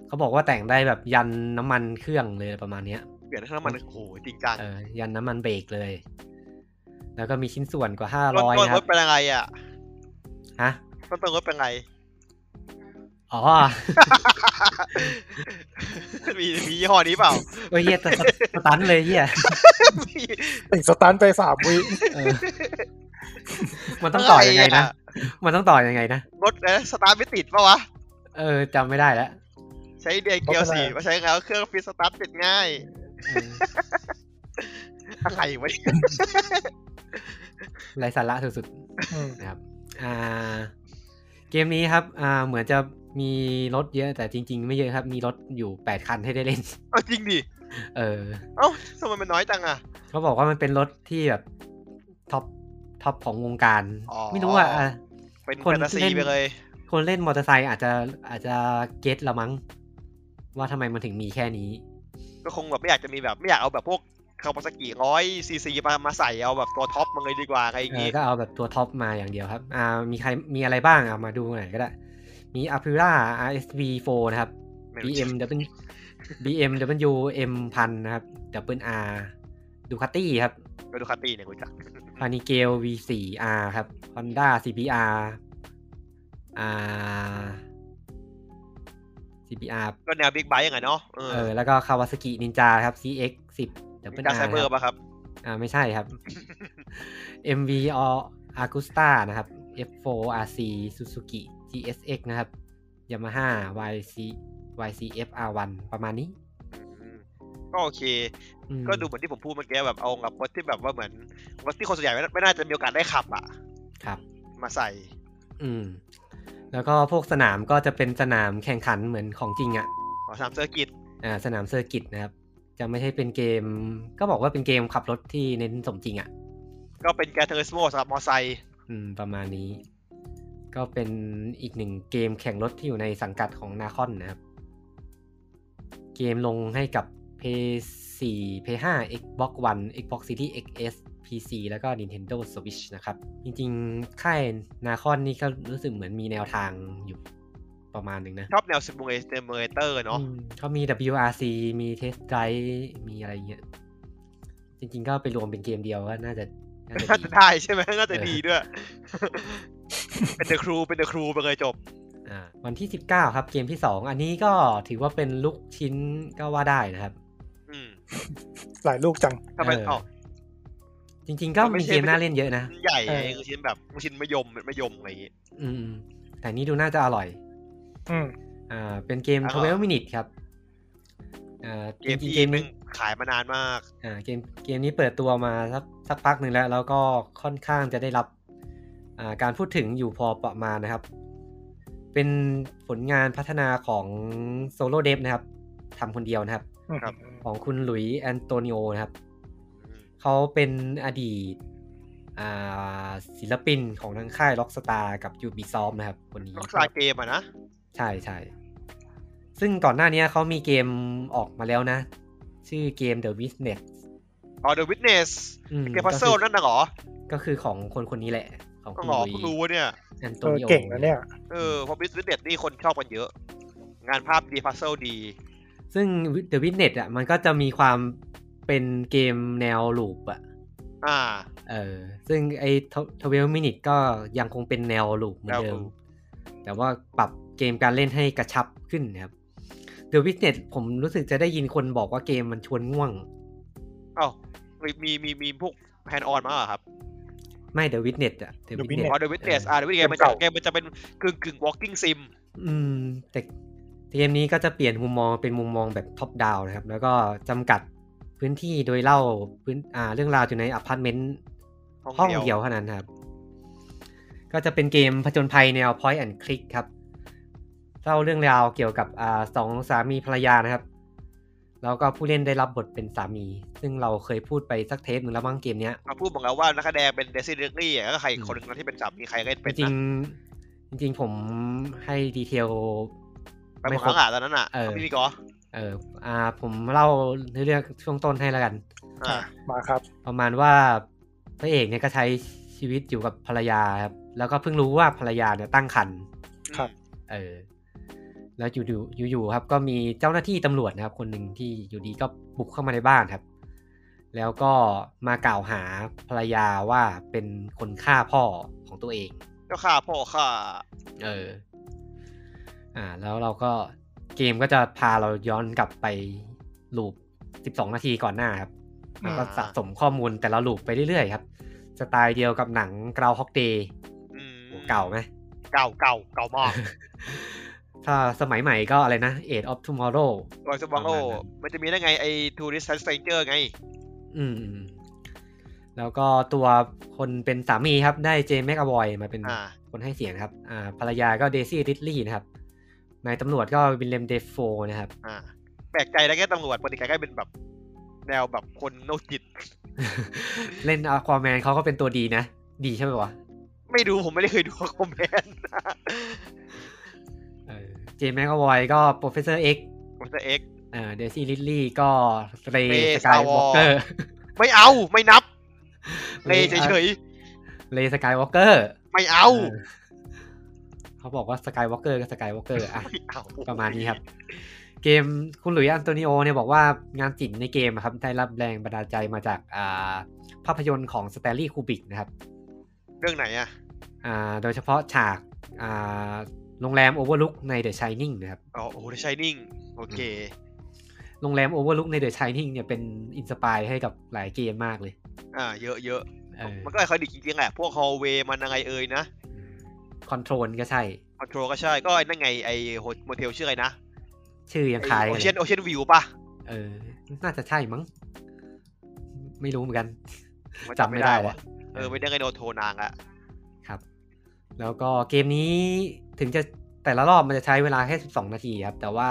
เขาบอกว่าแต่งได้แบบยันน้ำมันเครื่องเลยประมาณเนี้ย เปลี่ยนให้น้ำมันโอ้โหจริงจัง เออยันน้ำมันเบรกเลย แล้วก็มีชิ้นส่วนกว่าห้า ต้น ร้อย ต้น นะ ร ครั ถ บ เป็นยังไงอ่ะ ฮะ ต้นต้นรถ เป็นไง อ๋อ มีมียี่ห้อนี้เปล่า เฮ้ยเฮียแต่ สตสตันเลยเฮีย มี ติดสตันไปสามวิ เออมันต้องต่อยังไง นะ มันต้องต่อยังไงนะ รถเอ๊ะสตาร์ทไม่ติดปะวะ เออจำไม่ได้แล้ว ใช้เดียเกียวสี่มาใช้แล้วเครื่องฟิตสตาร์ทติดง่าย เออ อะไรวะเนี่ย ไรสาระสุด อืม ๆนะครับ อ่า เกมนี้ครับ อ่า เหมือนจะมีรถเยอะแต่จริง ๆ ไม่เยอะครับ มีรถอยู่แปดคันให้ได้เล่น เอาจริงดิ เออ เอ้าทำไมมันน้อยจังอ่ะ เขาบอกว่ามันเป็นรถที่แบบท็อปท็อปของวงการ อ๋อ ไม่รู้อ่ะอ่ะ เป็น คน แฟนตาซี เล่น ไปเลย คนเล่นมอเตอร์ไซค์อาจจะอาจจะเก็ตละมั้ง ว่าทำไมมันถึงมีแค่นี้ ก็คงแบบไม่อยากจะมีแบบไม่อยากเอาแบบพวกคาวาซากิร้อยซีซีมามาใส่เอาแบบตัวท็อปมาเลยดีกว่าอะไรอย่าง เออ งี้ ก็เอาแบบตัวท็อปมาอย่างเดียวครับ อ่า มีใคร มีอะไรบ้างอ่ะมาดูหน่อยก็ได้ มี Aprilia RSV4 นะครับ ไม่รู้จัก BMW BMW M1000 นะครับ Double R Ducati ครับ ไปดูคาตีเนี่ยรู้จัก p a n i g a l V4R ครับ Honda CBR อ่า CBR ก็แนวบิ๊กไบค์ยังไงเนาะเออ เออ แล้วก็ Kawasaki Ninja ครับ CX10 Double ดัก R ไซเบอร์ป่ะครับ อ่าไม่ใช่ครับ MV Agusta นะครับ F4 RC Suzuki GSX นะครับ Yamaha YC YCF R1 ประมาณนี้ อืมก็โอเค อืม ก็ดูเหมือนที่ผมพูดเมื่อกี้แบบเอากับรถที่แบบว่าเหมือนรถที่คนส่วนใหญ่ไม่น่าไม่น่าจะมีโอกาสได้ขับอ่ะ ครับ มาใส่ อืม แล้วก็พวกสนามก็จะเป็นสนามแข่งขันเหมือนของจริงอะ่ะ ขอสามเซอร์กิต อ่าสนามเซอร์กิตนะครับ จะไม่ใช่เป็นเกม ก็บอกว่าเป็นเกมขับรถที่เน้นสมจริงอะ่ะ ก็เป็นแกเทอร์สโมสำหรับมอไซค์ อืม ประมาณนี้ ก็เป็นอีกหนึ่งเกมแข่งรถที่อยู่ในสังกัดของนาคอนนะครับ เกมลงให้กับ PS4 PS5 Xbox One Xbox Series XS PC แล้วก็ Nintendo Switch นะครับ จริงๆ ค่ายนาคอนนี่ก็รู้สึกเหมือนมีแนวทางอยู่ประมาณหนึ่งนะ ชอบแนวซิมูเลเตอร์เนาะ อืมเขามี WRC มี Test Drive มีอะไรเงี้ย จริงๆ ก็ไปรวมเป็นเกมเดียวก็น่าจะน่าจะ น่า ดี จะได้ใช่ไหมน่าจะ เออ ดีด้วย เป็นเดอะครูเป็นเดอะครูไปเลยจบ อ่าวันที่ 19 ครับ เกมที่ 2 อันนี้ก็ถือว่าเป็นลูกชิ้นก็ว่าได้นะครับ อืม หลายลูกจัง ทำไม เออ เอ้า จริงๆก็ มันไม่ มี ใช่ เกมน่าเล่นเยอะนะ ใหญ่ไง เออ คือชิ้นแบบชิ้นมะยมมะยมอะไรอย่างงี้ อืมๆแต่นี่ดูน่าจะอร่อย อืม อ่า เป็นเกม อร่อย 12 minute ครับอ่า เก จ ม ริง ที่ ๆเกม แมึ นี้ งขายมานานมาก อ่าเกมเกมนี้เปิดตัวมาสักสักพักหนึ่งแล้ว แล้วก็ค่อนข้างจะได้รับอ่าการพูดถึงอยู่พอประมาณนะครับ เป็นผลงานพัฒนาของโซโลเดฟนะครับทำคนเดียวนะครับ ครับ ของคุณหลุยส์แอนโตนิโอนะครับ อืม เขาเป็นอดีตอ่าศิลปินของทั้งค่าย Rockstar กับ Ubisoft นะครับคนนี้ ก็คลายเกมอะนะ ใช่ใช่ซึ่งก่อนหน้านี้เขามีเกมออกมาแล้วนะ ชื่อเกม The Witness อ๋อ The Witness อืม เกมพัซเซิล ก็คือ นั่นนะเหรอ ก็คือของคนคนนี้แหละ ของ ก็ คุณ หรอ ลุย เพิ่งรู้ว่าเนี่ย แอนโต เออ นิโอ เก่งนะเนี่ย เออพอบิสวิดเด็ดนี่คนชอบกันเยอะ งานภาพดีพัซเซิลดี ซึ่ง The Witness อ่ะมันก็จะมีความเป็นเกมแนวลูปอ่ะ อ่า เออ ซึ่งไอ้ทเวลมินิทก็ยังคงเป็นแนวลูปเหมือนเดิ แนวลู ม ป แต่ว่าปรับเกมการเล่นให้กระชับขึ้นนะครับ The Witness ผมรู้สึกจะได้ยินคนบอกว่าเกมมันชวนง่วง เอ้ามีมีมีมีพวกแพนออนมาเหรอครับ ไม่ The Witness อะ The The Witness อ๋อ The Witness อ่า The Witness มันจะเกมมันจะเป็นกึ่งกึ่ง walking sim อืมแต่เกมนี้ก็จะเปลี่ยนมุมมองเป็นมุมมองแบบท็อปดาวนะครับ แล้วก็จำกัดพื้นที่โดยเล่าพื้นอ่าเรื่องราวอยู่ในอพาร์ตเมนต์ ห้อง ห้อง เดียว เดียวเท่านั้นครับ ก็จะเป็นเกมผจญภัยแนว point and click ครับ เล่าเรื่องราวเกี่ยวกับอ่าสองสามีภรรยานะครับ แล้วก็ผู้เล่นได้รับบทเป็นสามี ซึ่งเราเคยพูดไปสักเทปหนึ่งแล้วบ้างเกมเนี้ย มาพูดบอกแล้วว่านักแสดงเป็นเดซี่เดลี่แล้วก็ใครอีกคนหนึงนะที่เป็นสามีใครก็ จ เป็น ริ นะ งๆจริง ๆ ผมให้ดีเทล ไปหมดแล้วอ่ะตอนนั้นอ่ะ เออ พี่พี่กอ เอออ่า ผมเล่าในเรื่องช่วงต้นให้แล้วกัน อ่า มาครับ ประมาณว่าพระเอกเนี่ยก็ใช้ชีวิตอยู่กับภรรยาครับ แล้วก็เพิ่งรู้ว่าภรรยาเนี่ยตั้งครรภ์ ครับ เออ แล้วอยู่อยู่อยู่ๆครับ ก็มีเจ้าหน้าที่ตำรวจนะครับ คนหนึ่งที่อยู่ดีก็บุกเข้ามาในบ้านครับ แล้วก็มากล่าวหาภรรยาว่าเป็นคนฆ่าพ่อของตัวเอง เจ้าข้าพ่อข้า เออ อ่า แล้วเราก็เกมก็จะพาเราย้อนกลับไปลูป 12 นาทีก่อนหน้าครับ แล้วก็สะสมข้อมูลแต่ละลูปไปเรื่อยๆครับ สไตล์เดียวกับหนังกราวฮอกเดย์ อืม เก่าไหม เก่าเก่าเก่ามาก ถ้าสมัยใหม่ก็อะไรนะ Age of Tomorrow รอยสบังโลมันจะมีได้ไงไอ้ทูริสต์สเตนเจอร์ไง อืมอืม แล้วก็ตัวคนเป็นสามีครับ ได้เจมส์แมกอวอยมาเป็น อ่า คนให้เสียงนะครับ อ่า ภรรยาก็เดซี่ริดลี่นะครับ นายตำรวจก็วินเลมเดฟโฟนะครับ อ่า แปลกใจแล้วแค่ตำรวจปฏิกิริยาเป็นแบบ แนวแบบคนโนจิต เล่นอควาแมนเขาก็เป็นตัวดีนะ ดีใช่ไหมวะ ไม่ดูผมไม่ได้เคยดูคอมเมนต์ เออเจมส์แมกอวอยก็โปรเฟสเซอร์เอ็ก มันจะเอ็ก เดซี่ลิลลี่ก็เร Ray สกาย Star วอ Wars ล์ก เกอร์ ไม่เอาไม่นับ เล Ray ยเฉย เรสกายวอล์กเกอร์ ๆ ไม่เอา เขาบอกว่าสกายวอล์กเกอร์ก็สกายวอล์กเกอร์อะ ไม่เอา ประมาณนี้ครับ เกมคุณหลุยส์อันโตนิโอเนี่ยบอกว่างานจินในเกมอะครับ ได้รับแรงบันดาลใจมาจากอ่าภาพยนตร์ของส t ต n ลี y คูบิกนะครับ เรื่องไหนอ่ะ อ่าโดยเฉพาะฉากอ่าโรงแรมโอเวอร์ลุกในเดอะชายนิ่งนะครับ อ๋อโอ้โหชายนิ่ง โอเค โรงแรมโอเวอร์ลุกในเดอะชายนิ่งเนี่ยเป็นอินสปายให้กับหลายเกมมากเลย อ่า เยอะเยอะ เออ มันก็ไอคอนิกจริงๆแหละ พวกฮอลเวย์มันอะไรเอ่ยนะ คอนโทรลก็ใช่ คอนโทรก็ใช่ ก็ไอ้นั่นไงไอโมเทลชื่ออะไรนะ ชื่อยังคล้าย โอ กัน เชียน เลย โอเชียนวิวป่ะ เออ น่าจะใช่มั้ง ไม่รู้เหมือนกัน มัน จำไม่ได้ วะ ว่ะ เออไม่ได้ไงโนโทนางอะ ครับ แล้วก็เกมนี้ถึงจะแต่ละรอบมันจะใช้เวลาแค่ 12 นาทีครับ แต่ว่า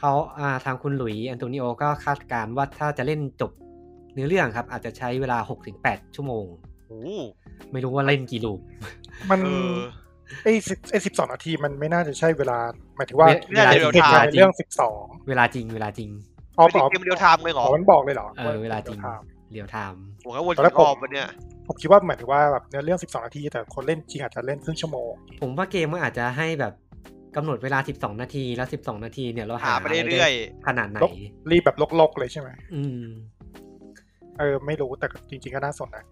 เขาอ่าทางคุณหลุยส์แอนโตนิโอก็คาดการณ์ว่าถ้าจะเล่นจบเนื้อเรื่องครับ อาจจะใช้เวลา 6-8 ชั่วโมง โอ้โห ไม่รู้ว่าเล่นกี่ลูก มัน เออ ไอ้สิบไอ้สิบสองนาทีมันไม่น่าจะใช่เวลาหมายถึงว่า เวลา เด็กๆ เวลา ในเรื่องสิบสอง เวลาจริงเวลาจริง อ๋อ ไม่ เป ได้ ล่า เกมเรียลไทม์เลยเหรอ อ๋อมันบอกเลยเหรอ เออเวลาจริง ครับ เรียวไทม์ ผมก็วน ตอนแรก ร ผม อบมันเนี่ย ผมคิดว่าหมายถึงว่าแบบเนื้อเรื่องสิบสองนาที แต่คนเล่นจริงอาจจะเล่นครึ่งชั่วโมง ผมว่าเกมมันอาจจะให้แบบกำหนดเวลา 12 นาทีแล้ว 12 นาทีเนี่ยเรา หา หา ไปเรื่อย ขนาดไหน ลบ รีบแบบลกๆเลยใช่ไหม อืม เออไม่รู้แต่จริงๆก็น่าสนนะ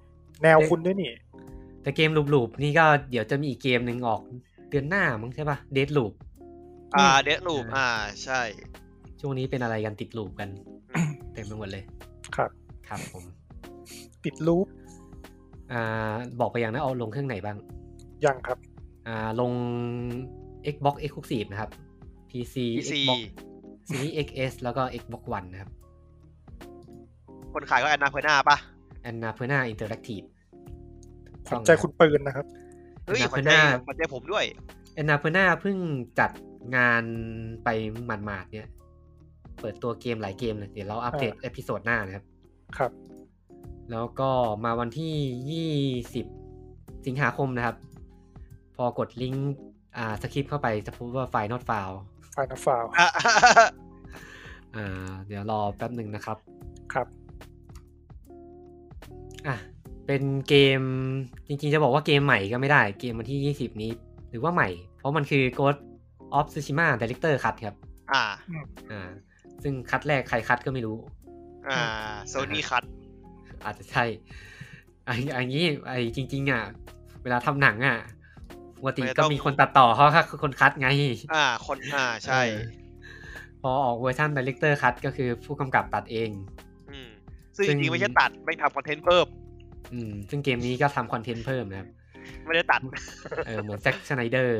แนวคุณด้วยนี่ แต่เกมลูปๆนี่ก็เดี๋ยวจะมีอีกเกมหนึ่งออกเดือนหน้ามั้งใช่ปะเดดลูป ๆ อ่าเดสลูปอ่าใช่ ช่วงนี้เป็นอะไรกันติดลูป กัน เต็มไปหมดเลย ครับ ครับผม ปิดลูป อ่าบอกไปยังนะเอาลงเครื่องไหนบ้าง ยังครับ อ่าลง Xbox Exclusive นะครับ PC PC Xbox Series XS แล้วก็ Xbox One นะครับ คนขายก็แอนนาเพอร์นาป่ะ Anna p u r n a Interactive ขวัญใจคุณปืนนะครับ เฮ้ย Anna ข p u วัญ r ใจ n a ขวัญใจผมด้วย Anna p u r n a เพิ่งจัดงานไปหมาดๆเนี่ย เปิดตัวเกมหลายเกมเลยเดี๋ยวเราอัปเดตเอพิโซดหน้านะครับ ครับ แล้วก็มาวันที่ 20 สิงหาคมนะครับ พอกดลิงก์อ่าสคริปเข้าไปจะพบว่าไฟล์ not found ไฟน์ฟาว อ่ะ อ่าเดี๋ยวรอแป๊บหนึ่งนะครับ ครับ อ่ะเป็นเกมจริงๆจะบอกว่าเกมใหม่ก็ไม่ได้เกมวันที่ 20 นี้หรือว่าใหม่ เพราะมันคือ Ghost of Tsushima Director Cut ครับ อ่า อ่าซึ่งคัดแรกใครคัดก็ไม่รู้ อ่าโซนี่คัด อาจจะใช่อันอันนี้ไอ้จริง ๆ อ่ะ เวลาทำหนังอ่ะปกติก็มีคนตัดต่อเขาค่ะคนคัดไง อ่า คนอ่าใช่ เออพอออกเวอร์ชันดีเลกเตอร์คัตก็คือผู้กำกับตัดเอง อืมซึ่ง ซึ่ จ ง ริงๆไม่ใช่ตัดไม่ทำคอนเทนต์เพิ่ม อืมซึ่งเกมนี้ก็ทำคอนเทนต์เพิ่มนะครับ ไม่ ได้ตัด เออเหมือนแจ็คชไนเดอร์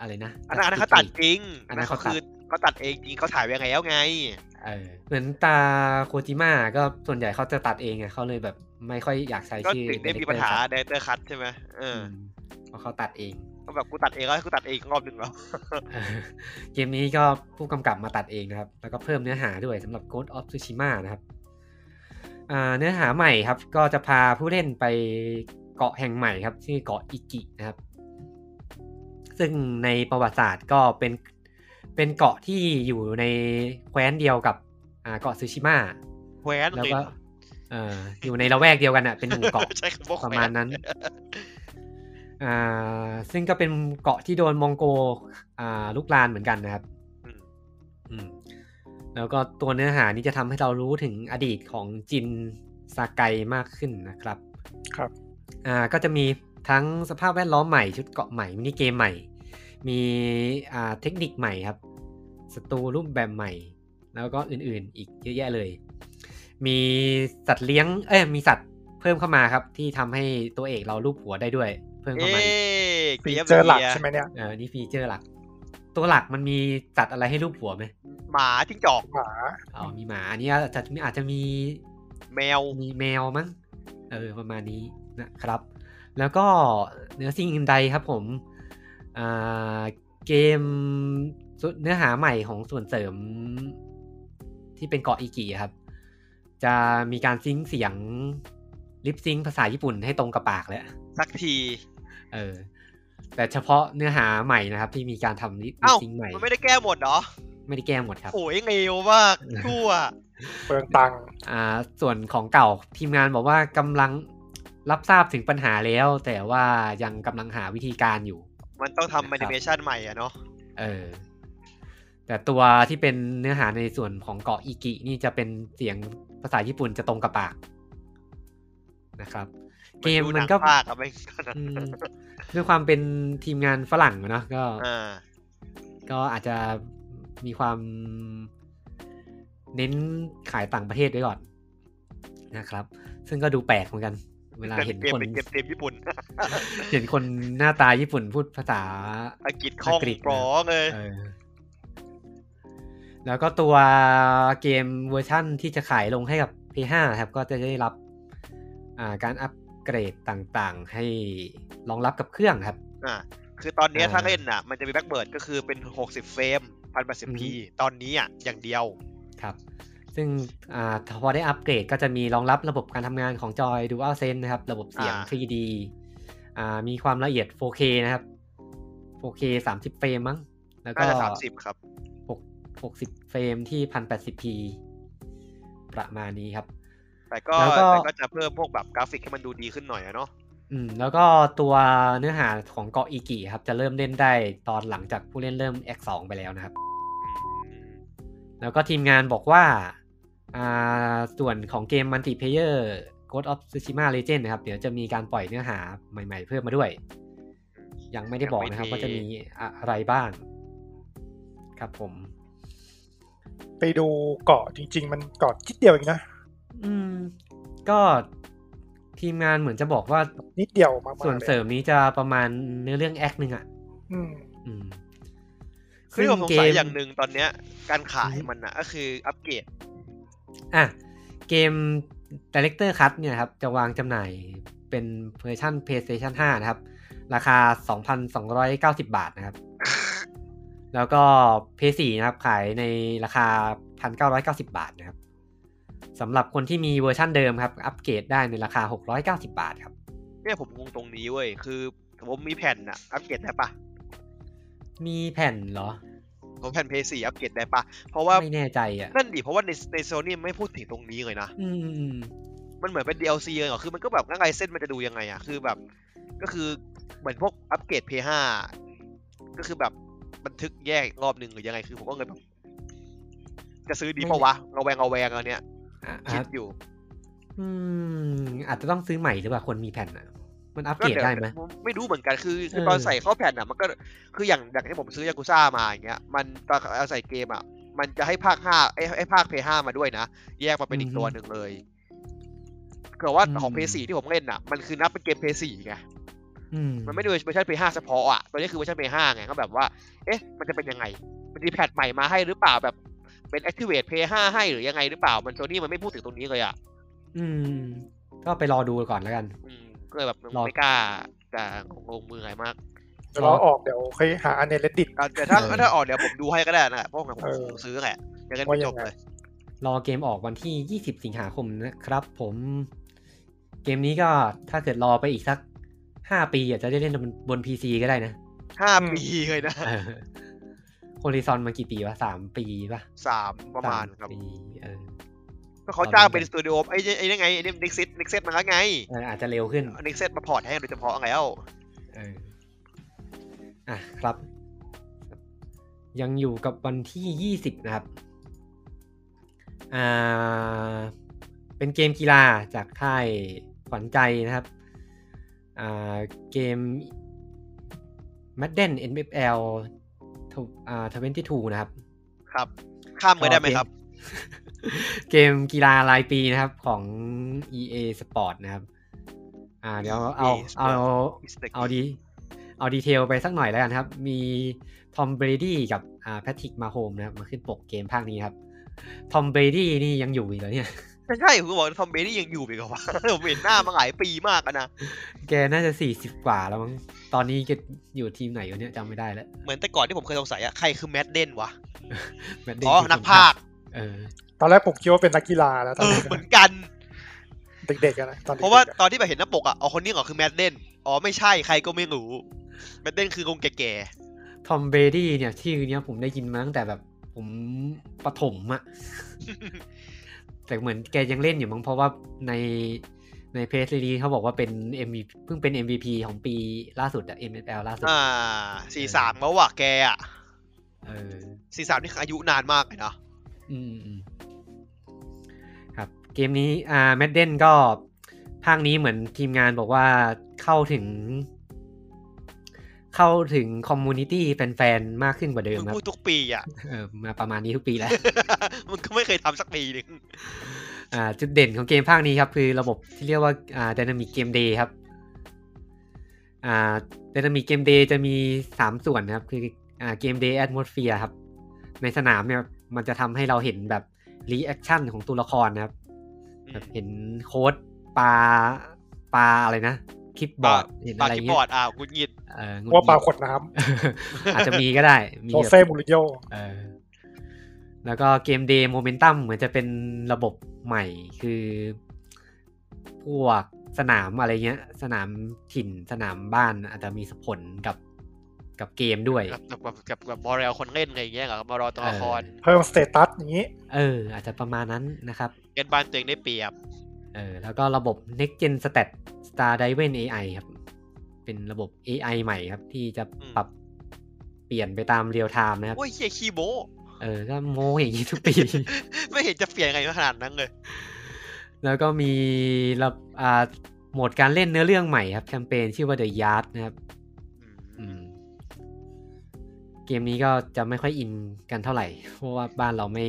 อะไรนะ อันนั้นอันนั้นเขาตัดจริง อันนั้นเขาตัด คือเขาตัดเองจริงเขาถ่ายไว้แล้วไง เออเหมือนตาโคจิมะก็ส่วนใหญ่เขาจะตัดเองไงเขาเลยแบบไม่ค่อยอยากใช้ ก็ ชื่อ ถึงได้ director มีปัญหา cut เดเตอร์คัตใช่ไหมเออ อืมเพราะเขาตัดเอง ก็แบบกูตัดเองแล้วกูตัดเองอีกรอบหนึ่งแล้ว เออ เกมนี้ก็ผู้กำกับมาตัดเองนะครับ แล้วก็เพิ่มเนื้อหาด้วยสำหรับ Ghost of Tsushima นะครับอ่าเนื้อหาใหม่ครับ ก็จะพาผู้เล่นไปเกาะแห่งใหม่ครับ ชื่อเกาะอิกินะครับ ซึ่งในประวัติศาสตร์ก็เป็นเป็นเกาะที่อยู่ในแคว้นเดียวกับอ่าเกาะซูชิมะ แควน แล้ว ติ ก็เอ่ออยู่ในละแวกเดียวกันอ่ะเป็นหมู่เกาะ ใช้คำว่าปแควน ระมาณนั้น อ่าซึ่งก็เป็นเกาะที่โดนมองโกอ่าลุกลานเหมือนกันนะครับ อืม อืมแล้วก็ตัวเนื้อหานี้จะทำให้เรารู้ถึงอดีตของจินซาไกมากขึ้นนะครับ ครับ อ่าก็จะมีทั้งสภาพแวดล้อมใหม่ชุดเกาะใหม่มินิเกมใหม่ มีอ่าเทคนิคใหม่ครับศัตรูรูปแบบใหม่ แล้วก็อื่นๆอีกเยอะแยะเลย มีสัตว์เลี้ยงเอ้ยมีสัตว์เพิ่มเข้ามาครับ ที่ทำให้ตัวเอกเรารูปหัวได้ด้วย เพิ่ม เอ เข้ามาอีก ะ ฟี เกียบ เจอร์หลัก เกีย ใช่ไหมเนี่ย เออนี่ฟีเจอร์หลัก ตัวหลักมันมีสัตว์อะไรให้รูปหัวไหม หมาจิ้งจอก หมา อ๋อมีหมาอันนี้อาจจะมีอาจจะมี แมว มีแมวมั้งเออประมาณนี้นะครับ แล้วก็เนื้อสิ่งอื่นใดครับผมอ่าเกมส่วนเนื้อหาใหม่ของส่วนเสริมที่เป็นเกาะอิกิครับ จะมีการซิงค์เสียงลิปซิงค์ภาษาญี่ปุ่นให้ตรงกับปากแล้ว สักที เออ แต่เฉพาะเนื้อหาใหม่นะครับ ที่มีการทำลิป เอ้า ซิงค์ใหม่ มันไม่ได้แก้หมดเหรอ ไม่ได้แก้หมดครับ โอ้ยเงวมากชั่ว เปลืองตังค์ อ่าส่วนของเก่าทีมงานบอกว่ากำลังรับทราบถึงปัญหาแล้ว แต่ว่ายังกำลังหาวิธีการอยู่ มันต้องทำแอนิเมชันใหม่อะเนาะ เออ แต่ตัวที่เป็นเนื้อหาในส่วนของเกาะอิกินี่จะเป็นเสียงภาษาญี่ปุ่นจะตรงกับปากนะครับ เกมมันก็ ดูหงภาคอะไม่ อืมด้วยความเป็นทีมงานฝรั่งอะเนาะก็ อ่า ก็อาจจะมีความเน้นขายต่างประเทศไว้ก่อนนะครับ ซึ่งก็ดูแปลกเหมือนกัน เวลาเห็น เกม คน เป็นเกมเต็มญี่ปุ่น เห็นคนหน้าตาญี่ปุ่นพูดภาษา อังกฤษคล่อง อังกฤษนะ ปลอเลย เออแล้วก็ตัวเกมเวอร์ชั่นที่จะขายลงให้กับ P5 ครับ ก็จะได้รับอ่าการอัปเกรดต่างๆ ให้รองรับกับเครื่องครับ อ่า คือตอนเนี้ย เออ ถ้าเล่นอ่ะ มันจะมีแบ็กเบิร์ดก็คือเป็น 60 เฟรม 1080p อือฮึ ตอนนี้อ่ะ อย่างเดียว ครับ ซึ่งอาพอได้อัปเกรดก็จะมีรองรับระบบการทำงานของจอย DualSense นะครับ ระบบเสียง อ่า 3D อ่ามีความละเอียด 4K นะครับ 4K 30 เฟรมมั้ง แล้วก็ น่าจะ 30 ครับ 6 60 เฟรมที่ 1080p ประมาณนี้ครับ แต่ก็ แล้วก็ แต่ก็จะเพิ่มพวกแบบกราฟิกให้มันดูดีขึ้นหน่อยอะเนาะ อืมแล้วก็ตัวเนื้อหาของเกาะอีกิครับ จะเริ่มเล่นได้ตอนหลังจากผู้เล่นเริ่ม Act 2ไปแล้วนะครับ แล้วก็ทีมงานบอกว่าอ่า ส่วนของเกมมัลติเพเยอร์ Ghost of Tsushima Legend นะครับ เดี๋ยวจะมีการปล่อยเนื้อหาใหม่ๆเพิ่มมาด้วย ยังไม่ได้บอกนะครับ ยังไม่ ว่า มี จะมีอะไรบ้าง ครับผม ไปดูเกาะจริง ๆ มันเกาะนิดเดียวเองนะ อืม ก็ทีมงานเหมือนจะบอกว่า นิดเดียวมากๆ ส่วน ลย เสริมนี้จะประมาณเนื้อเรื่องแอคหนึ่งอ่ะ อืม อืม คือที่ผมสงสัยอย่างหนึ่งตอนเนี้ย การขายมันอ่ะ ก็คืออัปเกรด อ่ะ เกม Director Cut เนี่ยครับ จะวางจำหน่ายเป็นเวอร์ชัน PlayStation 5 นะครับ ราคา 2,290 บาทนะครับ แล้วก็ PS4 นะครับ ขายในราคา 1,990 บาทนะครับสำหรับคนที่มีเวอร์ชั่นเดิมครับ อัปเกรดได้ในราคา 690 บาทครับ เนี่ยผมงงตรงนี้เว้ย คือผมมีแผ่นอ่ะ อัปเกรดได้ปะ มีแผ่นเหรอ ผมแผ่น PS4 อัปเกรดได้ปะเพราะว่า ไม่แน่ใจอ่ะ นั่นดิ เพราะว่าในในโซนี่ไม่พูดถึงตรงนี้เลยนะ อืม มันเหมือนเป็น DLC เลยเหรอคือมันก็แบบงั้นไงเส้นมันจะดูยังไงอ่ะคือแบบ ก็คือเหมือนพวกอัปเกรด P5 ก็คือแบบบันทึกแยกรอบหนึ่งหรือยังไงคือผมก็เลยแบบจะซื้อดีเปล่าวะเราแวงเราแวงอันเนี้ย อ่ะ คิ อ่ะ ดอยู่ อืมอาจจะต้องซื้อใหม่หรือเปล่าคนมีแผ่นอ่ะ มันอัปเกรด ยว ได้ไหม ไม่รู้เหมือนกันคือคือ เออ ตอนใส่เข้าแผ่นอ่ะมันก็คืออย่างอย่างที่ผมซื้อยากุซ่ามาอย่างเงี้ย มันตอนเอาใส่เกมอ่ะ มันจะให้ภาคห้าไอ้ไอ้ภาค P5 มาด้วยนะ แยกมาเป็นอีกตัวหนึ่งเลยคือว่าของ P4 ที่ผมเล่นอ่ะ มันคือนับเป็นเกม P4 ไง อืม มันไม่ได้เวอร์ชัน P5 เฉพาะอ่ะ ตอนนี้คือเวอร์ชัน P5 ไง ก็แบบว่า เอ๊ะ มันจะเป็นยังไง มันมีแพทใหม่มาให้หรือเปล่า แบบ เป็น Activate P5 ให้หรือยังไงหรือเปล่า มันโซนี่มันไม่พูดถึงตรงนี้เลยอ่ะ อืม ก็ไปรอดูก่อนแล้วกัน อืม ก็เลยแบบ รอ ไม่กล้าจะงงมือไงมาก เดี๋ยวเราออกเดี๋ยวค่อยหาอันในเลดดิต อ่ะแต่ถ้า เออ ถ้าออกเดี๋ยวผมดูให้ก็ได้นะเพราะผม เออ ผมซื้อแหละยังไง ว่า ไม่ ยั จ ง บ ไง เลย รอเกมออกวันที่ 20 สิงหาคมนะครับ ผม เกมนี้ก็ถ้าเกิดรอไปอีกสัก 5 ปีอาจจะได้เล่นบนบน PC ก็ได้นะ ห้า อืม ปีเลยนะ เออโฮลิซอนมากี่ปีวะสามปีปะ สามประมาณครับ สปีเออ ก็เขาจ้างเป็น ตอนนี้ สตูดิโอไอ้ไอ้นั่นไงไอ้นิกซิตนิกเซตมาแล้วไง เอออาจจะเร็วขึ้น นิกเซตมาพอร์ตให้โดยเฉพาะแล้ว เอออ่ะครับ ยังอยู่กับวันที่ยี่สิบนะครับ อ่า เป็นเกมกีฬาจากค่ายขวัญใจนะครับ อ่า เกม m a d d e n NFL ทวอ่าทเวนตี้ทูนะครับ ครับ ข้ามไปได้ไหมครับ เกมกีฬารายปีนะครับของ EA Sport นะครับ อ่า เดี๋ยวเอา EA เอา Mistake เอาดี เอาดีเทลไปสักหน่อยแล้วกันครับ มีทอมเบรดี้กับอ่าแพทริกมาโฮมนะครับ มาขึ้นปกเกมภาคนี้ครับทอมเบรดี้นี่ยังอยู่อีกเหรอเนี่ย ใช่ใช่ผมก็บอกว่าทอมเบดี้ยังอยู่อีกเหรอวะ ผมเห็นหน้ามาหลายปีมากอะนะ แกน่าจะ 40 กว่าแล้วมั้งตอนนี้แกอยู่ทีมไหนอยู่เนี่ยจำไม่ได้แล้ว เหมือนแต่ก่อนที่ผมเคยสงสัยอะใครคือแมดเดนวะ แมตต์เดย์ อ๋อ คือ นักพากย์ เออ ตอนแรกผมคิดว่าเป็นนักกีฬาแล้วต เอออนเด็ก เหมือนกัน ๆเด็กๆอะนะตอนด็กๆ เพราะว่า อ ตอนที่แบบเห็นหน้าปกอะอ๋อคนนี้เหรอคือแมดเดนอ๋อ ไม่ใช่ใครก็ไม่รู้ แมดเดนคือคงแก่ ทอมเบรดี้เนี่ยชื่อเนี้ยผมได้ยินมาตั้งแต่แบบผมประถม อะ แต่เหมือนแกยังเล่นอยู่มั้งเพราะว่าในในเพจซีรีเขาบอกว่าเป็น MV เพิ่งเป็น MVP ของปีล่าสุดอะ MFL ล่าสุ ๆ ด อ่าสี่สามแล้วว่ะแกอะ เออ สี่สามนี่คืออายุนานมากเลยนะ อืมอืมครับ เกมนี้อ่าแมดเดนก็ภาคนี้เหมือนทีมงานบอกว่าเข้าถึง เข้าถึงคอมมูนิตี้แฟนๆ มากขึ้นกว่าเดิม มึง ครับ พูดทุกปีอะ เออมาประมาณนี้ทุกปีแล้ว มึงก็ไม่เคยทำสักปีหนึ่ง อ่าจุดเด่นของเกมภาคนี้ครับ คือระบบที่เรียกว่าอ่า Dynamic Game Day ครับอ่า Dynamic Game Day จะมี 3 ส่วนนะครับ คืออ่า Game Day Atmosphere ครับ ในสนามเนี่ยมันจะทำให้เราเห็นแบบ Reaction ของตัวละครนะครับ แบบเห็นโค้ดปลาปลาอะไรนะ คลิปบอร์ด เห็น ปา อะไร คิปบ เงี้ อย ร์ดอ่าวกุญยิด เออหงุ ะ ดหงิด ว่าปลาขวดน้ อาจจะมีก็ได้มีแบำโร บ เซ่มูรินโญ่ เออแล้วก็เกมเดย์โมเมนตัมเหมือนจะเป็นระบบใหม่คือพวกสนามอะไรเงี้ย สนามถิ่นสนามบ้านอาจจะมีผลกับกับเกมด้วย กับกับกับกับกับบอเรลคนเล่นอะไรอย่างเงี้ยเหรอมารอตัวละคร เพิ่มสเตตัสอย่างนี้ เออ อาจจะประมาณนั้นนะครับ เล่นบ้านตัวเองได้เปรียบ เออแล้วก็ระบบ Next Gen Stat Star Driven AI ครับ เป็นระบบ AI ใหม่ครับ ที่จะปรับเปลี่ยนไปตามเรียลไทม์นะครับ โอ้ยเฮียขี้โม เออก็โมอย่าง นี้ทุกปี ไม่เห็นจะเปลี่ยนอะไรขนาดนั้นเลย แล้วก็มีระบอ่าโหมดการเล่นเนื้อเรื่องใหม่ครับ แคมเปญชื่อว่า The Yard นะครับ อืม เกมนี้ก็จะไม่ค่อยอินกันเท่าไหร่ เพราะว่าบ้านเราไม่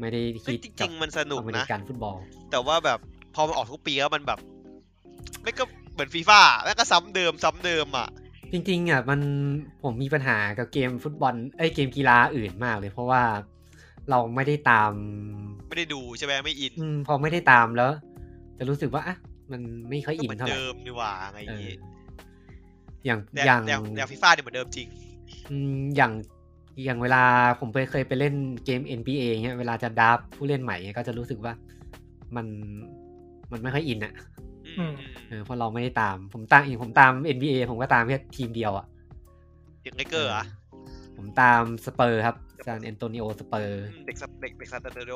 ไม่ได้ เฮ้ ฮิ ย ต จ กั ริงๆมันสนุก อเมริ นะ กันฟุตบอล แต่ว่าแบบพอมันออกทุกปีแล้วมันแบบไม่ก็เหมือนฟีฟ่าแม่งก็ซ้ำเดิมซ้ำเดิมอ่ะ จริงๆอ่ะมันผมมีปัญหากับเกมฟุตบอลเอ้ยเกมกีฬาอื่นมากเลย เพราะว่าเราไม่ได้ตาม ไม่ได้ดูใช่ไหมไม่อิน อืมพอไม่ได้ตามแล้ว จะรู้สึกว่าอ่ะมันไม่ค่อย ก็ อินเหมือน เท่าไหร่ เดิมนี่หว่าอะไรอ เอย่าง อ งี้ อย่าง แต่ อย่าง แต่แต่ฟีฟ่าเนี่ยเหมือนเดิมจริง อืมอย่างอย่างเวลาผมเคยเคยไปเล่นเกม NBA เงี้ยเวลาจะดับผู้เล่นใหม่เงี้ยก็จะรู้สึกว่ามันมันไม่ค่อยอินอะอือืม ม เออเพราะเราไม่ได้ตาม ผมตามอย่างผมตาม NBA ผมก็ตามแค่ทีมเดียวอะ อย่างไรเกอร์อ่ะ ผมตามสเปอร์ครับซานเอนโตนิโอสเปอร์ มเด็กสับเด็กเด็กซานตาเดโด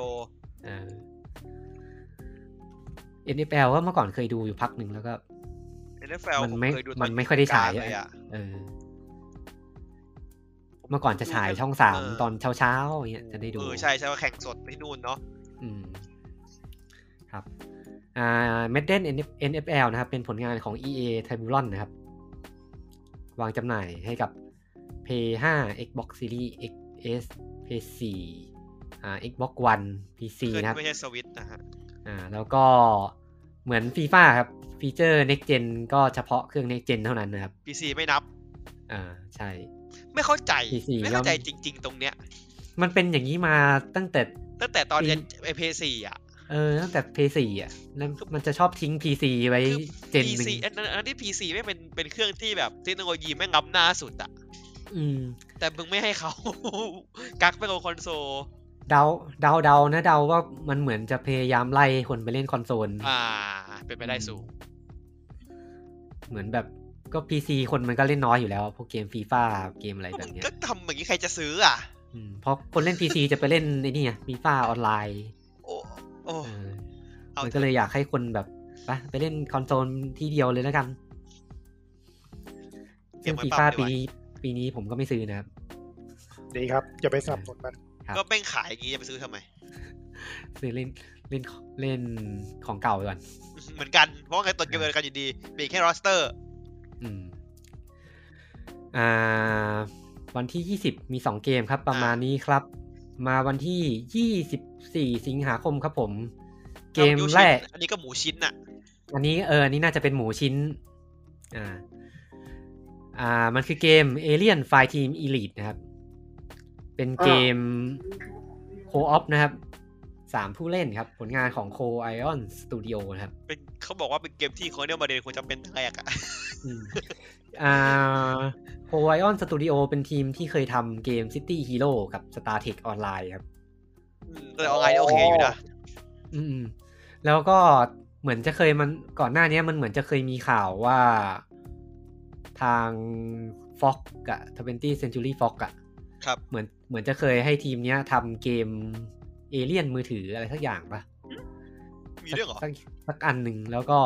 เออ NFL ก็เมื่อก่อนเคยดูอยู่พักหนึ่งแล้วก็ NFL มันไม่ ผเคยดูตอ มันไม่ค่อยได้ฉาย กลง อะ เลยอะ เออ เมื่อก่อนจะฉายช่องสาม เออ ตอนเช้าเช้าๆอย่างเงี้ยจะได้ดู เออใช่ใช่ว่าแข่งสดที่นู่นเนาะ อืมครับ อ่าเมดเดน NFL นะครับ เป็นผลงานของ EA t r i b u l o n นะครับ วางจำหน่ายให้กับ p l a y 5 Xbox Series XS p l a y 4อ่า Xbox One PC คือ นะครับ ไม่ใช่สวิตช์นะฮะ อ่า แล้วก็เหมือน FIFA ครับ ฟีเจอร์ Next Gen ก็เฉพาะเครื่อง Next Gen เท่านั้นนะครับ พีซีไม่นับ อ่า ใช่ ไม่เข้าใจ PC ไม่เข้าใจ ย่อม จริง ๆ ตรงเนี้ย มันเป็นอย่างนี้มาตั้งแต่ ตั้งแต่ตอน จริง เรียนไอพีซีอ่ะ เออตั้งแต่ p l a y 4อ่ะแล้วมันจะชอบทิ้ง PC ไว้ คือ เจน พี หนึ่ ซี ง อันนั้นอันนั้นที่พีซีไม่งเป็นเป็นเครื่องที่แบบเทคโนโลยีแม่งล้ำหน้าสุดอ่ะ อืม แต่มึงไม่ให้เขา กักไปลงคอนโซล เดาเดาเดานะเดาว่ามันเหมือนจะพยายามไล่คนไปเล่นคอนโซล อ่า เป็นไปได้สูง เหมือนแบบก็พีซีคนมันก็เล่นน้อยอยู่แล้ว พวกเกมฟีฟ่าเกมอะไรแบ มึ บ ง เนี้ย ก็ทำอย่างนี้ใครจะซื้ออ่ะ อืมเพราะคนเล่นพีซีจะไปเล่นไอ้นี่ฟีฟ่าออนไลน์ โอ้โอ้ เออ เอา มัน เถ ก็ อะ เลยอยากให้คนแบบไปไปเล่นคอนโซลที่เดียวเลยแล้วกัน เก็ ซึ่ บ ง ไว้ ฟี ปั๊ ฟ่า บ ปี ดีกว่ นี้ปีนี้ผมก็ไม่ซื้อนะครับ ดีครับอย่าไปสนับสนุนมัน ครับ ก็แม่งขายอย่างนี้จะไปซื้อทำไม ซื้อเล่นเล่นเล่นของเก่าไปก่อน เหมือนกัน เพราะว่าไงตนเดียวกันอยู่ดีมีแค่รอสเตอร์ อืม อ่า วันที่ 20 มี 2 เกมครับ ประมาณนี้ครับ มาวันที่ 24 สิงหาคมครับผม เกมแรก อันนี้ก็หมูชิ้นน่ะ อันนี้เอออันนี้น่าจะเป็นหมูชิ้น อ่า อ่า มันคือเกม Alien f i Team Elite นะครับ เป็นเกม Co-op นะครับ สามผู้เล่นครับ ผลงานของ Co-Ion Studio นะครับ เป็นเขาบอกว่าเป็นเกมที่คอนเนลมาเดนควรจะเป็นแรกอ่ะ อืมอ่าโฮไวออนสตูดิโอเป็นทีมที่เคยทำเกม City Hero กับ Star Tech Online ครับ อืมแต่ออนไลน์นี่โอเคอยู่นะ อืมๆแล้วก็เหมือนจะเคยมันก่อนหน้าเนี้ยมันเหมือนจะเคยมีข่าวว่าทาง Fox กับ 20 Century Fox อะ ครับ เหมือนเหมือนจะเคยให้ทีมเนี้ยทำเกมเอเลี่ยนมือถืออะไรสักอย่างปะ มีเรื่องเหรอ สักสักสักอันหนึ่งแล้วก็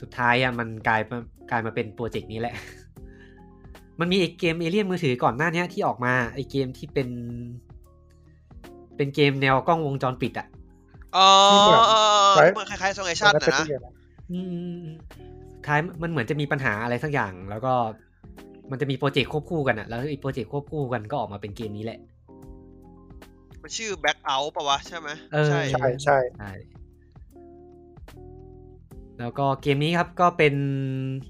สุดท้ายอ่ะมันกลายมากลายมาเป็นโปรเจกต์นี้แหละ มันมีไอเกมเอเลี่ยนมือถือก่อนหน้าเนี้ยที่ออกมาไอเกมที่เป็น เป็นเกมแนวกล้องวงจรปิดอ่ะ อ๋อ ที่แบบ เหมือนคล้ายๆซองไอชั่นนะนะ เปลี่ยน อืมสุดท้ายมันเหมือนจะมีปัญหาอะไรสักอย่าง แล้วก็มันจะมีโปรเจกต์ควบคู่กันอ่ะ แล้วไอีโปรเจกต์ควบคู่กันก็ออกมาเป็นเกมนี้แหละ มันชื่อแบ็กเอาท์ปะวะ ใช่ไหม เออ ใช่ ใช่ใช่ ใช่แล้วก็เกมนี้ครับก็เป็น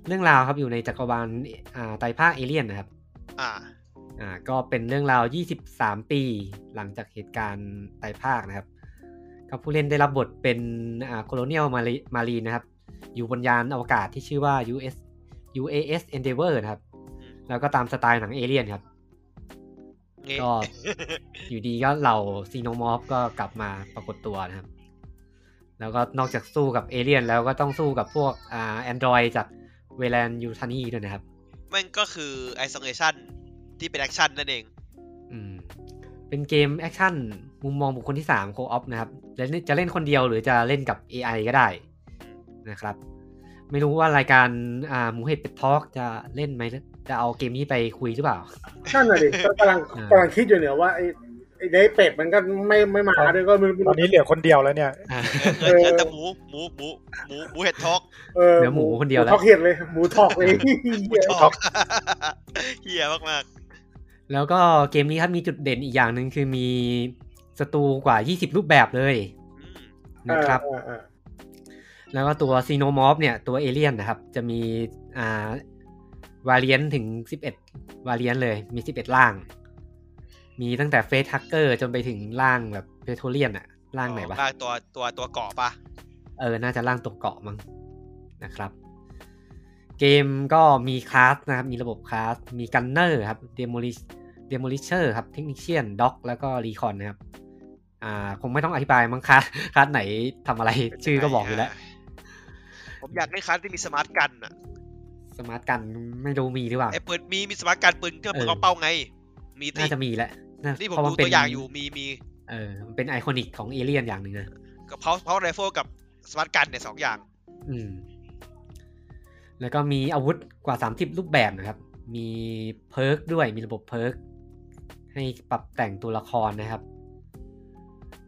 เรื่องราวครับอยู่ในจักรวาลอ่าไตรภาคเอเลี่ยนนะครับ อ่า อ่าก็เป็นเรื่องราว 23 ปีหลังจากเหตุการณ์ไตรภาคนะครับกับผู้เล่นได้รับบทเป็นอ่าโคโลเนียลมารีนะครับ อยู่บนยานอวกาศที่ชื่อว่า US UAS Endeavour นะครับ อืม แล้วก็ตามสไตล์หนังเอเลี่ยนครับ เงี้ย ก็ อยู่ดีก็เหล่าซีโนมอฟก็กลับมาปรากฏตัวนะครับ แล้วก็นอกจากสู้กับเอเลี่ยนแล้วก็ต้องสู้กับพวกอ่าแอนดรอยจากเวแลนยูทานีด้วยนะครับ มันก็คือไอซองไอชั่นที่เป็นแอคชั่นนั่นเอง อืมเป็นเกมแอคชั่นมุมมองบุคคลที่3โคออฟนะครับจะเล่นจะเล่นคนเดียวหรือจะเล่นกับ AI ก็ได้นะครับ ไม่รู้ว่ารายการอ่าหมูเห็ดเป็ดทอกจะเล่นไหมจะเอาเกมนี้ไปคุยหรือเปล่า นั่นน่ะดิก็กำลัง อ่า กำลังคิดอยู่เนี่ยว่าไอ้ไอ้ไอ้เป็ดมันก็ไม่ไม่มา ครับ ด้วยก็ไมัน ตอนนี้เหลือคนเดียวแล้วเนี่ย อ่า เออเออแต่หมู หมู หมู หมู หมูเห็ดทอก เออ เหลือหมูคนเดียวแล้ว ทอกเห็ดเลยหมูทอกเลย หมูทอก เฮียมาก แล้วก็เกมนี้ครับมีจุดเด่นอีกอย่างหนึ่งคือมีศัตรูกว่า 20 รูปแบบเลย ๆอืม นะครับ เออเออ แล้วก็ตัวซีโนมอฟเนี่ยตัวเอเลียนนะครับ จะมีอ่าวาเลียนถึง 11 วาเลียนเลยมี 11 ล่าง มีตั้งแต่เฟสทักเกอร์จนไปถึงล่างแบบเพโทรเลียนอะล่างไหนวะ ร่างตัวตัวตัวเกาะปะ เออ น่าจะล่างตัวเกาะมั้งนะครับ เกมก็มีคลาสนะครับ มีระบบคลาส มีกันเนอร์ครับ เดโมลิเดโมลิเชอร์ครับ เทคนิคเชียน ด็อก แล้วก็รีคอนนะครับ อ่า คงไม่ต้องอธิบายมั้งคลาสคลาสไหนทำอะไร ชื่อก็บอกอยู่แล้ว ผมอยากได้คัสที่มีสมาร์ทกันอะ สมาร์ทกันไม่รู้มีหรือเปล่า ไอ้ปืนมีมีสมาร์ทกันปืนที่มันปืน เออ กองเป้าไง มี น่า ที่ จะมีแหละน่า ที่ผม เพราะ ดู นเป็น ตัวอย่างอยู่มีมี เออ มันเป็นไอคอนิกของเอเลียนอย่างหนึ่งนะ กับเพาเพาไรเฟิลกับ สมาร์ทกันเนี่ยสองอย่าง อืม แล้วก็มีอาวุธกว่า 30 รูปแบบนะครับ มีเพิร์กด้วย มีระบบเพิร์กให้ปรับแต่งตัวละครนะครับ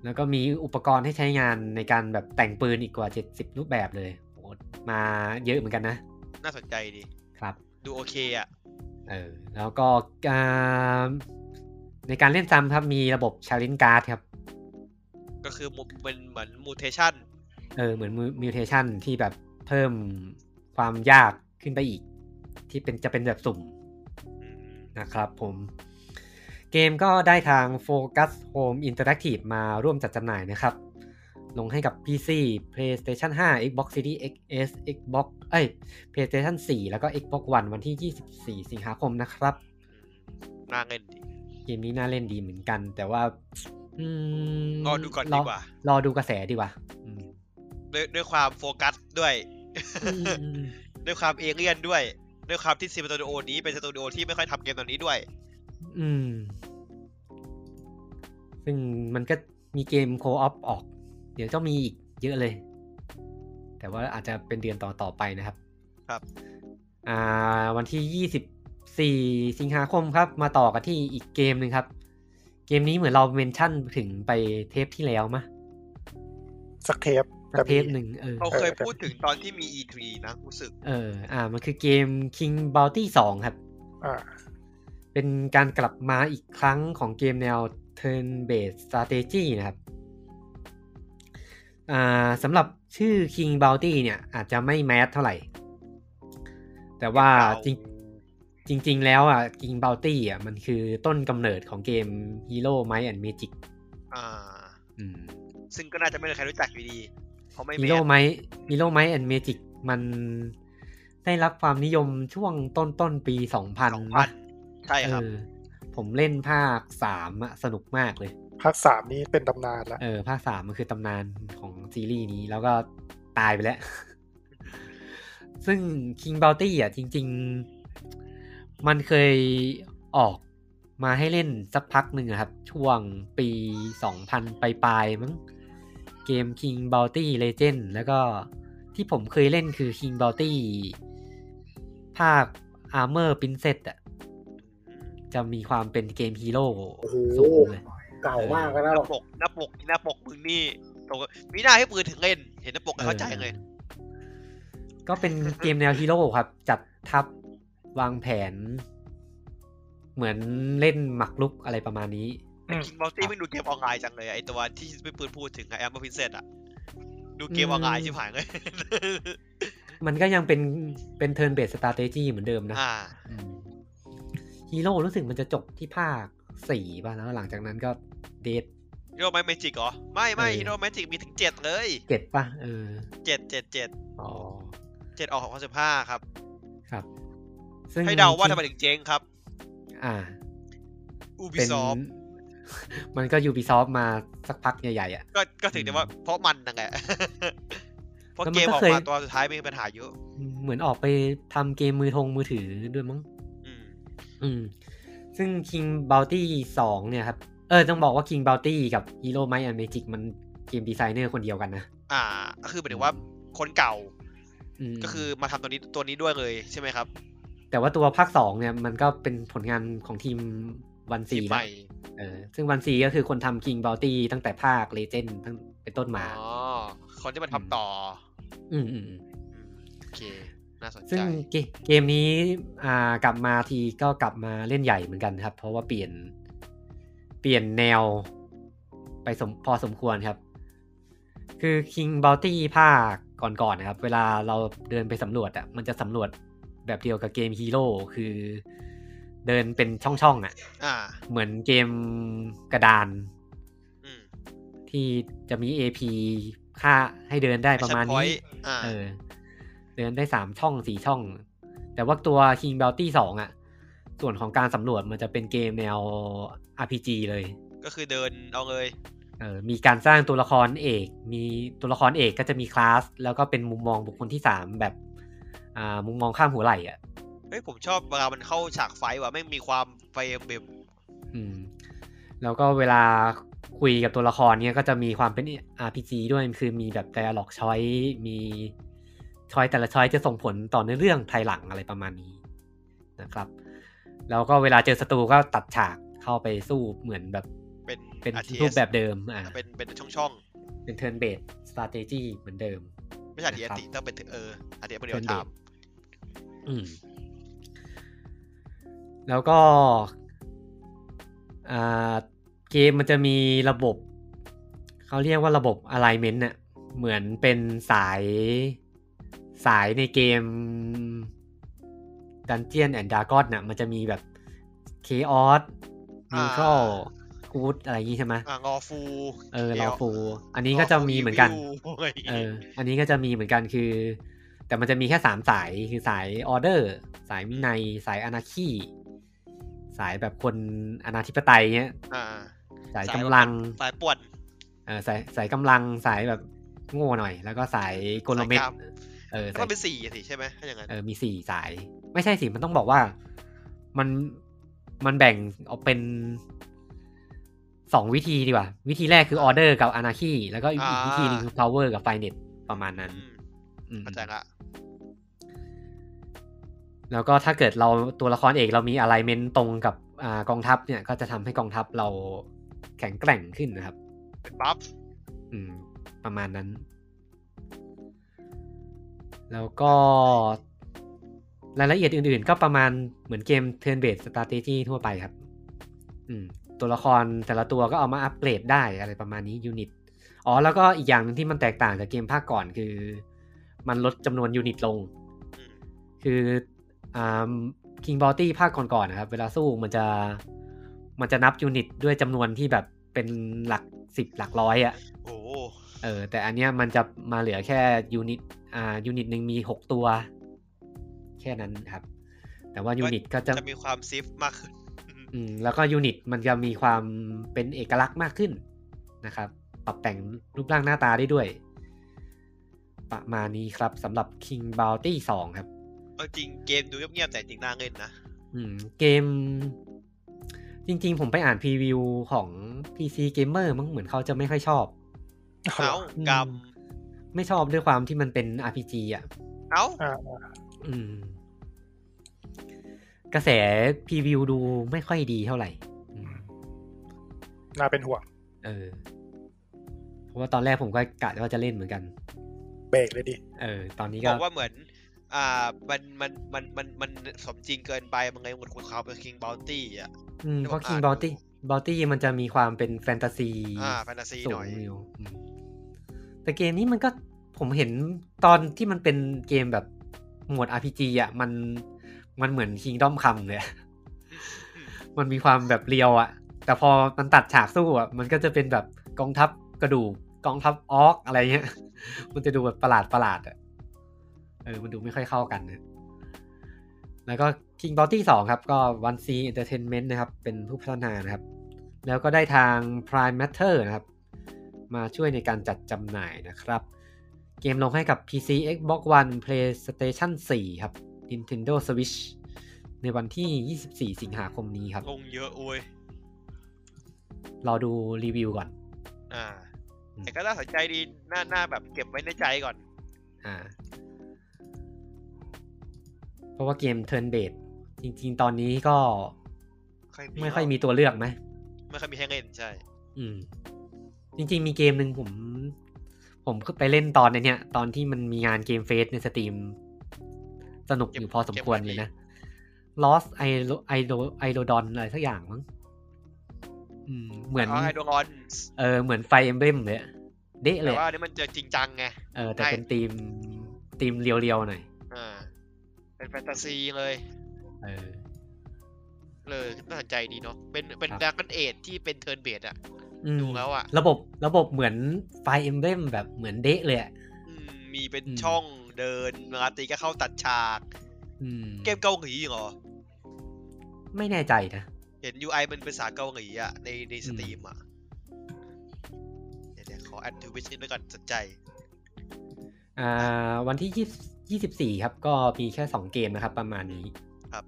แล้วก็มีอุปกรณ์ให้ใช้งานในการแบบแต่งปืนอีกกว่า 70 รูปแบบเลยโอ้มาเยอะเหมือนกันนะ น่าสนใจดี ครับ ดูโอเคอ่ะ เออ แล้วก็อ่าในการเล่นซ้ำครับ มีระบบ challenge card ครับ ก็คือมุเป็นเหมือนมูเทชัน เออเหมือนมิวเทชันที่แบบเพิ่มความยากขึ้นไปอีก ที่เป็นจะเป็นแบบสุ่มนะครับผมเกมก็ได้ทาง Focus Home Interactive มาร่วมจัดจำหน่ายนะครับ ลงให้กับ PC PlayStation 5 Xbox Series XS Xbox เอ้ย PlayStation 4 แล้วก็ Xbox One วันที่ 24 สิงหาคมนะครับ น่าเงินดี เกมนี้น่าเล่นดีเหมือนกัน แต่ว่า อืม รอดูก่อนดีกว่า รอดูกระแสดีกว่าอืม ด้วยด้วยความโฟกัสด้วย อืม ด้วยความเอเลี่ยนด้วย ด้วยความที่ซีสตูดิโอนี้เป็นสตูดิโอที่ไม่ค่อยทำเกมตอนนี้ด้วย อืม ซึ่งมันก็มีเกมโคออฟออก เดี๋ยวจะมีอีกเยอะเลย แต่ว่าอาจจะเป็นเดือนต่อต่อๆไปนะครับ ครับ อ่า วันที่ 24 สิงหาคมครับ มาต่อกันที่อีกเกมหนึ่งครับ เกมนี้เหมือนเราเมนชั่นถึงไปเทปที่แล้วมะ สักเทป สักเทป มี หนึ่งเออ เราเคย เออ พูดถึงตอนที่มี E3 นะรู้สึก เออ อ่า มันคือเกม King Bounty 2 ครับ อ่า เป็นการกลับมาอีกครั้งของเกมแนว Turn Based Strategy นะครับอ่าสำหรับชื่อ King Bounty เนี่ย อาจจะไม่แมสเท่าไหร่ แต่ว่าจริงจริง ๆ แล้วอ่ะ King Bounty อ่ะมันคือต้นกำเนิดของเกม Hero Might and Magic อ่า อืม ซึ่งก็น่าจะไม่มีใครรู้จักอยู่ดี เพราะไม่ มิ แมี โลไมมิโลไมแอนเมจิกมันได้รับความนิยมช่วงต้นต้นๆปี 2000 สองพันใช่ครับ เออผมเล่นภาค 3 อ่ะ สนุกมากเลย ภาคสามนี้เป็นตำนานละ เออภาคสามมันคือตำนานของซีรีส์นี้แล้วก็ตายไปแล้ว ซึ่ง King Bounty อ่ะจริง ๆ มันเคยออกมาให้เล่นสักพักหนึ่งอะครับ ช่วงปี 2000 ปลายๆมั้งเกม King Bounty Legend แล้วก็ที่ผมเคยเล่นคือ King Bounty ภาค Armor Princess อ่ะจะมีความเป็นเกมฮีโร่ โอ้โห สูงเลย เก่ามากแล้ว ห นะ น้า หรอก ปกหน้าปกหน้าปกมึงนี่ตรงมีหน้าให้ปืนถึงเล่น เห็นหน้าปกก็เข้าใจเลย ออก็ เป็นเกมแนวฮีโร่ครับ จัดทัพวางแผน เหมือนเล่นหมักลุกอะไรประมาณนี้ คิงบอลตี้ไม่ดูเกมออนไลน์จังเลยไอตัวที่ไม่ปืนพูดถึงไอแอมเบอร์พินเซตอะดูเกมออนไลน์ชิบหายเลย มันก็ยังเป็นเป็นเทิร์นเบสสตาเตจี้เหมือนเดิมนะ อ่า อืมฮีโร่รู้สึกมันจะจบที่ภาคสี่ป่ะแล้วหลังจากนั้นก็เดท ฮีโร่ไมเมจิกเหรอ ไม่ไม่ เออ ฮีโร่ไมจิกมีถึงเจ็ดเลย เจ็ดป่ะ เออ เจ็ดเจ็ดเจ็ด อ๋อ เจ็ดออกของสิบห้าครับ ครับ ให้เดาว่าทำไมถึงเจ๊งครับ อ่า อูบิ เป็น ซอฟ มันก็ยูบีซอฟมาสักพักใหญ่ๆอ่ะ ก็ก็ถึงได้ว่าเพราะมันนั่นแหละ เพราะ แล้วมันก็เกมออก เคย มาตัวสุดท้ายมีปัญหาเยอะ เหมือนออกไปทำเกมมือทงมือถือด้วยมั้ง อืม อืม ซึ่ง King Bounty 2 เนี่ยครับ เออ ต้องบอกว่า King Bounty กับ Hero Might and Magic มันเกมดีไซเนอร์คนเดียวกันนะ อ่าก็คือหมายถึงว่าคนเก่าม ก็คือมาทำตัวนี้ตัวนี้ด้วยเลยใช่ไหมครับ แต่ว่าตัวภาค 2 เนี่ย มันก็เป็นผลงานของทีมวันซี ทีมใหม่ เออ ซึ่งวันซีก็คือคนทำ King Bounty ตั้งแต่ภาค Legend ตั้งเป็นต้นมา อ๋อคนที่มาทำต่อ อืมอืมอืม อโอเค น่าสน ซึ่ ใจ งเกเกมนี้ อ่า กลับมาทีก็กลับมาเล่นใหญ่เหมือนกันครับ เพราะว่าเปลี่ยน เปลี่ยนแนวไปสมพอสมควรครับ คือ King Bounty ภาคก่อนๆนะครับ เวลาเราเดินไปสำรวจอ่ะ มันจะสำรวจแบบเดียวกับเกมฮีโร่คือ เดินเป็นช่องๆอ่ะ อ่า เหมือนเกมกระดาน อืม ที่จะมี AP ค่าให้เดินได้ประมาณ ไอ้ นี้ checkpoint อ่า เออ เดินได้สามช่องสี่ช่อง แต่ว่าตัว King Bounty สองอ่ะ ส่วนของการสำรวจมันจะเป็นเกมแนว RPG เลย ก็คือเดินเอาเลย เออมีการสร้างตัวละครเอก มีตัวละครเอกก็จะมีคลาส แล้วก็เป็นมุมมองบุคคลที่สามแบบ อ่า มุมมองข้ามหัวไหล่อ่ะ เฮ้ยผมชอบเวลามันเข้าฉากไฟท์ว่ะแม่งมีความไฟเบม อืม แล้วก็เวลาค คุยกับตัวละครเนี่ยก็จะมีความเป็น RPG ด้วยคือมีแบบ dialog choice มีช้อยแต่ละช้อยจะส่งผลต่อเนื้อเรื่องภายหลังอะไรประมาณนี้นะครับ แล้วก็เวลาเจอศัตรูก็ตัดฉากเข้าไปสู้เหมือนแบบ เป็น เป็น RTS รูปแบบเดิมอ่า เป็นเป็นช่องช่อง เป็น turn based strategy เหมือนเดิม ๆไม่ใช่ RTS ติต้องเป็นเออ RTS เป็นเดียวถาม อืม แล้วก็อ่าเกมมันจะมีระบบ เขาเรียกว่าระบบ alignment น่ะเหมือนเป็นสายสายในเกม Dungeon and Dragon น่ะ มันจะมีแบบ Chaos อ่า Neutral Good อะไรอย่างงี้ใช่ไหม อ่ะงอฟู เออรอฟูอันนี้ก็จะมีเหมือนกัน เออ อันนี้ก็จะมีเหมือนกันคือ แต่มันจะมีแค่สามสายคือสายออเดอร์ สายวินัย สายอนาคีสายแบบคนอนาธิปไตยเนี้ย อ่า สายกำลัง สายป่วน เออสายสายกำลังสายแบบโง่หน่อย แล้วก็สายกลเม็ด สายกล้าม เออ แล้ว สา มั ย นเป็นสี่อะสิใช่ไหมถ้าอย่างนั้น เออมีสี่สาย ไม่ใช่สิมันต้องบอกว่ามันมันแบ่งออกเป็นสองวิธีดีกว่า วิธีแรกคือออเดอร์กับอนาคีแล้วก็อีกอีกวิธีหนึงคือพาวเวอร์กับไฟเน็ตประมาณนั้น อืม อืม เข้าใจละ แล้วก็ถ้าเกิดเราตัวละครเอกเรามีอะไรเมนตรงกับอากองทัพเนี่ยก็จะทำให้กองทัพเราแข็งแกร่งขึ้นนะครับ เป็นบัฟ อืม ประมาณนั้น แล้วก็รายละเอียดอื่นๆ ก็ประมาณเหมือนเกม Turn Based Strategy ทั่วไปครับ อืม ตัวละครแต่ละตัวก็เอามาอัปเกรดได้อะไรประมาณนี้ยูนิต อ๋อ แล้วก็อีกอย่างหนึงที่มันแตกต่างจากเกมภาคก่อนคือ มันลดจำนวนยูนิตลง อืม คืออ่าคิงบอตี้ภาคก่อนๆนะครับ เวลาสู้มันจะมันจะนับยูนิตด้วยจำนวนที่แบบเป็นหลักสิบหลักร้อยอะ่ะ โอ้โห เออแต่อันเนี้ยมันจะมาเหลือแค่ยูนิตอ่ายูนิตหนึ่งมีหกตัว แค่นั้นครับ แต่ว่ายูนิตก็จะ จะมีความซิฟมากขึ้น อืมแล้วก็ยูนิตมันจะมีความเป็นเอกลักษณ์มากขึ้นนะครับ ปรับแต่งรูปร่างหน้าตาได้ด้วย ประมาณนี้ครับสำหรับ King Bounty 2 ครับ เอาจริงเกมดูเงียบๆแต่จริงน่าเล่นนะ อืมเกม จริงๆ ผมไปอ่านพรีวิวของ PC Gamer มั้งเหมือนเขาจะไม่ค่อยชอบ เอ้า อืม ก ไม่ชอบด้วยความที่มันเป็น RPG อ่ะ ำเอ้า อ่า อืม กระแสพรีวิวดูไม่ค่อยดีเท่าไหร่อืม น่าเป็นห่วง เออเพราะว่าตอนแรกผมก็กะว่าจะเล่นเหมือนกัน เบรกเลยดิ เออ ตอนนี้ บ ก็ อกว่าเหมือน อ่ามันมันมันมันมันสมจริงเกินไปมันไงหมดคนเขาเป็นคิงบาวตี้อ่ะ อืมเพราะ เดี๋ยว King ผมอ่าน Bounty Bounty มันจะมีความเป็นแฟนตาซี อ่าแฟนตาซีหน่อย สูงอยู่อืมแต่เกมนี้มันก็ผมเห็นตอนที่มันเป็นเกมแบบหมวด RPG อ่ะ มันมันเหมือน Kingdom Come เลย อะมันมีความแบบเรียวอ่ะ แต่พอมันตัดฉากสู้อ่ะ มันก็จะเป็นแบบกองทัพกระดูกกองทัพออกอะไรเงี้ย มันจะดูแบบประหลาดประหลาดๆอ่ะ เออ มันดูไม่ค่อยเข้ากันนะแล้วก็ King Bounty 2 ครับ ก็ One C Entertainment นะครับ เป็นผู้พัฒนานะครับ แล้วก็ได้ทาง Prime Matter นะครับ มาช่วยในการจัดจำหน่ายนะครับ เกมลงให้กับ PC Xbox One PlayStation 4 ครับ Nintendo Switch ในวันที่ 24 สิงหาคมนี้ครับ ลงเยอะโอ้ย รอดูรีวิวก่อน อ่า อืม แต่ก็น่าสนใจดีน่าน่าแบบเก็บไว้ในใจก่อน อ่า เพราะว่าเกม Turn Based จริงๆ ตอนนี้ก็ไม่ค่อยมีตัวเลือกไหม ไม่ค่อยมีให้เล่นใช่ อืม จริงๆมีเกมหนึ่งผม ผมก็ไปเล่นตอนในเนี้ย ตอนที่มันมีงานเกมเฟสในสตรีม สนุกอยู่พอสมควรเลยนะ Lost I I I d o n อะไรสักอย่างมั้งอืม เหมือน อ๋อไอโดรอน เออเหมือนไฟเอมเบมเลยอะเดะเล แต่ ยอะว่าอันนี้มันจะจริงจังไง เออแต่เป็นทีมทีมเรียวๆหน่อย อ่า เป็นแฟนตาซีเลย เออ เลยน่าสนใจดีเนาะ เป็นเป็น ครับ ดาร์กเอทที่เป็นเทิร์นเบดอ่ะ อืม ดูแล้วอ่ะ ระบบระบบเหมือนไฟเอมเบมแบบเหมือนเดะเลยอะ อืมมีเป็น อืม ช่องเดินราตรีก็เข้าตัดฉาก อืม เกมเกาหลีเหรอ ไม่แน่ใจนะ เห็น UI มันเป็นภาษาเกาหลีอ่ะ ในใน อืม สตรีมอ่ะ เดี๋ยวเดี๋ยวขอแอดทูวิชนิดไว้ก่อนสนใจ อ่าวันที่ยี่ยี่สิบสี่ครับ ก็มีแค่สองเกมนะครับ ประมาณนี้ ครับ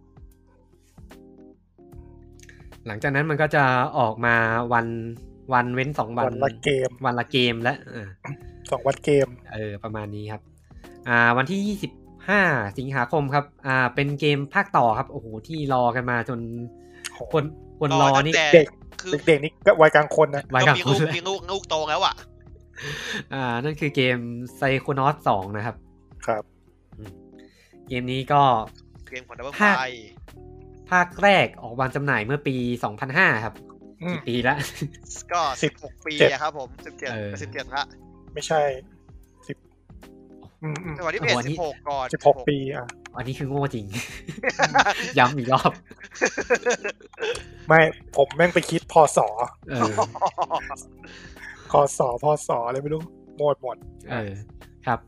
หลังจากนั้นมันก็จะออกมาวัน วันเว้นสองวัน วันละเกม วันละเกมและเออ สองวันเกม เออประมาณนี้ครับ อ่า วันที่ 25 สิงหาคมครับ อ่า เป็นเกมภาคต่อครับ โอ้โห ที่รอกันมาจน คน คนรอ ตั้ง นี่ แต่ เด็ก คือ เด็กๆนี่ก็วัยกลางคนนะ ไว้กับ มี คุ ลู ณ กมีลูกลูกโตแล้วอ่ะ อ่า นั่นคือเกมไซโคนอส2นะครับ ครับ เกมนี้ก็ เกมของดับเบิล ภาค ไฟ ภาคแรกออกวางจำหน่ายเมื่อปี 2005 ครับ อืม กี่ปีละ ก็ สิ สิ บบ หกปี เจ็ด อะครับผมสิบเจ็ด เออ สิบเจ็ดฮะ ไม่ใช่สิบอืมอืม จังหวะที่เพจ โอ้โหอัน สิ นี้ บหกก่อน สิบหกปีอ่ะ อันนี้คือโง่จริง ย้ำอีกรอบ ไม่ผมแม่งไปคิดพอสอ เออ คอสอพอสออะไรไม่รู้หมดหมด เออ ครับ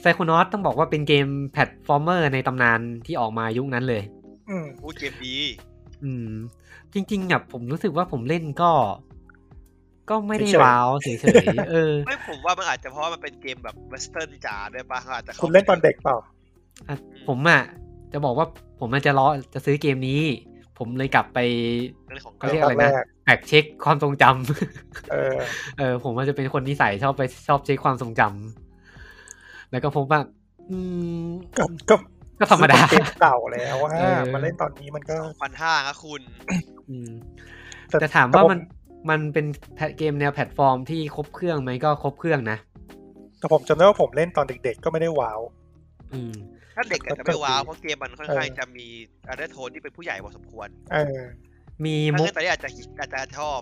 ไซโคนอสต้องบอกว่าเป็นเกมแพลตฟอร์มเมอร์ในตำนานที่ออกมายุคนั้นเลย อืม พูดเกมดี อืมจริงๆอ่ะผมรู้สึกว่าผมเล่นก็ ก็ไม่ได้ เฉยๆ ว้าวเฉยๆเออ ไม่ผมว่ามันอาจจะเพราะว่ามันเป็นเกมแบบเวสเทิร์นจ๋าด้วยปะอาจจะ คุณเล่นตอนเด็กเปล่า อ่ะผมอ่ะจะบอกว่าผมอาจจะรอจะซื้อเกมนี้ ผมเลยกลับไป เรื่องของ เขาเรียกอะไรนะ ภาคแรก แบกเช็คความทรงจำ เออ เออ ผมอาจจะเป็นคนนิสัยชอบไปชอบเช็คความทรงจำแล้วก็พบว่า อืม ก็ก็ ก็ธรรมดา ซื้อเป็นเกมเก่าแล้วฮะ เออ มาเล่นตอนนี้มันก็ พันห้าครับคุณ อืม แต่ แต่ถาม แต่ ว่า ผม มันมันเป็นแพลตเกมแนวแพลตฟอร์มที่ครบเครื่องไหมก็ครบเครื่องนะ แต่ผมจำได้ว่าผมเล่นตอนเด็กๆ ก็ไม่ได้ว้าว อืม ถ้าเด็กอาจจะไม่ว้าวเพราะเกมมันค่อน เออ ข้างจะมีอันเดอร์โทนที่เป็นผู้ใหญ่พอสมควร เออ มี ถ้า มุก เล่นตอนนี้อาจจะอาจจะชอบ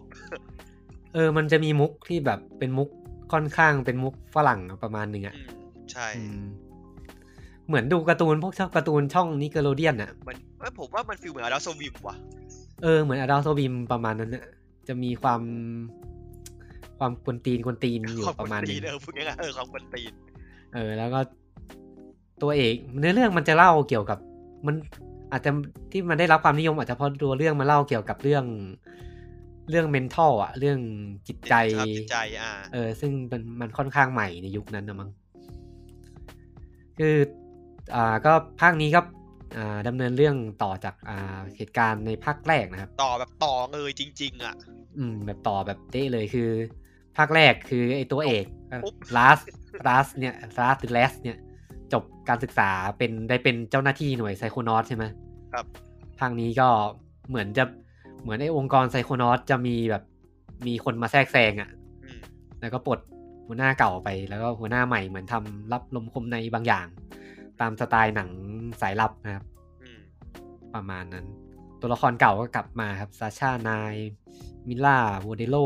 เออ มันจะมีมุกที่แบบเป็นมุกค่อนข้างเป็นมุกฝรั่งอะประมาณหนึ่งอะ อืมใช่ อืมเหมือนดูการ์ตูนพวกชอบการ์ตูนช่องนิเกโลเดียนอะ มันเอ้ยผมว่ามันฟิลเหมือนอาร์โซวิมว่ะ เออ เหมือนอดาโซบิมประมาณนั้นอะจะมีความ ความกวนตีนกวนตีนอยู่ ความ ประ น มาณห ตี นึงนเออพูดง่ายๆเออความคนตีน เออ แล้วก็ตัวเอกเนื้อเรื่องมันจะเล่าเกี่ยวกับ มันอาจจะที่มันได้รับความนิยมอาจจะเพราะตัวเรื่องมันเล่าเกี่ยวกับเรื่อง เรื่อง mental อะเรื่องจิตใจ ครับจิตใจอ่า เออซึ่งมันมันค่อนข้างใหม่ในยุคนั้นนะมั้งคืออ่าก็ภาคนี้ก็อ่าดำเนินเรื่องต่อจากอ่าเหตุการณ์ในภาคแรกนะครับ ต่อแบบต่อเลยจริง ๆ อ่ะ อืมแบบต่อแบบเต้เลยคือ ภาคแรกคือไอตัวเอก ปุ๊บ ลาสลาสเนี่ยลาสหรือแลสเนี่ย จบการศึกษาเป็นได้เป็นเจ้าหน้าที่หน่วยไซโคนอสใช่ไหม ครับ ทางนี้ก็เหมือนจะเหมือนไอองค์กรไซโคนอสจะมีแบบมีคนมาแทรกแซงอ่ะ อืม แล้วก็ปลดหัวหน้าเก่าไป แล้วก็หัวหน้าใหม่เหมือนทำรับลมคมในบางอย่าง ตามสไตล์หนังสายลับนะครับ อืม ประมาณนั้น ตัวละครเก่าก็กลับมาครับซาชานายมิลล่าโวเดโล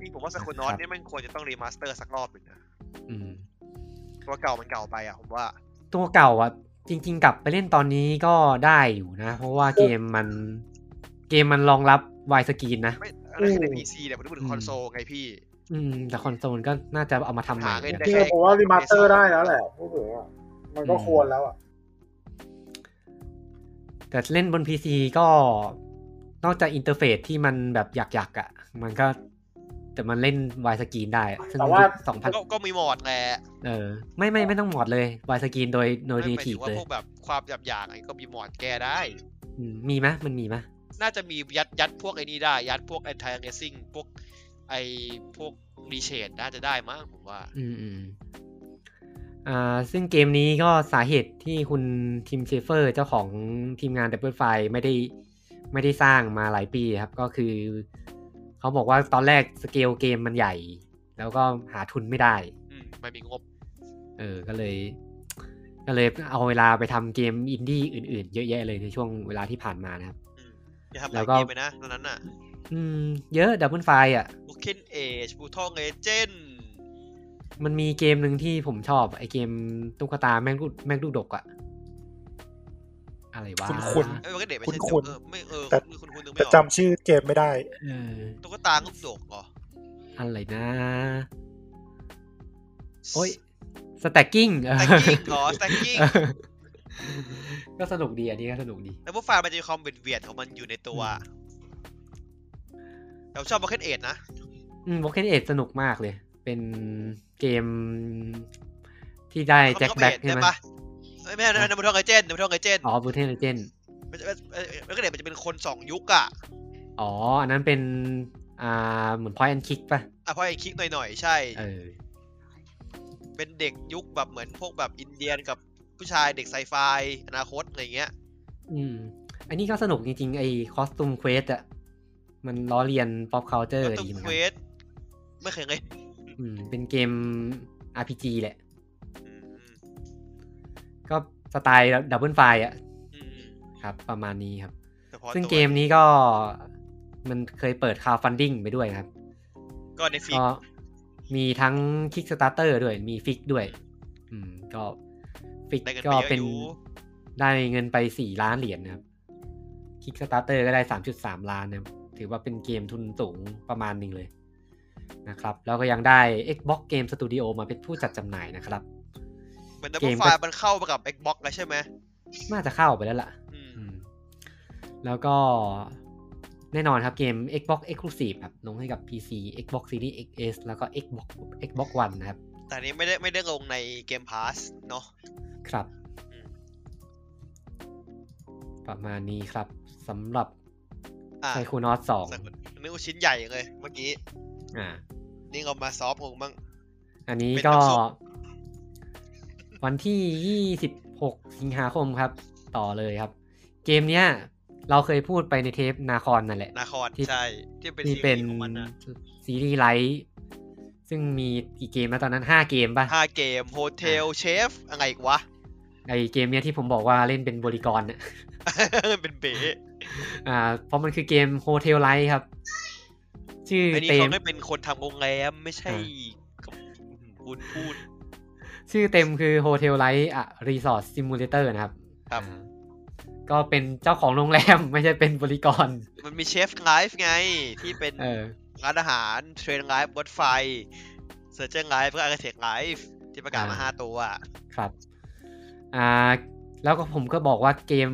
นี่ผมว่าสกุลนอ ครั น บ นี่มันควรจะต้องรีมาสเตอร์สักรอบหนึ่งนะ อืม เพราะเก่ามันเก่าไปอ่ะผมว่า ตัวเก่าอ่ะ จริง ๆ กลับไปเล่นตอนนี้ก็ได้อยู่นะ เพราะว่าเกมมัน เกมมันรองรับวายสกรีนนะ ไม่อันนั้นคือใน อืม พีซีเนี่ยผมพูดถึงคอนโซลไงพี่ อืม แต่คอนโซลก็น่าจะเอามาทำใหม่ หาเงินได้ เย นี่ อะ ผมว่ารีมาสเตอร์ได้แล้วแหละพูดถึงอ่ะมันก็ควรแล้วอ่ะ แต่เล่นบน PC ก็นอกจากอินเทอร์เฟซที่มันแบบหยักๆอ่ะ มันก็ แต่มันเล่นวายสกรีนได้อะซึ่ง แต่ว่า สองพัน ก็ก็มีหมอดแหละ เออ ไม่ไม่ไม่ต้องหมดเลยวายสกรีนโดยโดย ไม่ ดี หมาย ที ถึ ฟ งว่า เลย พวกแบบความหยาบหยาบๆอะไรก็มีหมอดแก้ได้ อืมมีไหมยมันมีไหมย น่าจะมียัดยัดพวกไอ้นี่ได้ ยัดพวกไอ้ไทเรซิ่งพวกไอ้พวกรีเชดน่าจะได้มั้งผมว่า อืมอืมอ่า ซึ่งเกมนี้ก็สาเหตุที่คุณทีมเชฟเฟอร์เจ้าของทีมงาน Double f i ไม่ได้ไม่ได้สร้างมาหลายปีครับ ก็คือ เขาบอกว่าตอนแรกสเกลเกมมันใหญ่ แล้วก็หาทุนไม่ได้ อืมไม่มีงบ เออ ก็เลย ก็เลยเอาเวลาไปทำเกมอินดี้อื่นๆ เยอะแยะเลยในช่วงเวลาที่ผ่านมานะครับ อืมอย่าทำห แล้ ลายว ก็ เกมไปนะตอนนั้นน่ะ อืม เยอะดับเบิลไฟอ่ะ บุคเคนเอชบูทองเอเจน มันมีเกมหนึ่งที่ผมชอบ ไอเกมตุ๊กตาแมงลูกแมงลูกดกอะอะไรวะ คุ้น ไอ้ยมันก็เด็กไม่ใช่ คุ้นๆ เออไม่เออ แต่ คุณคุณนึกไม่ แต่ ออก จำชื่อเกมไม่ได้ เออ ตุ๊กตาลูกโดกเหรอ อะไรนะ โอ้ยสแต็กกิ้ง สแต็กกิ้ง เหรอสแต็กกิ้ง ก็สนุกดีอันนี้ก็สนุกดี แล้วพวกไฟล์มันจะมีความเวียดๆของมันอยู่ในตัวแต่ผมชอบบุคเคนเอชนะ อืมโบเคนเอสนุกมากเลย เป็นเกมที่ได้แจ็คแบ็คใช่ไหม ปะเอ้ยไม่ใช่นะ ฮะ นัมเบอร์ทองไอเจนนัมเบอร์ทองไอเจน อ๋อบูเทนเจน มันจะเป็นเอ้ยเอ้ยเอ้ยมันก็เด็กมันจะเป็นคนสองยุคอะ อ๋อ อันนั้นเป็น อ่าเหมือน point and kick ป่ะ อ่ะพอไอ้คลิกหน่อยๆ ใช่ เออ เป็นเด็กยุคแบบเหมือนพวกแบบอินเดียนกับผู้ชายเด็กไซไฟอนาคตอะไรเงี้ย อืมอันนี้ก็สนุกจริงๆ ไอ้คอสตูมเควสอะมันล้อเลียน pop culture ตุ้ ดีเหมือน เคว กัน สไม่เคยเล่น อืมเป็นเกม RPG แหละ อืมอืม ก็สไตล์ดับเบิลไฟอะ อืม ครับ ประมาณนี้ครับ เฉพาะ ซึ่ง ตัว เกมนี้ก็มันเคยเปิดคาวฟันดิ้งไปด้วยครับ ก็ในฟิก ก็มีทั้ง Kickstarter ด้วย มีฟิกด้วย อืม ก็ฟิก ได้กัน ก็ ไปเยอะ เป็น อยู่ ได้เงินไปสี่ล้านเหรียญนะครับ Kickstarter ก็ได้สามจุดสามล้านนะครับถือว่าเป็นเกมทุนสูงประมาณหนึ่งเลยนะครับ แล้วก็ยังได้ Xbox Game Studio มาเป็นผู้จัดจำหน่ายนะครับ เหมือนดับ เก เบิมลไฟ ก็ มันเข้ามากับ Xbox แล้วใช่ไหม น่าจะเข้าไปแล้วล่ะ อืม อืมแล้วก็แน่นอนครับเกม Xbox Exclusive ครับลงให้กับ PC Xbox Series XS แล้วก็ Xbox Xbox One นะครับ แต่อันนี้ไม่ได้ไม่ได้ลงในเกมพาสเนาะ ครับ อืม ประมาณนี้ครับสำหรับ อ่ะ ไซคูนอสสอง สักคนนึกว่าชิ้นใหญ่เลยเมื่อกี้ อ่า นี่เอามาซอฟต์ลงบ้าง อันนี้ เป็น ก็ น้ำซุป วันที่ 26 สิงหาคมครับ ต่อเลยครับ เกมเนี้ย เราเคยพูดไปในเทปนาคอนนั่นแหละ นาคอน ที่ ใช่ ที่เป็น ที่ ซี เป็ รี น ส์ของมันนะ ซีรีส์ไลท์ซึ่งมีกี่เกมนะตอนนั้น 5 เกมป่ะ ห้าเกมโฮเทลเชฟอะไรอีกวะ ไอเกมเนี้ยที่ผมบอกว่าเล่นเป็นบริกรน่ะ เป็นเบ๋ อ่า เพราะมันคือเกมโฮเทลไลท์ครับ ชื่อ อันนี้ เต็ เขา ม ไม่เป็นคนทำโรงแรมไม่ใช่ อ่ คุณพูด ชื่อเต็มคือ Hotel Light อ่ะ Resort Simulator นะครับ ครับ อ่าก็เป็นเจ้าของโรงแรม ไม่ใช่เป็นบริกร มันมีเชฟไลฟ์ไง ที่เป็น เออ ร้านอาหารเทรนไลฟ์รถไฟเซอร์เจอร์ไลฟ์ก็อาร์เคเต็กไลฟ์ที่ประกาศมา อ่า ห้าตัวอะ ครับ อ่า แล้วก็ผมก็บอกว่าเกม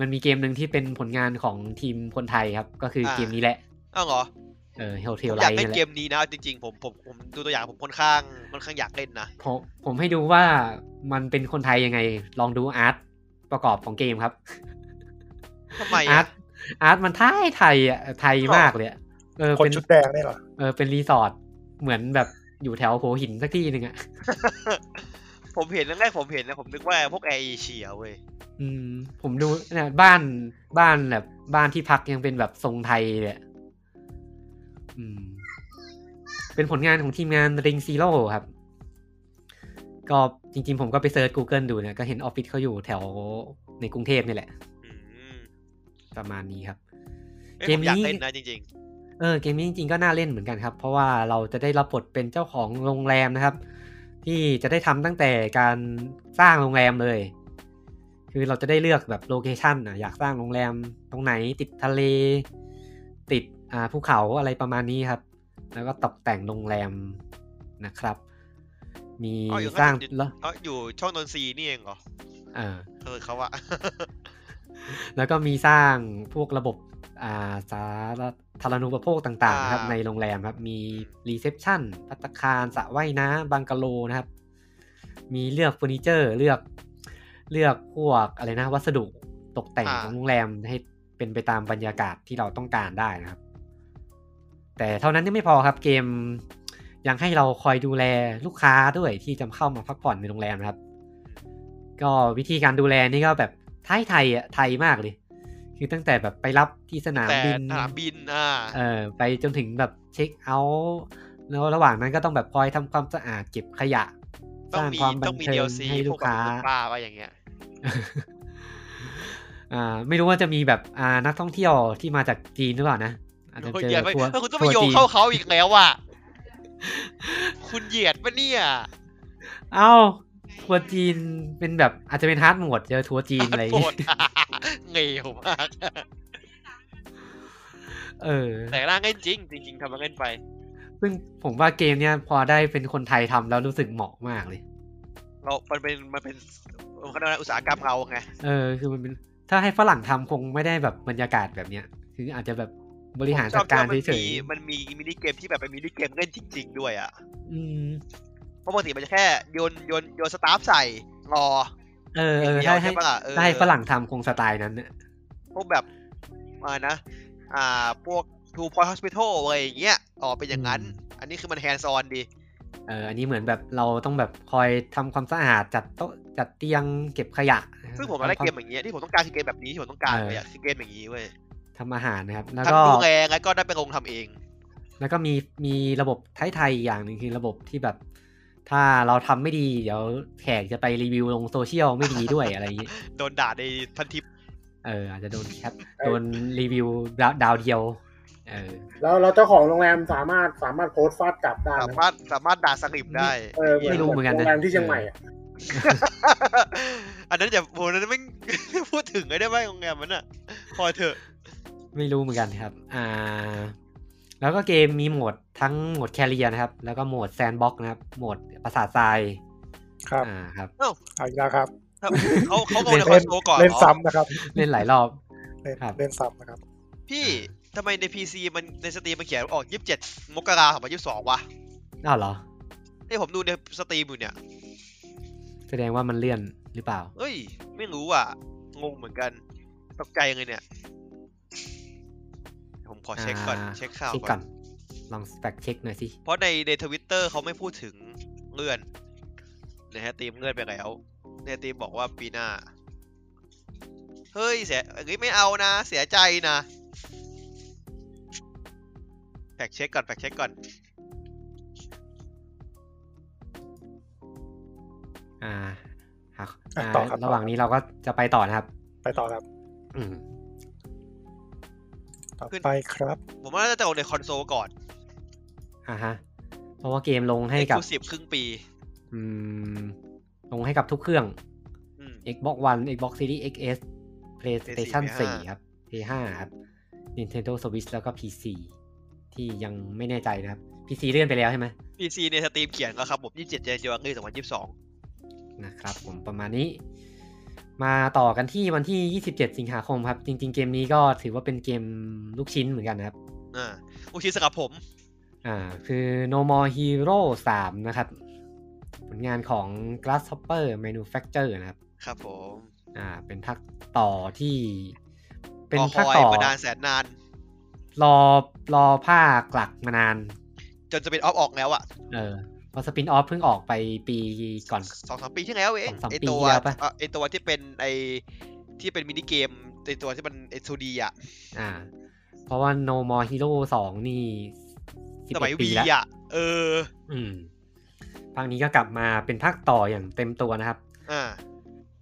มันมีเกมหนึ่งที่เป็นผลงานของทีมคนไทยครับ ก็คืออา เกมนี้แหละ เอ้าวเหรอ เออ ผ Hotel มอยาก Light เล่ นั่นนแห เก ละ มนี้นะจริงๆผมผมผมดูตัวอย่างผมค่อนข้างค่อนข้างอยากเล่นนะ ผมผมให้ดูว่ามันเป็นคนไทยยังไง ลองดูอาร์ตประกอบของเกมครับ ทำไม อาร์ อะ ตอาร์ตมันไทยไทยอ่ะไทยมากเลยอะเออ คน เป็น ชุดแดงเนี่ยเหรอ เออเป็นรีสอร์ทเหมือนแบบอยู่แถวโผหินสักที่หนึ่งอ่ะ ผมเห็นแรกๆผมเห็นนะผมนึกว่าพวกแอร์เอเชียเว้ย อืมผมดูเนี่ยบ้านบ้านแบบบ้านที่พักยังเป็นแบบทรงไทยเลยอะอืม เป็นผลงานของทีมงาน Ring Zero ครับ ก็จริงๆ ผมก็ไปเซิร์ช Google ดูเนี่ยก็เห็นออฟฟิศเขาอยู่แถวในกรุงเทพนี่แหละ อืม ประมาณนี้ครับ เอ้ย เก ผม ม นี้ อยากเล่นนะจริง เออเกมนี้จริงๆก็น่าเล่นเหมือนกันครับ เพราะว่าเราจะได้รับบทเป็นเจ้าของโรงแรมนะครับ ที่จะได้ทำตั้งแต่การสร้างโรงแรมเลย คือเราจะได้เลือกแบบโลเคชันอ่ะอยากสร้างโรงแรมตรงไหนติดทะเล ติดอ่าภูเขาอะไรประมาณนี้ครับ แล้วก็ตกแต่งโรงแรมนะครับ มี ๆอ๋ออยู่ สร้าง อยู่ แล้ว อ๋ออยู่ช่องนนทรีนี่เองเหรอ เออ เธอเขาอะ แล้วก็มีสร้างพวกระบบอ่าสาธารณูปโภคต่างๆนะครับ อ่า ในโรงแรมครับ มีรีเซพชันพัตตาคารสระว่ายน้ำบังกะโลนะครับ มีเลือกเฟอร์นิเจอร์เลือกเลือกพวกอะไรนะ วัสดุตกแต่งของโรงแรมให้เป็นไปตามบรรยากาศที่เราต้องการได้นะครับ แต่เท่านั้นยังไม่พอครับเกมยังให้เราคอยดูแลลูกค้าด้วยที่จะเข้ามาพักผ่อนในโรงแรมนะครับ ก็วิธีการดูแลนี่ก็แบบไทยไทยๆอ่ะไทยมากเลย คือตั้งแต่แบบไปรับที่สนาม แต่ บิน สนามบินอ่า เออไปจนถึงแบบเช็คเอาท์แล้วระหว่างนั้นก็ต้องแบบคอยทำความสะอาดเก็บขยะ ส ต้อง ร้าง มี ความบั ต้อน งมี เทิ เดีย ง วซี ให้ พ ลู วก ก แบค้าบหมูป้าว่าอย่างเงี้ย อ่า ไม่รู้ว่าจะมีแบบอ่านักท่องเที่ยวที่มาจากจีนหรือเปล่านะอาจจะ คุณ เจอเหยียดไป ทัวร์ เอ้ยคุณต้อง ทัวไปร์ โยง จีน เข้าเขาอีกแล้วว่ะ คุณเหยียดปะเนี่ย เอ้าทัวร์จีนเป็นแบบอาจจะเป็นฮาร์ดโหมดเจอทัวร์จีนอะไรอย่าง โห งี้ ดเหงวมาก เออ แต่ร่างเล่นจริง จริง ๆทำมาเล่นไป ซึ่งผมว่าเกมเนี้ยพอได้เป็นคนไทยทำแล้วรู้สึกเหมาะมากเลย เรา มันเป็น มันเป็นเขาเรียกว่าอุตสาหกรรมเราไง เออ คือมันเป็นถ้าให้ฝรั่งทำคงไม่ได้แบบบรรยากาศแบบเนี้ย คืออาจจะแบบบริหาร ช จั อบ ด ที่ การ ว่ามัน เฉ มี ย มันมีมินิเกมที่แบบเป็นมินิเกมเล่นจริง ๆ ด้วยอ่ะ ๆอืม เพราะปกติมันจะแค่โยนโยนโยนสตาฟใส่รอ เออ อ เอย่างอ เดีย ถ้าว ให้ ใช่ปะล่ะเออ ถ้าให้ฝรั่งทำคงสไตล์นั้นน่ะ พวกแบบมานะ อ่า พวก ทูพอยท์ฮอสพิทอลอะไรอย่างเงี้ยออกเป็นอย่างนั้น อันนี้คือมันแฮนด์ซอนดี เอออันนี้เหมือนแบบเราต้องแบบคอยทำความสะอาดจัดโต๊ะจัดเตียงเก็บขยะนะครับ ซึ่งผมอยากได้เกมอย่างเงี้ยที่ผมต้องการคือเกมแบบนี้ที่ผมต้องการ เออ เลยอะคือเกมอย่างนี้เว้ย ทำอาหารนะครับ แล้วก็ ทำดูแลแล้วก็ได้ไปลงทำเอง แล้วก็มีมีระบบไทยๆอย่างหนึ่งคือระบบที่แบบ ถ้าเราทำไม่ดี เดี๋ยวแขกจะไปรีวิวลงโซเชียลไม่ดีด้วยอะไรอย่างนี้ โดนด่าในพันทิป เอออาจจะโดนแคปโดนรีวิวดาวดาวเดียว เออ แล้วเราเจ้าของโรงแรมสามารถสามารถโพสต์ฟาดกลับได้ สา นะ มารถสามารถด่าสลิปได้ เออเห ไม่รู้เหมือนกันนะ โรงแรมที่เชียงใหม่อะ อันนั้นจะโหอันนั้นไม่ พูดถึงเลยได้ไหมโรงแรมมันอ่ะพอเถอะ ไม่รู้เหมือนกันครับ อ่า แล้วก็เกมมีโหมดทั้งโหมดแคเรียนะครับ แล้วก็โหมดแซนบ็อกนะครับ โหมดประสาททราย ครับ อ่าครับ เอาอีกแล้วครับ ครับเขาเขาลงในคอนโซลก่อน เล่น หรอ ซ้ำนะครับ เล่นหลายรอบ เล่น ครับ เล่นซ้ำนะครับ พี่ทำไมใน PC มันในสตรีมมันเขียนออก 27 มกราคม2022วะ อ้าวเหรอ นี่ผมดูในสตรีมอยู่เนี่ย แสดงว่ามันเลื่อนหรือเปล่า เอ้ย ไม่รู้อ่ะ งงเหมือนกัน ตกใจเลยเนี่ย ผมขอเช็คก่อน อ่า เช็คข่าว เช็ค ก่ ก่ อ อน น ลองแฟกเช็คหน่อยสิ เพราะในในทวิตเตอร์เขาไม่พูดถึงเลื่อนนะฮะตีมเลื่อนไปแล้วเนี่ยตีมบอกว่าปีหน้า เฮ้ยเสียอันนี้ไม่เอานะ เสียใจนะแฟกเช็คก่อนแฟกเช็คก่อน อ่าหา อ่ะ อ่า ต่อครับ ระหว่างนี้เราก็จะไปต่อนะครับ ไปต่อครับ อืม ต่อ ขึ้น ไปครับ ผมว่าน่าจะเอาในคอนโซลก่อน อ่าฮะ เพราะว่าเกมลงให้ เอ็ก กับ ซ์คลูซีฟครึ่งปี อืม ลงให้กับทุกเครื่อง อืม Xbox One Xbox Series XS PlayStation 4 4 ครับ P5 ครับ Nintendo Switch แล้วก็ PC ที่ยังไม่แน่ใจนะครับ PC เลื่อนไปแล้วใช่ไหม PC ในสตรีมเขียนแล้วครับผม 27เดือนยนปี2022 นะครับผมประมาณนี้ มาต่อกันที่วันที่ 27 สิงหาคมครับ จริง ๆ เกมนี้ก็ถือว่าเป็นเกมลูกชิ้นเหมือนกันนะครับ อ่าอุชิสกับผม อ่าคือ No More Hero 3 นะครับ ผลงานของ Grasshopper Manufacture นะครับ ครับผม อ่าเป็นภาคต่อที่ เป็น รอค ภาค อย ต่อ มานานแสนนาน รอรอภาคหลักมานาน จนจะเป็นออฟออกแล้วอะ เออเพอสปินออฟเพิ่งออกไปปีก่อน สองสามปีที่แล้วเอง สองสาม ไอ ปี ตัว ที่แล้วปะ เอ่อไอตัวที่เป็นไอที่เป็นมินิเกมไอตัวที่มันเอทูดีอะ อ่า เพราะว่า No More Hero 2 นี่ สมัย 11ปี วี แล้ว อะเออ อืมภาคนี้ก็กลับมาเป็นภาคต่ออย่างเต็มตัวนะครับ อ่า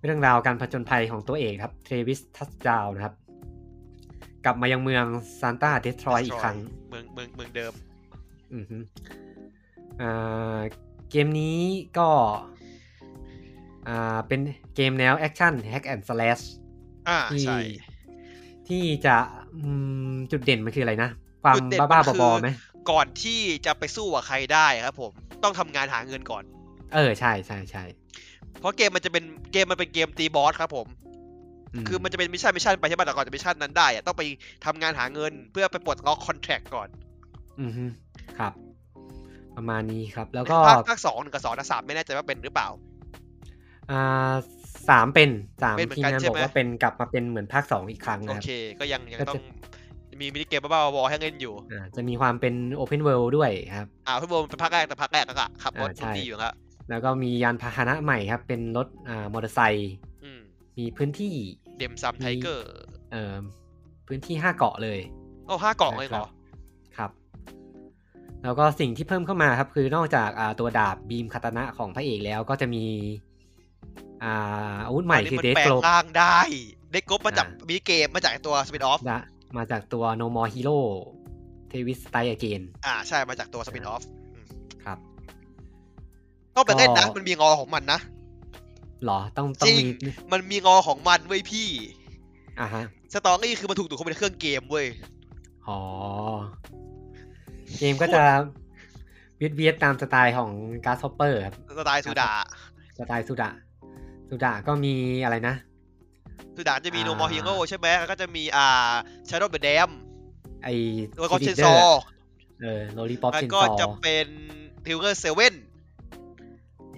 เรื่องราวการผจญภัยของตัวเอกครับเทรวิสทัสดาวนะครับ กลับมายังเมืองซานตาเดสทรอยอีกครั้ง เมืองเมืองเมืองเดิม อือฮึอ่าเกมนี้ก็อ่าเป็นเกมแนวแอคชั่นแฮกแอนด์สแลช อ่า ที่ ใช่ ที่จะอืมจุดเด่นมันคืออะไรนะ ความ จุดเด่น บ้า มัน ๆ คื บอๆไหม ก่อนที่จะไปสู้กับใครได้ครับผม ต้องทำงานหาเงินก่อน เออใช่ใช่ใช่ เพราะเกมมันจะเป็นเกมมันเป็นเกมตีบอสครับผม คือมันจะเป็นมิชชั่นมิชชั่นไปใช่ไหมแต่ก่อนจะมิชชั่นนั้นได้อะต้องไปทำงานหาเงินเพื่อไปปลดล็อกคอนแทรคก่อน อือฮึครับ ประมาณนี้ครับ แล้วก็ ภาคภาคสองหนึ่งกับสองนะสามไม่แน่ใจว่าเป็นหรือเปล่า อ่าสามเป็นสาม เป็นเหมือน ทีม กัน งาน ใช่ บอก ไหม ว่าเป็นกลับมาเป็นเหมือนภาคสองอีกครั้ง โอ นะครับ เค ก็ยังยัง ก็จะ ต้องมีมินิเกมบ้าๆบอๆให้เล่นอยู่ อ่าจะมีความเป็นโอเพนเวิลด์ด้วยครับ อ่าพี่โบมันเป็นภาคแรกแต่ภาคแรกก็ขับรถ อ่าใช่ มันดีอยู่แล้ว แล้วก็มียานพาหนะใหม่ครับ เป็นรถอ่ามอเตอร์ไซค์ อืม มีพื้นที่ เดมซัมไทเกอร์ เอ่อพื้นที่ห้าเกาะเลย โอ้ห้ากล่องเลยเหรอ ครับ แล้วก็สิ่งที่เพิ่มเข้ามาครับ คือนอกจากอ่าตัวดาบบีมคาตนะของพระเอกแล้วก็จะมีอ่าอาวุธใหม่คือ มั เดส แปล โกลงร่างได้เด็กกบมาจาก อ่ามิ มินิเกมมาจากไอ้ตัวสปินออฟ นะมาจากตัว No More Hero t e v i s t i Again อ่าใช่มาจากตัวสปินออฟ ครับ ต้องไปเล่นนะ ก็ มันมีงอของมันนะ หรอต้องต้องมี จริง มันมีงอของมันเว้ยพี่ อ่าฮะ สตอรี่คือมันถูกดูดเข้าไปในเครื่องเกมเว้ย อ๋อ เกมก็จะเวียดเวียดๆตามสไตล์ของการ์ดฮอปเปอร์ครับ สไตล์สุดา สไตล์สุดะสุดะก็มีอะไรนะ สุดาจะมีโนมอ อ่า ฮิโร่ใช่ไหมแล้วก็จะมีอ่าชาร์ดเบดแดม ไอ แล้วก็เชนซ อ อ เออโลลิปอป แล้ว เชน ก็ ซอ จะเป็นทิวเกอร์เซเว่น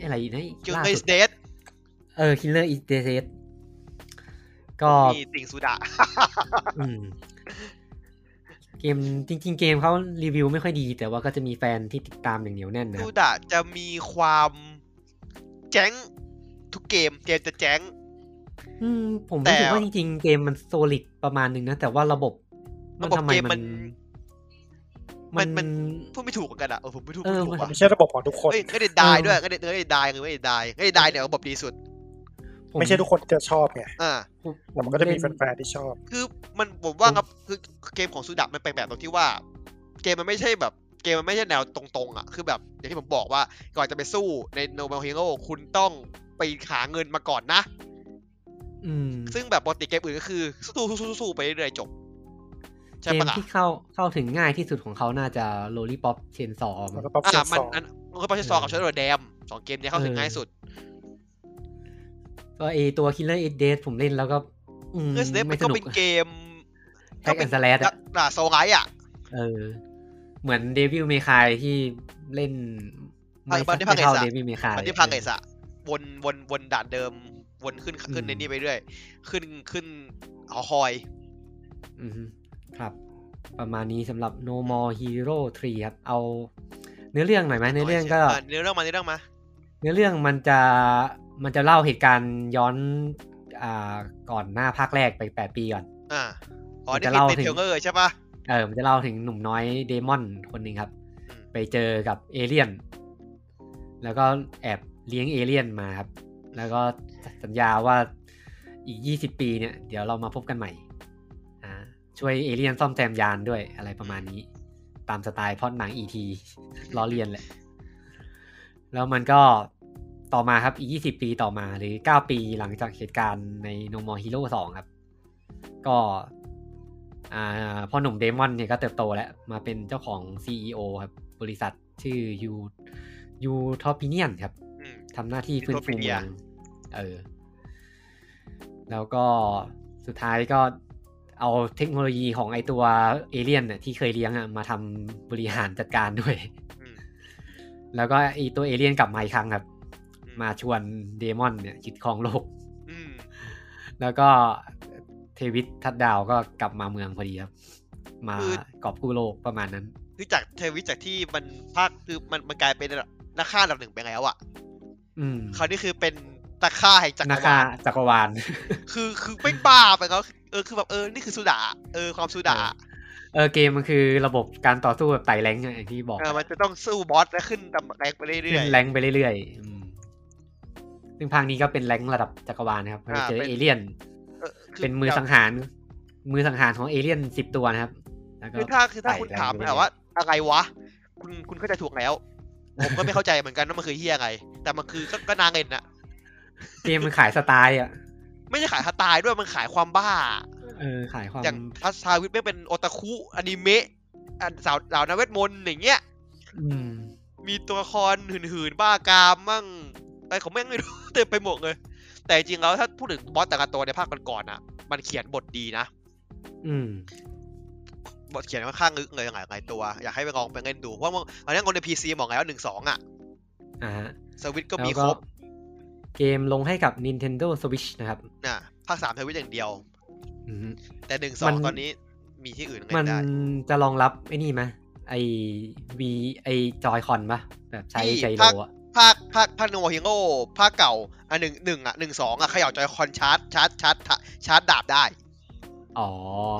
อะไรนะอีก คิว ล่า เกอ สุดร์เดด เออคิลเลอร์อีเดเซก็ มีติ่งสุดา อืม เกมจริง ๆ เกมเขารีวิวไม่ค่อยดี แต่ว่าก็จะมีแฟนที่ติดตามอย่างเหนียวแน่นนะค ดู รับ ดะจะมีความแจ้งทุกเกม เกมจะแจ้ง อืมผมรู้แต่สึกว่าจริง ๆ เกมมันโซลิดประมาณหนึ่งนะ แต่ว่าระบบ ระบบ ทำไ เกมมัน มัน มัน มัน พูดไม่ถูกเหมือนกันอะเออผมไม่ถูก เอ พูด อ ถูก มั อะ น ไม่ใช่ระบบของทุกคน เอ้ยก็เด็ดดาย เออ ด้วยก็เด็ดก็เด็ดดายคือไม่เด็ดดายก็เด็ดดายเนี่ยระบบดีสุด ผ ไม่ใช่ทุกคนที่จะชอบไง อ่า ผม แต่มันก็จะมี เล่น แฟนๆที่ชอบ คือมันผมว่าครับคือเกมของซูดับมันแปลกแบบตรงที่ว่า เกมมันไม่ใช่แบบ เกมมันไม่ใช่แนวตรงๆอ่ะคือแบบอย่างที่ผมบอกว่าก่อนจะไปสู้ในโนเบลฮีโร่คุณต้องไปหาเงินมาก่อนนะ อืม ซึ่งแบบปกติเกมอื่นก็คือสู้สู้สู้สู้ไปเรื่อยๆจบ ใช่ เกม ปะล่ะ ที่เข้าเข้าถึงง่ายที่สุดของเขาน่าจะ Lollipop Chainsaw มันก็ มั้ง ป๊อปเช อ่ะ น มัน สอง อันมันก็ปาเชซอกับเชอร์แดมสองเกมเนี้ยเข้าถึง เออ ง่ายสุด ก็เอตัว Killer Eight Days ผมเล่นแล้วก็ อืม คือสเนปมั ไม่ น ส ก็ นุก เป็นเกม แท็กแอนด์สแลดอะ ด่าโซไลท์อ่ะ เออ เหมือน Devil May Cry ที่เล่น ไม่ มันที่ภาคเอ เท่า สอะ Devil May Cry มันที่ภาคเอสอะวนวนวนด่านเดิม วนขึ้นขึ้นในนี่ไปเรื่อย ขึ้นขึ้นหอคอย อืมครับ ประมาณนี้สำหรับ No More Hero 3 ครับ เอา เนื้อเรื่องหน่อยไหมเนื้อเรื่องก็ เนื้อเรื่องมาเนื้อเรื่องมา เนื้อเรื่องมันจะมันจะเล่าเหตุการณ์ย้อนอ่าก่อนหน้าภาคแรกไปแปดปีก่อน อ่าอ๋อ มันจะนี่คือ เล่า เป็น ถึง เทรลเลอร์ใช่ปะ เออมันจะเล่าถึงหนุ่มน้อยเดมอนคนหนึ่งครับ อืม ไปเจอกับเอเลี่ยน แล้วก็แอบเลี้ยงเอเลี่ยนมาครับ แล้วก็สัญญาว่าอีกยี่สิบปีเนี่ย เดี๋ยวเรามาพบกันใหม่อ่าช่วยเอเลี่ยนซ่อมแซมยานด้วยอะไรประมาณนี้ ตามสไตล์พล็อดหนังอีที ล้อเลียนแหละ แล้วมันก็ต่อมาครับอีก 20 ปีต่อมาหรือ 9 ปีหลังจากเหตุการณ์ใน No More Hero 2 ครับ ก็อ่าพ่อหนุ่มเดมอนเนี่ยก็เติบโตแล้วมาเป็นเจ้าของ CEO ครับ บริษัทชื่อยูยูทอปิเนียนครับ อืม ทำหน้าที่ฟื้นฟูเมือง Utopia เออ แล้วก็สุดท้ายก็เอาเทคโนโลยีของไอตัวเอเลี่ยนน่ะที่เคยเลี้ยงอะมาทำบริหารจัดการด้วย อืม แล้วก็ไอตัวเอเลี่ยนกลับมาอีกครั้งครับ อืม มาชวนเดมอนเนี่ยคิดครองโลก อืม แล้วก็เทวิตทัดดาวก็กลับมาเมืองพอดีครับ มากอบกู้โลกประมาณนั้น คือจากเทวิตจากที่มันภาคคือมันมันกลายเป็นนักฆ่าอันดับหนึ่งไปแล้วอ่ะ อืม คราวนี้คือเป็นนักฆ่าแห่งจัก นาร คาว าล จักรวาล คือคือไม่งบ้าไปแล้วเออคือแบบเออนี่คือสุดาเออความสุดา เออเกมมันคือระบบการต่อสู้แบบไต่แรงค์อะอย่างที่บอก เออมันจะต้องสู้บอสแล้วขึ้นตำแหน่งไปเรื่ ขึ้ อย นแรงค์ไปเรื่อยๆอืมซึ่งภาคนี้ก็เป็นแรงค์ระดับจักรวาลนะครับ อ่า เจอ เป็น เอเลี่ยน ๆคื เป็นมือสังหาร มือสังหารของเอเลี่ยนสิบตัวนะครับแล้วก็ คือถ้าคือถ้าคุณ ไต่แรง ถาม ไปเรื่ แบ อย บว่า อะไรวะ คุณคุณเข้าใจถูกแล้ว ผม ก็ไม่เข้าใจเหมือนกันว่ามันคือเฮียอะไรแต่มันคือก็ก็นางเอ็นอะ เกมมันขายสไตล์อ่ะ ไม่ใช่ขายสไตล์ด้วยมันขายความบ้า เออขายความ อย่างพัชาวิทไม่งเป็นโอตาคุอนิเมะอ่ะสาวสาวนาเวทมนต์อย่างเงี้ย อืม มีตัวละครหื่นๆ บ้ากามมั่งอะไรของแม่งไม่รู้ เต็มไปหมดเลย แต่จริงๆแล้วถ้าพูดถึงบอสแต่ละตัวในภาคก่อนๆนะมันเขียนบทดีนะ อืม บทเขียนค่อนข้างลึกเลยหลายหลายๆตัว อยากให้ไปลองไปเล่นดู เพราะว่าตอนนี้คนใน PC บอกแล้วหนึ่งสองอ่ะ อ่าฮะ สวิตก็ แล้ มี ว ครบ เกมลงให้กับ Nintendo Switch นะครับ นะภาคสามสวิตอย่างเดียว อืม แต่หนึ่งสอ มั ง น ตอนนี้มีที่อื่นเล่ มัน นได้ จะรองรับไอ้นี่ไหมไอวีไอจอยคอนปะแบบใช้ ที่ ใจโล ภาค อ่ะ ภาคภาคภาคโนฮิโร่ภาคเก่าอันหนึ่งหนึ่งอ่ะหนึ่งสองอ่ะเขย่าจอยคอนชาร์จชาร์จชาร์จชาร์จดาบได้ อ๋อ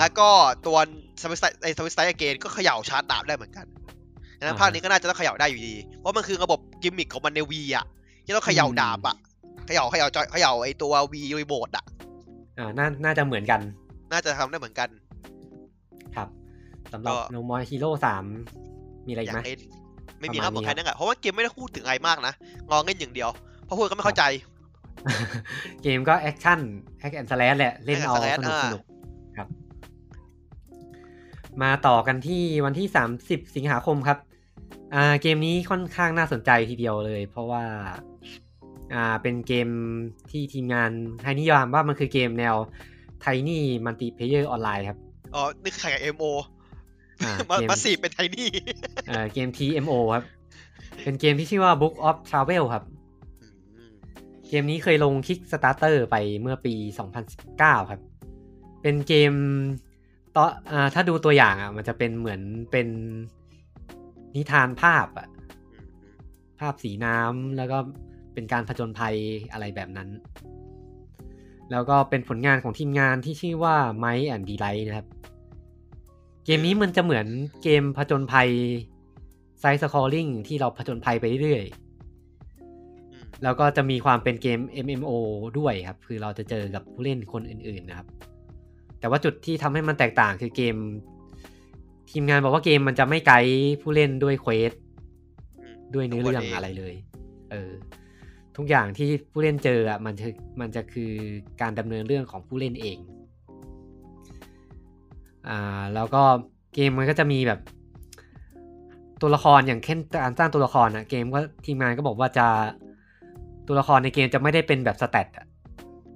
แล้วก็ตัวสวิสไตไอสวิสไตเกนก็เขย่าชาร์จดาบได้เหมือนกันดังนั้อ่านฮะ ภาคนี้ก็น่าจะต้องเขย่าได้อยู่ดี เพราะมันคือระบบกิมมิคของมันในวีอ่ะ ที่ต้องเขย่า อืม ดาบอ่ะ เขย่าเขย่าจอยเขย่าไอตัววีรีโมทอ่ะ อ่าน่าน่าจะเหมือนกัน น่าจะทำได้เหมือนกัน ครับสำหรับ ก็ No More Hero สามมีอะไรอี อก ยา ไหม กเล่นไม่มี ประมาณ ครับของ นี้ครับใครนั่นแหละเพราะว่าเกมไม่ได้พูดถึงอะไรมากนะงอเล่นอย่างเดียวเพราะพูดก็ไม่เข้าใจ เกมก็แอคชั่นแอคแอนด์สแลแหละ เล่นเอา hack and สนุก slash สนุกครับ มาต่อกันที่วันที่ 30 สิงหาคมครับ อ่าเกมนี้ค่อนข้างน่าสนใจทีเดียวเลย เพราะว่า อ่าเป็นเกมที่ทีมงานให้นิยามว่ามันคือเกมแนวไทนี่มัลติเพเยอร์ออนไลน์ครับ อ๋อนี่คือแข่งกับเอ็มโอ อ่า มา เกม มาสีเป็นไทนี่ เอ่อเกม TMO ครับ เป็นเกมที่ชื่อว่า Book of Travel ครับ เกมนี้เคยลง Kickstarter ไปเมื่อปี 2019 ครับ เป็นเกม ตอนอ่าถ้าดูตัวอย่างอ่ะ มันจะเป็นเหมือนเป็นนิทานภาพอ่ะ ภาพสีน้ำแล้วก็เป็นการผจญภัยอะไรแบบนั้น แล้วก็เป็นผลงานของทีมงานที่ชื่อว่า m i แอนดีไลท์นะครับ เกมนี้มันจะเหมือนเกมผจญภัยไซส์สคอร์ลิงที่เราผจญภัยไปเรื่อย อืม ๆ แล้วก็จะมีความเป็นเกม MMO ด้วยครับ คือเราจะเจอกับผู้เล่นคนอื่นๆนะครับ แต่ว่าจุดที่ทำให้มันแตกต่างคือเกม ทีมงานบอกว่าเกมมันจะไม่ไกด์ผู้เล่นด้วยเควส อืม ด้วยเนื้อเรื่องอะไรเลย เออ ทุกอย่างที่ผู้เล่นเจออ่ะมันจะมันจะคือการดำเนินเรื่องของผู้เล่นเอง อ่า แล้วก็เกมมันก็จะมีแบบ ตัวละครอย่างเช่นการสร้างตัวละครอ่ะ เกมก็ทีมงานก็บอกว่าจะตัวละครในเกมจะไม่ได้เป็นแบบสแตตอ่ะ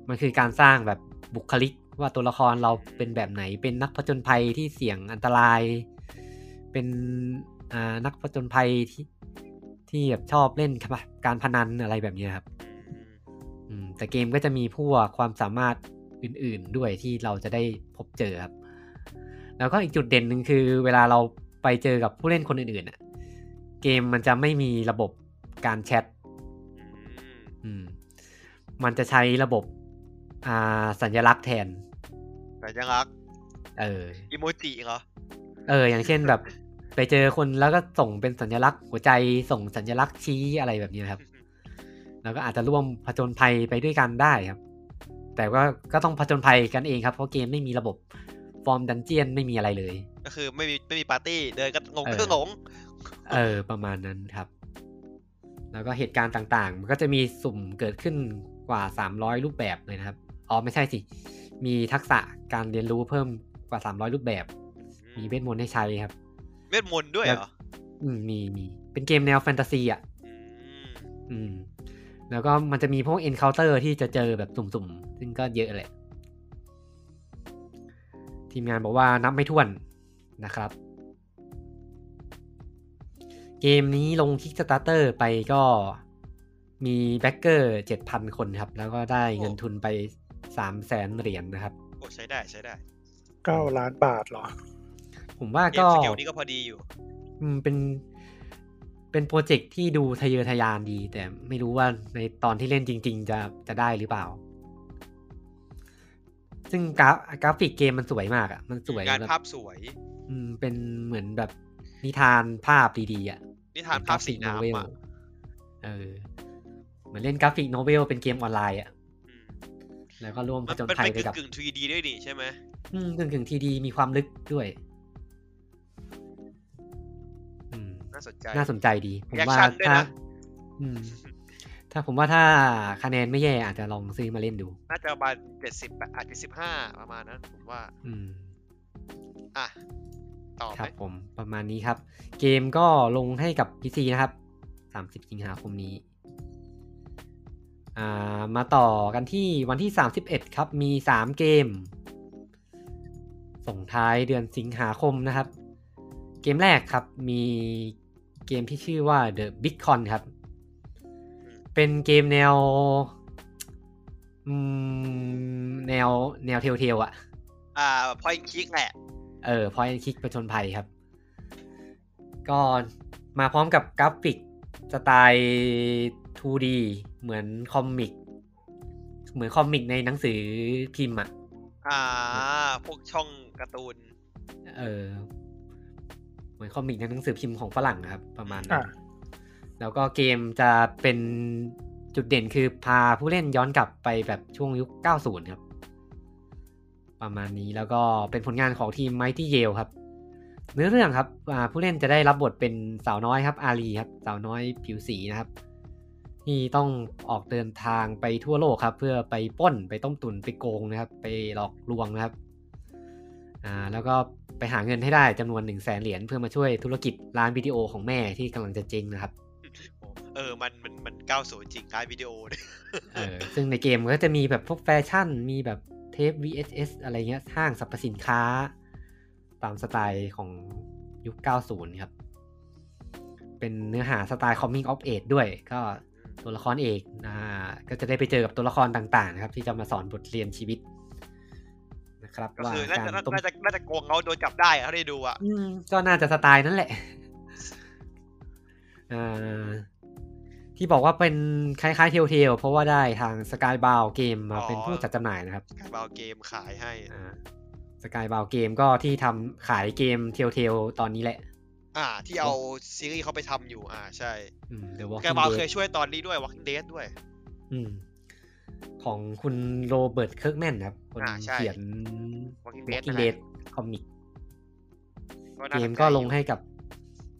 มันคือการสร้างแบบบุคลิกว่าตัวละครเราเป็นแบบไหน เป็นนักผจญภัยที่เสี่ยงอันตราย เป็นอ่านักผจญภัยที่ที่แบบชอบเล่นการพนันอะไรแบบเนี้ยครับ อืมแต่เกมก็จะมีพวกความสามารถอื่นๆด้วยที่เราจะได้พบเจอครับ แล้วก็อีกจุดเด่นหนึ่งคือ เวลาเราไปเจอกับผู้เล่นคนอื่นๆน่ะ เกมมันจะไม่มีระบบการแชท อือืมมมันจะใช้ระบบอ่าสัญลักษณ์แทน แต่ยังรัก เออ อีโมจิเหรอ เออ อย่างเช่นแบบ ไปเจอคนแล้วก็ส่งเป็นสัญลักษณ์หัวใจส่งสัญลักษณ์ชี้อะไรแบบนี้นะครับ แล้วก็อาจจะร่วมผจญภัยไปด้วยกันได้ครับ แต่ว่าก็ต้องผจญภัยกันเองครับ เพราะเกมไม่มีระบบฟอร์มดันเจียนไม่มีอะไรเลย ก็คือไม่มีไม่มีปาร์ตี้เดินก็งง เออ ก็งง เออ ประมาณนั้นครับ แล้วก็เหตุการณ์ต่างๆ มันก็จะมีสุ่มเกิดขึ้นกว่า 300 รูปแบบเลยนะครับ อ๋อ ไม่ใช่สิ มีทักษะการเรียนรู้เพิ่มกว่า 300 รูปแบบ มีเวทมนต์ให้ใช้ครับ เวทมนต์ด้วยเหรอ อืมมีมีเป็นเกมแนวแฟนตาซีอ่ะ อืม อืม แล้วก็มันจะมีพวก encounter ที่จะเจอแบบสุ่มๆ ซึ่งก็เยอะแหละ ทีมงานบอกว่านับไม่ถ้วนนะครับ เกมนี้ลง Kickstarter ไปก็มีแบ็กเกอร์ 7,000 คนครับ แล้วก็ได้เงินทุนไป 300,000 เหรียญนะครับ โอ้ใช้ได้ใช้ได้ เก้าล้านบาทเหรอ ผมว่า เกม ก็ สเกลนี้ก็พอดีอยู่ อืมเป็นเป็นโปรเจกต์ที่ดูทะเยอทะยานดี แต่ไม่รู้ว่าในตอนที่เล่นจริง ๆ จะจะได้หรือเปล่า ซึ่งกราฟกราฟิกเกมมันสวยมากอะ่ะ มันสวย งาน แบบ ภาพสวย อืมเป็นเหมือนแบบนิทานภาพดีๆอะ่ะ นิทานภาพสีน้ำอ่ะ เออ เหมือนเล่นกราฟิกโนเวลเป็นเกมออนไลน์อะ่ะ อืม แล้วก็ร่วมผ มัน จญ เป็น ภัย เป็น ไปกับ กึ่งๆ 3D ด้วยดิใช่ไหม อืมกึ่งกึ่งทีดีมีความลึกด้วย อืม น่าสนใจ น่าสนใจดี ผม แอค ว่า ชั่นด้วย ถ้า นะ อืม ถ้าผมว่าถ้าคะแนนไม่แย่อาจจะลองซื้อมาเล่นดู น่าจะประมาณเจ็ดสิบอาจจะสิบห้าประมาณนั้นผมว่า อืม อ่ะ ต่อ ครั ไหม บผมประมาณนี้ครับ เกมก็ลงให้กับ PC นะครับ 30 สิงหาคมนี้ อ่า มาต่อกันที่วันที่ 31 ครับ มี 3 เกม ส่งท้ายเดือนสิงหาคมนะครับ เกมแรกครับ มีเกมที่ชื่อว่า The Big Con ครับ เป็นเกมแนว อืม แนวแนวเทลเทลอะ อ่าพอยคิกแหละ เออพอยคิกประชนภัยครับ ก็มาพร้อมกับกราฟิกสไตล์ 2D เหมือนคอมิก เหมือนคอมิกในหนังสือพิมพ์อะ อ่า พวกช่องการ์ตูน เออ เหมือนคอมิกในหนังสือพิมพ์ของฝรั่งนะครับ ประมาณนั้น อ่ะ แล้วก็เกมจะเป็นจุดเด่นคือพาผู้เล่นย้อนกลับไปแบบช่วงยุค 90 ครับ ประมาณนี้แล้วก็เป็นผลงานของทีม Mighty Yale ครับ เนื้อเรื่องครับอ่าผู้เล่นจะได้รับบทเป็นสาวน้อยครับ อารีครับ สาวน้อยผิวสีนะครับ ที่ต้องออกเดินทางไปทั่วโลกครับ เพื่อไปปล้นไปต้มตุนไปโกงนะครับ ไปหลอกลวงนะครับอ่าแล้วก็ไปหาเงินให้ได้จำนวน1นึ่งแสนเหรียญเพื่อมาช่วยธุรกิจร้านวิดีโอของแม่ที่กำลังจะเจ๊งนะครับ เออ มัน มัน มันก้าวสูจริงท้ายวิดีโอเนี่ย เออซึ่งในเกมก็จะมีแบบพวกแฟชั่น มีแบบเทป VHS อะไรเงี้ย ห้างสรรพสินค้า ตามสไตล์ของยุค 90 ครับ เป็นเนื้อหาสไตล์ Coming of Age ด้วย ก็ตัวละครเอกอ่าก็จะได้ไปเจอกับตัวละครต่างๆนะครับ ที่จะมาสอนบทเรียนชีวิตนะ นะครับ ก็ ว่า คือน่า การ จะ ต้ม น่าจะน่าจะโกงเขาโดนจับได้อะเขาได้ดูอ่ะ อืมก็น่าจะสไตล์นั่นแหละ อ่าที่บอกว่าเป็นคล้ายๆเทลเทลเพราะว่าได้ทางสกายบาวเกมมาเป็นผู้จัดจำหน่ายนะครับ กายบาวเกมขายให้ สกายบาวเกมก็ที่ทำขายเกมเทลเทลตอนนี้แหละ อ่า ที่เอาซีรีส์เขาไปทำอยู่ อ่าใช่ อืม The Walking กายบาวเคย Dead ช่วยตอนนี้ด้วย Walking Dead ด้วย อืมของคุณโรเบิร์ตเคิร์กแมนนะครับ คน อ่าใช่ เขียน Walking Dead Walking นั่นแหละ Dead คอมิก น่า เก สนใจ มก็ลงให้กับ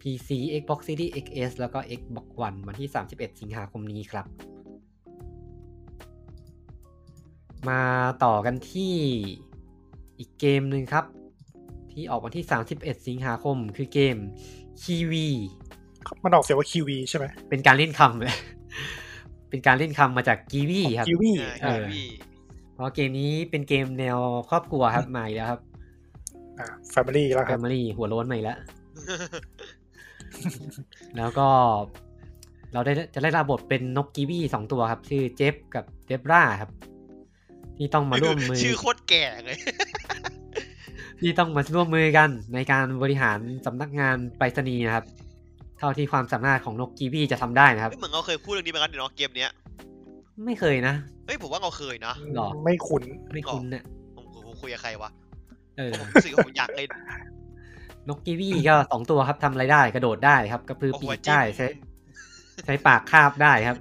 PC Xbox Series XS แล้วก็ Xbox One วันที่ 31 สิงหาคมนี้ครับ มาต่อกันที่อีกเกมหนึ่งครับ ที่ออกวันที่ 31 สิงหาคม คือเกม Kiwi มันออกเสียงว่าคิวีใช่ไหม เป็นการเล่นคำเลย เป็นการเล่นคำมาจากกีวีครับ วี อ่า Kiwi เพราะเกมนี้เป็นเกมแนวครอบครัวครับ มาอีกแล้วครับ อ่าแฟมิลี่แล้วค แฟ รับ มิลี่หัวโล้นมาอีกแล้ว แล้วก็ เราได้จะได้รับบทเป็นนกกีวีสองตัวครับ ชื่อเจฟกับเดบราครับ ที่ต้องมาร่วมมือ ชื่อโคตรแก่เลย ที่ต้องมาร่วมมือกันในการบริหารสำนักงานไปรษณีย์นะครับ เท่าที่ความสามารถของนกกีวีจะทำได้นะครับ เหมือนเราเคยพูดเรื่องนี้ไปแล้วเนาะเกมเนี้ย ไม่เคยนะ เฮ้ยผมว่าเราเคยนะ หรอ ไม่คุ้น ไม่คุ้นเนี่ย ผมผมคุยกับใครวะ เออ ผมรู้สึกว่าผมอยากเล่น นกกีวีก็สองตัวครับทำอะไรได้กระโดดได้ครับกระพือ เอา ปี หัว ก จิ้ม ได้ใช้ใช้ปากคาบได้ครับ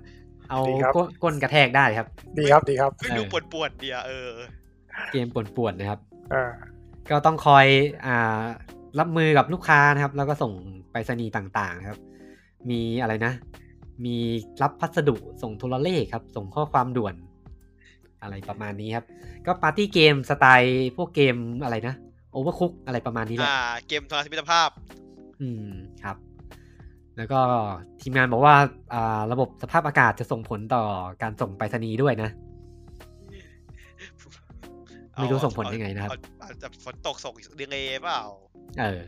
เอาก้นก้นกระแทกได้ครับ ดีครับดีครับ ไม่ดูปวดปวดๆเดียเออ เกมป่วนๆนะครับ อ่า ก็ต้องคอยอ่ารับมือกับลูกค้านะครับ แล้วก็ส่งไปรษณีย์ต่างๆนะครับ มีอะไรนะ มีรับพัสดุส่งโทรเลขครับ ส่งข้อความด่วน อะไรประมาณนี้ครับ ก็ปาร์ตี้เกมสไตล์พวกเกมอะไรนะโอเวอร์คุกอะไรประมาณนี้แหละ อ่า เกมทรานส์มิตรภาพ อืมครับ แล้วก็ทีมงานบอกว่าอ่าระบบสภาพอากาศจะส่งผลต่อการส่งไปรษณีย์ด้วยนะ ไม่รู้ เอา ส่งผลยังไงนะครับ เอาเอาเอาฝนตกส่งดีเลย์เปล่า เออ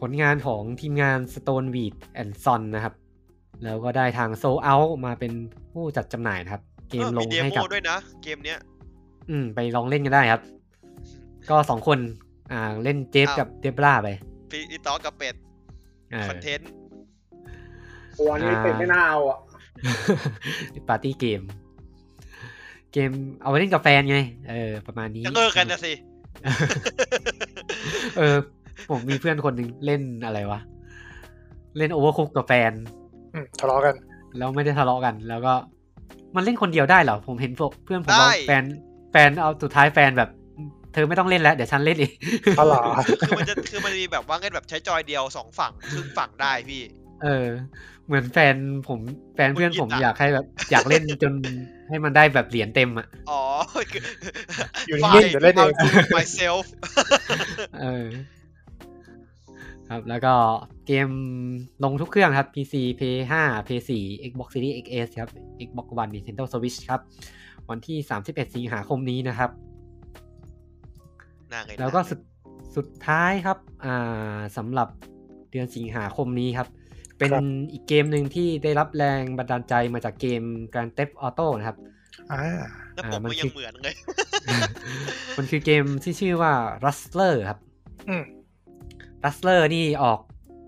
ผลงานของทีมงาน Stone w e e d and Son นะครับ แล้วก็ได้ทาง Soul Out มาเป็นผู้จัดจำหน่ายนะครับ เกม ออ ลงให้กับ เดโมด้วยนะ เกมเนี้ย อืม ไปลองเล่นกันได้ครับ ก็สองคน อ่า เล่นเจฟ อ้าว กับเดบราไป ปีอีต่อกับเป็ด เออ คอนเทนต์ ตัวนี้เป็นไม่น่าเอาอ่ะ ปาร์ตี้เกม เกมเอาไว้เล่นกับแฟนไง เออ ประมาณนี้ จะเลิกกันนะสิ เออ ผมมีเพื่อนคนหนึ่งเล่นอะไรวะ เล่นโอเวอร์คุกกับแฟน อืมทะเลาะ กัน แล้วไม่ได้ทะเลาะกัน แล้วก็มันเล่นคนเดียวได้เหรอ ผมเห็นพวกเพื่อนผม ได้ ว่าแฟน แฟนเอาสุดท้ายแฟนแบบ เธอไม่ต้องเล่นแล้ว เดี๋ยวฉันเล่นเอง อ๋อเหรอ คือมันจะคือมันมีแบบว่าเล่นแบบใช้จอยเดียวสองฝั่งครึ่งฝั่งได้พี่ เออ เหมือนแฟนผมแฟนเพื่อนผม หงุดหงิดอะ อยากให้แบบ อยากเล่น จนให้มันได้แบบเหรียญเต็มอ่ะ อ๋อคือ อยู่นิ่งๆเดี๋ยวเล่นเอง Fine, I'll do it myself เออ ครับแล้วก็เกมลงทุกเครื่องครับ PC Play 5 Play 4 Xbox Series XS ครับ Xbox One Nintendo Switch ครับ วันที่ 31 สิงหาคมนี้นะครับ น่าไงนะ แล้วก็สุดสุดท้ายครับ อ่าสำหรับเดือนสิงหาคมนี้ครับ เป็น ครับ อีกเกมหนึ่งที่ได้รับแรงบันดาลใจมาจากเกม Grand Theft Auto นะครับ อ่า แล้วผม อ่ามัน ก็ยั คื ง อ เหมือนเลย มันคือเกมที่ชื่อว่า Rustler ครับ อืม Rustler นี่ออก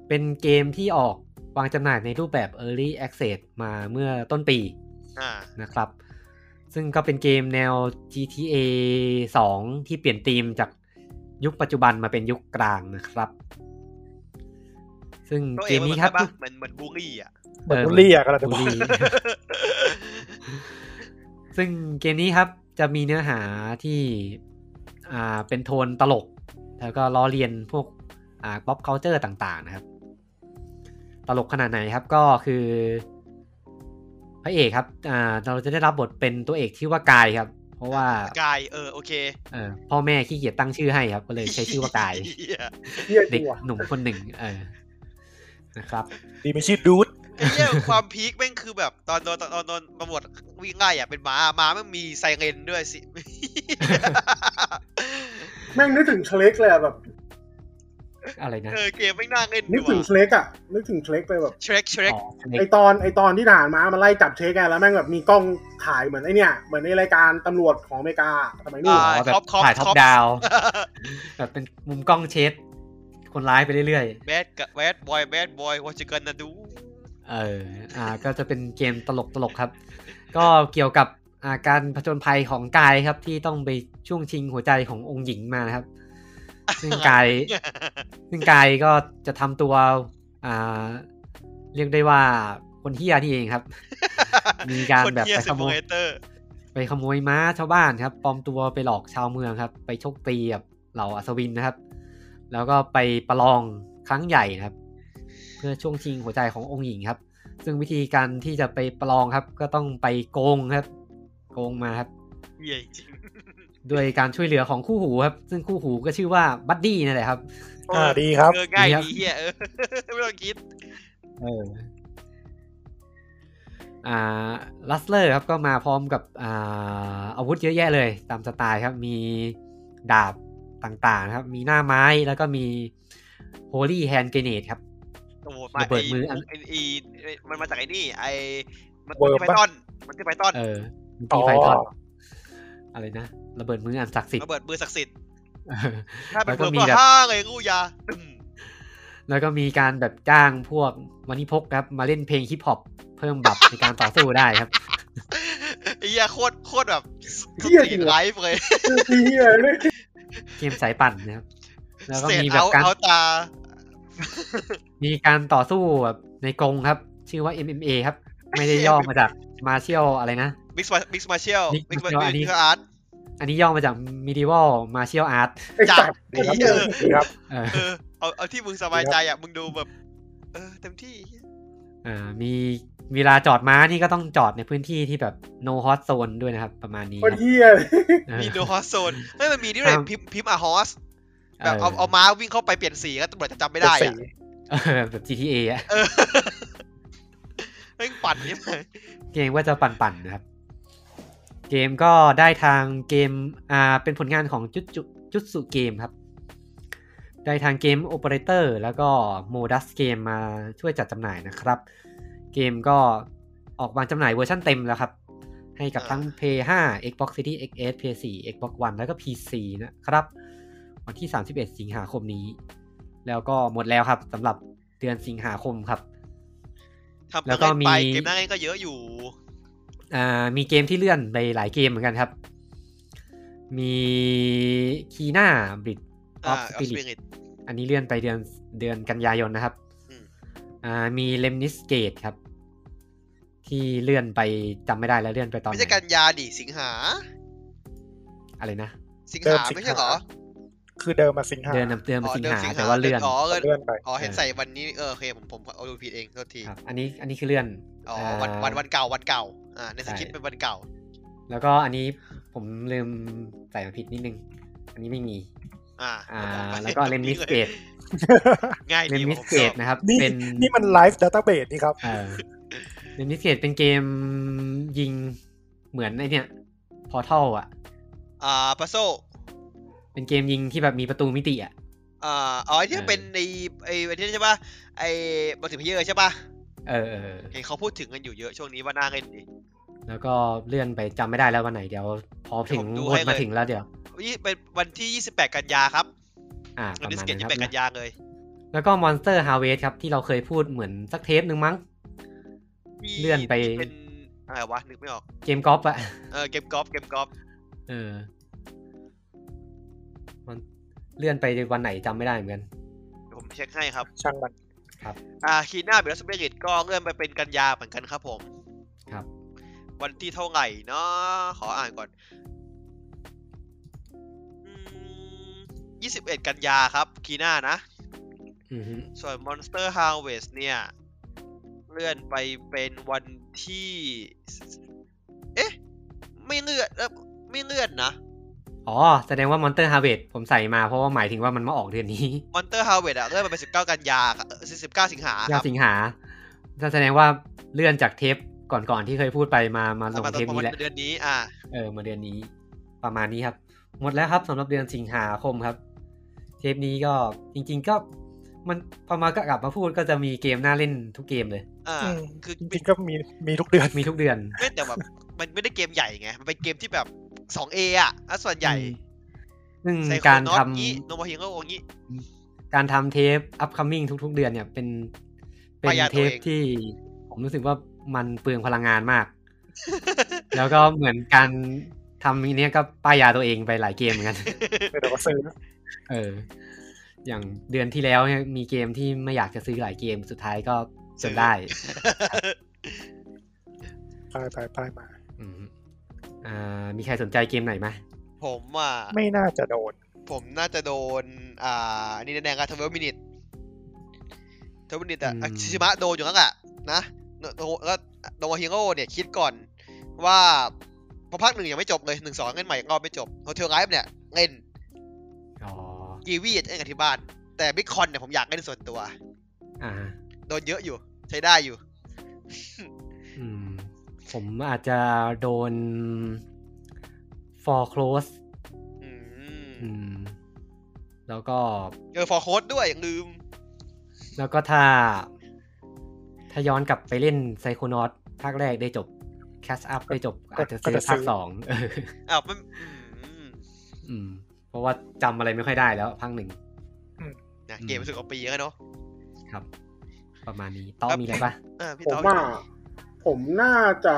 เป็นเกมที่ออกวางจำหน่ายในรูปแบบ Early Access มาเมื่อต้นปี อ่า นะครับ ซึ่งก็เป็นเกมแนว GTA 2 ที่เปลี่ยนธีมจากยุคปัจจุบันมาเป็นยุคกลางนะครับ ซึ่ง ตัว เก เอง ม มัน นี้ เห ค มือ รับ นปะเหมือนเหมือนบูลลี่อ่ะ เหมือนบูลลี่อะกำลังจะบ บุ อก รี ซึ่งเกมนี้ครับจะมีเนื้อหาที่อ่าเป็นโทนตลก แล้วก็ล้อเลียนพวกอ่าป๊อปเคานเตอร์ต่างๆนะครับ ตลกขนาดไหนครับก็คือพระเอกครับอ่าเราจะได้รับบทเป็นตัวเอกที่ว่ากายครับ เพราะว่าก ายเออโอเค เอ่อพ่อแม่ขี้เกียจตั้งชื่อให้ครับ ก็เลยใช้ชื่อว่า กาย เหี้ย เยี่ยจ เด็ ริ ก งว่ะ หนุ่มคนหนึ่งเออนะครับ ดีไม่ชื่อดูด ไอ้เหี้ยความพีคแม่งคือแบบตอนโดนตอนตอนโดนตำรวจวิ่งไล่อ่ะเป็นหมาหมาแม่งมีไซเรนด้วย สิ แม่งนึกถึงเชเล็กเลยอะแบบ อะไรนะ เออเกมไม่น่าเล่น นึกถึงเช เชล ล็กอะนึกถึงเชล็กไปแบ็บกเชล็ก อ๋อ ไอตอนไอตอนที่ทหารม้ามาไล่จับเชคอะแล้วแม่งแบบมีกล้องถ่ายเหมือนไอเนี่ย เหมือนในรายการตำรวจของอเมริกาสมัยนู้น อ่า อ๋อแบบ ท็อปท็อป ถ่ายท็อป ท็อป ดาวแบบเป็นมุมกล้องเช็ด คนร้ายไปเรื่อย แบดกับแบดบอยแบดบอยวอชิกันนะดู ๆ เออ อ่า ก็จะเป็นเกมตลกตลกๆครับ ก็เกี่ยวกับอ่าการผจญภัยของกายครับ ที่ต้องไปช่วงชิงหัวใจขององค์หญิงมานะครับ ซึ่ง กาย ซึ่งกายก็จะทำตัวอ่าเรียกได้ว่าคนเฮียนี่เองครับ มีการ คน แบบ เหี้ย ไป สิ ข ม โมย เตอร์ ไปขโมยม้าชาวบ้านครับปลอมตัวไปหลอกชาวเมืองครับ ไปชกตีกับเหล่าอัศวินนะครับ แล้วก็ไปประลองครั้งใหญ่นะครับ เพื่อช่วงชิงหัวใจขององค์หญิงครับ ซึ่งวิธีการที่จะไปประลองครับ ก็ต้องไปโกงครับ โกงมาครับ เหี้ยจริง ด้วยการช่วยเหลือของคู่หูครับ ซึ่งคู่หูก็ชื่อว่าบัดดี้นั่นแหละครับ อ่าดีครับ เออง่าย ดีครับ ดีเฮียเอ อ ไม่ต้องคิด เอออ่าลัสเลอร์ครับก็มาพร้อมกับอ่าอาวุธเยอะแยะเลย ตามสไตล์ครับมีดาบต่างๆนะครับ มีหน้าไม้แล้วก็มีโฮลี่แฮนเกเนตครับ โอ้โหมา ระเบิดมืออัน ไไอ้ไอ้มันมาจากไอ้นี่ไอ้มัน เวิร์ม ที่ไพ ปะ ทอนมันที่ไพทอน เออมี อ๋ ตี อ ไฟทอดอะไรนะ ระเบิดมืออันศักดิ์สิทธิ์ ระเบิดมือศักดิ์สิทธิ์ เออ ถ้าเป็น แล้วก็ เพิ่ม มี ก็ แบบ ห้าเลยงูยาตึม แล้วก็มีการแบบจ้างพวกวันิพกครับ มาเล่นเพลงฮิปฮอปเพิ่มบับในการต่อสู้ได้ครับ ไอ้เฮียโคตรโคตรแบบ เฮียจริ สี่ งเหร ไล อ ฟ์เลย เฮียเลย เกมสายปั่นนะครับ แล้วก็ เสร็จ มีแบบ เอา การ เอาตา มีการต่อสู้แบบในกรงครับ ชื่อว่า MMA ครับ ไม่ได้ย่อมาจากมาเชียลอะไรนะ มิกซ์มามิกซ์มาเชียล Mixed มิกซ์มา martial อันนี้ เชียลอาร์ต อันนี้ย่อมาจาก medieval martial art ไอ จับ สัตว์ ไอ้ ครับ เหี้ย เออดีครับ เออ เออเอาเอาที่มึงสบายใจอ่ะมึงดูแบบ เออ เต็มที่ อ่ามีเวลาจอดม้านี่ก็ต้องจอดในพื้นที่ที่แบบ no hot zone ด้วยนะครับ ประมาณนี้ คนเฮียเลย เออ มีโนฮอสโซนเฮ้ยมันมีด้วย ครับ พิมพ์พิมพ์อะฮอสแบบเอา เอ เอาม้าวิ่งเข้าไปเปลี่ยนสีก็ตำรวจจะจำไม่ได้ เจ็ด อ่ะ สี เออแบบ GTA อะ เอ อเฮ้ยปั่นใช่ไหม เกมว่าจะปั่นๆนะครับ เกมก็ได้ทางเกมอ่าเป็นผลงานของจุดจุจุดสุเกมครับ ได้ทางเกม Operator แล้วก็ Modus เกมมาช่วยจัดจำหน่ายนะครับ เกมก็ออกวางจำหน่ายเวอร์ชั่นเต็มแล้วครับ ให้กับทั้ง Play 5 Xbox Series XS Play 4 Xbox One แล้วก็ PC นะครับ วันที่ 31 สิงหาคมนี้ แล้วก็หมดแล้วครับสำหรับเดือนสิงหาคมครับ ทำ แล้วก็มี ไปเกมหน้าเล่นก็เยอะอยู่ อ่ามีเกมที่เลื่อนไปหลายเกมเหมือนกันครับ มีคีน่าบิดอ อ่า อฟส เอา ปิ ส ริ ปิ ต ริต อันนี้เลื่อนไปเดือนเดือนกันยายนนะครับ อืม อ่ามีเลมนิสเกตครับ ที่เลื่อนไปจำไม่ได้แล้วเลื่อนไปตอน ไม่ ไห ใช่ น กันยาดิสิงหา อะไรนะ สิง เดิ หาไม่ใช่เหรอ คือเดิมมาสิงหา เดือนเดือน อ๋อ สิง เดิน หาแต่ว่าเลื่อน อ๋อเลื่อน เลื่อนไป อ๋อเห็น เออ ใส่วันนี้เออโอเคผมผมเอาดูผิดเองโทษที ครับอันนี้อันนี้คือเลื่อน อ๋ออา วันวันวันเก่าวันเก่าอ่าในสคริป ใช่ ต์เป็นวันเก่า แล้วก็อันนี้ผมลืมใส่มาผิดนิดนึง อันนี้ไม่มี อ่า อ่า เอาไป แล้วก็เลมนิสเกต ง่าย เล ดี มนิส ผม เก ชอ ต บ นะครับ นี่ เป็น นี่มันไลฟ์ดัตต้าเบสนี่ครับ เออเดมนิสเกตเป็นเกมยิงเหมือนไอเนี่ยพอทัลอ่ะ อ่าปาโซ เป็นเกมยิงที่แบบมีประตูมิติอ่ะ อ่าอ๋อไอ้ที่ เออ เป็นในไอ้ไอ้ที่ใช่ป่ะไอ้บัลติเพเยอร์ใช่ป่ะ เออเออเออ เห็นเขาพูดถึงกันอยู่เยอะช่วงนี้ว่าน่าเล่นดี แล้วก็เลื่อนไปจำไม่ได้แล้ววันไหนเดี๋ยว พอถึง ผมดู วนให้เลย มาถึงแล้วเดี๋ยว นี่เป็นวันที่ 28 กันยาครับ อ่าป วัน ระ ที่ มาณ สเกต นั้นครัยี่สิบแปดกับ นยาเลย แล้วก็ Monster Harvest ครับ ที่เราเคยพูดเหมือนสักเทปหนึ่งมั้ง ที่ เลื่อนไป ที่เป็นอะไรวะนึกไม่ออก เกมกอล์ฟอ่ะ เออเกมกอล์ฟเกมกอล์ฟ เออ มันเลื่อนไปวันไหนจำไม่ได้เหมือนกัน ผมเช็คให้ครับ ช่างมัน อ่าคีน่าเบลสเบริตก็เลื่อนไปเป็นกันยาเหมือนกันครับผม ครับ วันที่เท่าไหร่เนาะขออ่านก่อนยี่สิบเอ็ดกันยาครับคีน่านะ อือฮึ ส่วน Monster Harvest เนี่ย เลื่อนไปเป็นวันที่ เอ๊ะ ไม่เลื่อนเอ้อไม่เลื่อนนะ อ๋อ แสดงว่า Monster Harvest ผมใส่มาเพราะว่าหมายถึงว่ามันมาออกเดือนนี้ มอนเตอร์ฮาวเวดอะเลื่อนมาเป็นสิบเก้ากันยาครับสิบเก้าสิงหาค ยา รั วสิงหานั่นแสดงว่าเลื่อนจากเทปก่อนๆที่เคยพูดไปมามาลง มาตอ เทปนี้แหละ นเดือนนี้อ่า เออมาเดือนนี้ ประมาณนี้ครับ หมดแล้วครับสำหรับเดือนสิงหาคมครับ ปนี้ก็จริง ๆ ก็มันพอมาก็กลับมาพูดก็จะมีเกมน่าเล่นทุกเกมเลย อ่า อืม คือ จริงๆก็มีมีทุกเดือน มีทุกเดือน ไม่แต่แบบมันไม่ได้เกมใหญ่ไง มันเป็นเกมที่แบบ 2A อ่ะอ่ะส่วนใหญ่ อืมซึ่ง ไซโค การ นอต ทำ งี้โนมาเฮียงก็โองี้ การทำเทป upcoming ทุก ๆ เดือนเนี่ย เป็นเป็ ป น ระหยัด เท ตัว ป เอง ที่ผมรู้สึกว่ามันเปลืองพลังงานมาก แล้วก็เหมือนการทำอันเนี้ยก็ป้ายยาตัวเองไปหลายเกมเหมือน กัน เดี๋ยวก็ซื้อ เออ อย่างเดือนที่แล้วเนี่ยมีเกมที่ไม่อยากจะซื้อหลายเกมสุดท้ายก็จนได้ ปลายปลายปลายมา อืมอ่า มีใครสนใจเกมไหนไหม ผมอ่ะ ไม่น่าจะโดน ผมน่าจะโดน อ่าอันนี่แดงๆอะทเวลมินิททเวลมินิทอ่ะอ่ะชิชิมะโดนอยู่นั่นแหละนะโนโนก็โนมาเฮียงก็เนี่ยคิดก่อนว่าพอภาคหนึ่งยังไม่จบเลยหนึ่งสองเล่นใหม่ก็ไม่จบโฮเทลไลฟ์เนี่ยเล่น อ๋อ กีวีจะเล่นกันที่บ้าน แต่บิ g คอนเนี่ยผมอยากเล่นส่วนตัว อ่า โดนเยอะอยู่ ใช้ได้อยู่ อืม ผมอาจจะโดน for close อืม อืม แล้วก็ เออฟอร์โคดด้วยอย่างลืม แล้วก็ถ้า ถ้าย้อนกลับไปเล่นไซโคนอ t ภาคแรกได้จบ catch up ได้จบ ก็ อาจจะ ก็ ซื้อ จะซื้ ภาค อ สองเออ อ้าวมันอืม อืม เพราะว่าจำอะไรไม่ค่อยได้แล้วภาคหนึ่ง นะ อืม เกมรู้สึกว่าปีแล้วเนาะ ครับ ประมาณนี้ต้อง ครับ มีอะไรปะ อ่าพี่ ผ ต้ ม อม ว่าผมน่าจะ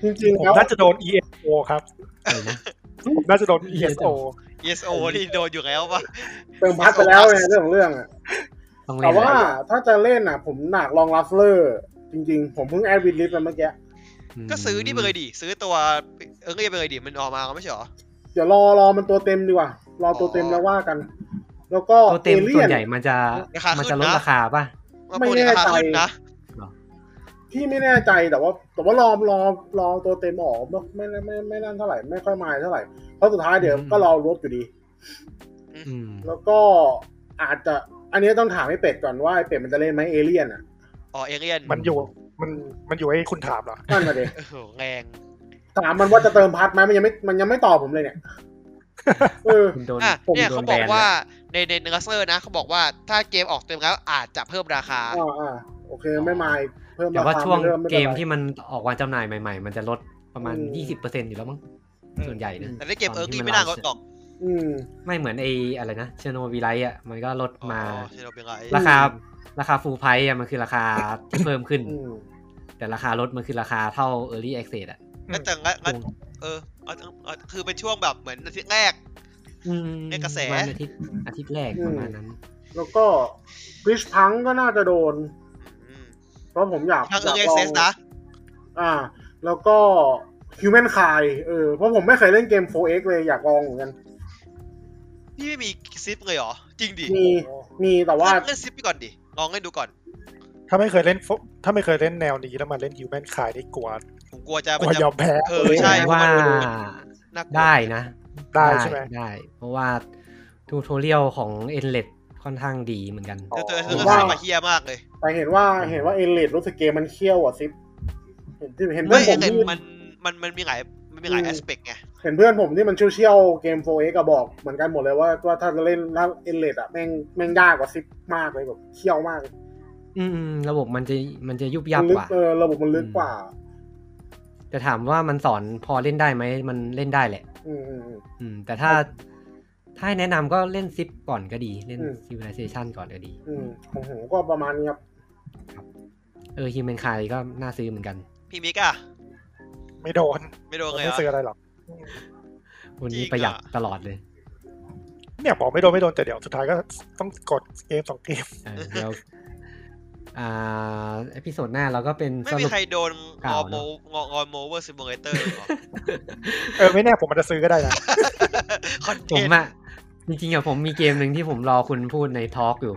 จริง ผ ๆ ม แล้ว น่าจะโดน ESO ครับ เออนะ ผมน่าจะโดน ESO เอสโอนี่โดนอยู่แล้วปะ เติมพัดไปแล้วไงเรื่องของเรื่องอ่ะ ต้องเล่ แต่ น ว่า แล้ว ถ้าจะเล่นอ่ะ ผมหนักลองลัฟเลอร์ จริงๆ ผมเพิ่งแอดวินลิสต์ไปเมื่อกี้ ม ก็ซื้อนี่ไปเลยดิ ซื้อตัวเออก็ยังไปเลยดิ มันออกมาก็ไม่ใช่เหรอ เดี๋ยวรอรอมันตัวเต็มดีกว่า รอตัวเต็มแล้วว่ากัน แล้วก็ ตัวเต็มส่วน Alien ใหญ่มันจะ ราคาขึ้นนะ มันจะลดราคาป่ะ ว่า ไม่ โปรเจก แน่ ต์ราคา ใจ ขึ้นนะ พี่ไม่แน่ใจแต่ว่า แต่ว่ารอรอรอตัวเต็มออกไม่ไม่ไม่ไม่นั่นเท่าไหร่ไม่ค่อยมายเท่าไหร่เพราะสุดท้ายเดี๋ยว อืม ก็รอรวบอยู่ดี อืม แล้วก็อาจจะอันนี้ต้องถามไอ้เป็ดก่อนว่าไอ้เป็ดมันจะเล่นไหมเอเลี่ยนอ่ะ อ๋อเอเลียน มันอยู่มันมันอยู่ไอ้คุณถามเหรอ นั่นมาเด โอ้โหแรง ถามมันว่าจะเติมพัดไหมมันยังไม่มันยังไม่ตอบผมเลยเนี่ย เอ อ คุณโดน อ่ะ ผม เนี่ย โด เขา น บ แบอก น ว่า แล้ว ในในเนอร์เซอร์นะเขาบอกว่าถ้าเกมออกเต็มแล้วอาจจะเพิ่มราคา อ่าอ่าโอเคไม่มายเพิ่ม แต่ว่า ราค ช่วง ริ่ไป็น เก ไร มที่มันออกวางจำหน่ายใหม่ ๆ มันจะลดประมาณ อืม 20%อยู่แล้วมั้ง อืม ส่วนใหญ่นะ แต่ในเกม ต เออ ที่ ร์ี่ไม่น่าลดหรอก อืม ไม่เหมือนไอ้อะไรนะเชโนวิไลอ่ะมันก็ลดมา อ๋อใช่เราเป็นไร ราคาราคาฟูลไพรอ่ะมันคือราคาที่เพิ่มขึ้น อืม แต่ราคาลดมันคือราคาเท่า Early Access อ่ะ อืม แต่งั้นงั้น ช่วง เออเอาเอาเอาคือเป็นช่วงแบบเหมือนอาทิตย์แรก อืม ในกระแส วันอาทิตย์อาทิตย์แรก อืม ประมาณนั้น แล้วก็ฟิชพังก็น่าจะโดน เพราะผมอยาก ทาง อ เอยเอ็ากก ลอ เซ ง สนะ อ่า แล้วก็ฮิวแมนคายเออเพราะผมไม่เคยเล่นเกม 4X เลยอยากลองเหมือนกัน พี่ไม่มีซิปเลยเหรอ จริงดิ มีมีแต่ว่า เล่นซิปไปก่อนดิ ลองเล่นดูก่อน ถ้าไม่เคยเล่น Fo- ถ้าไม่เคยเล่นแนวนี้แล้วมาเล่น Human ขายได้กลัว ผมกลัวจะ กลัวยอมแพ้ เออใช่เพระ ว่า มันน่ากลัว ได้นะ ได้ใช่ไหม ได้ เพราะว่าทูทเรียลของ Endless ค่อนข้างดีเหมือนกัน เจอเจอเจอ ว่า สามมาเฮียมากเลย แต่เห็นว่าเห็นว่าเอเลดรู้สึกเกมมันเคี้ยวอ่ะซิปเห็นที่เห็นเพื่ ไม่ อนผ เอ ม เอ็ ที่ มันมันมันมีหลายมันมีหลาย อื แอ ม สเปกไง เห็นเพื่อนผมที่มันเชี่ยวๆเกม 4X ก็บอกเหมือนกันหมดเลยว่าว่าถ้าจะเล่นถ้าเอนเลดอะแม่งแม่งยากกว่าซิปมากเลยแบบเชี่ยวมากเลย อืมอืมระบบมันจะมันจะยุบยับ มันลึ ก ก ว่า เออระบบมันลึกกว่า แต่ถามว่ามันสอนพอเล่นได้ไหมมันเล่นได้แหละ อืมอืมอืม อืม แต่ถ้าถ้าให้แนะนำก็เล่นซิปก่อนก็ดี เล่น อืม ซิ i ิ i z เซชันก่อนก็ดี อืมของผมก็ประมาณนี้ครับ เออฮิมเมนคายก็น่าซื้อเหมือนกัน พี่มิกอะ ไม่โดน ไม่โดนเลยเห ไม่ รอ ซื้ออะไรหรอก วันนี้ จริประงอะหยัดตลอดเลย เนี่ยบอกไม่โดนไม่โดนแต่เดี๋ยวสุดท้ายก็ต้องกดเกมสองเกม เออแล้ว อ่าเอพิโซดหน้าเราก็เป็น ไม่ ส มี รุป ใครโดนง เก่า อ นะ โมงองอโมเวอร์ซิมูเลเตอร์หรอ เออไม่แน่ผมอาจจะซื้อก็ได้นะ คอนเท ผม นต์ อะจริงๆอะผมมีเกมหนึ่งที่ผมรอคุณพูดในทอล์กอยู่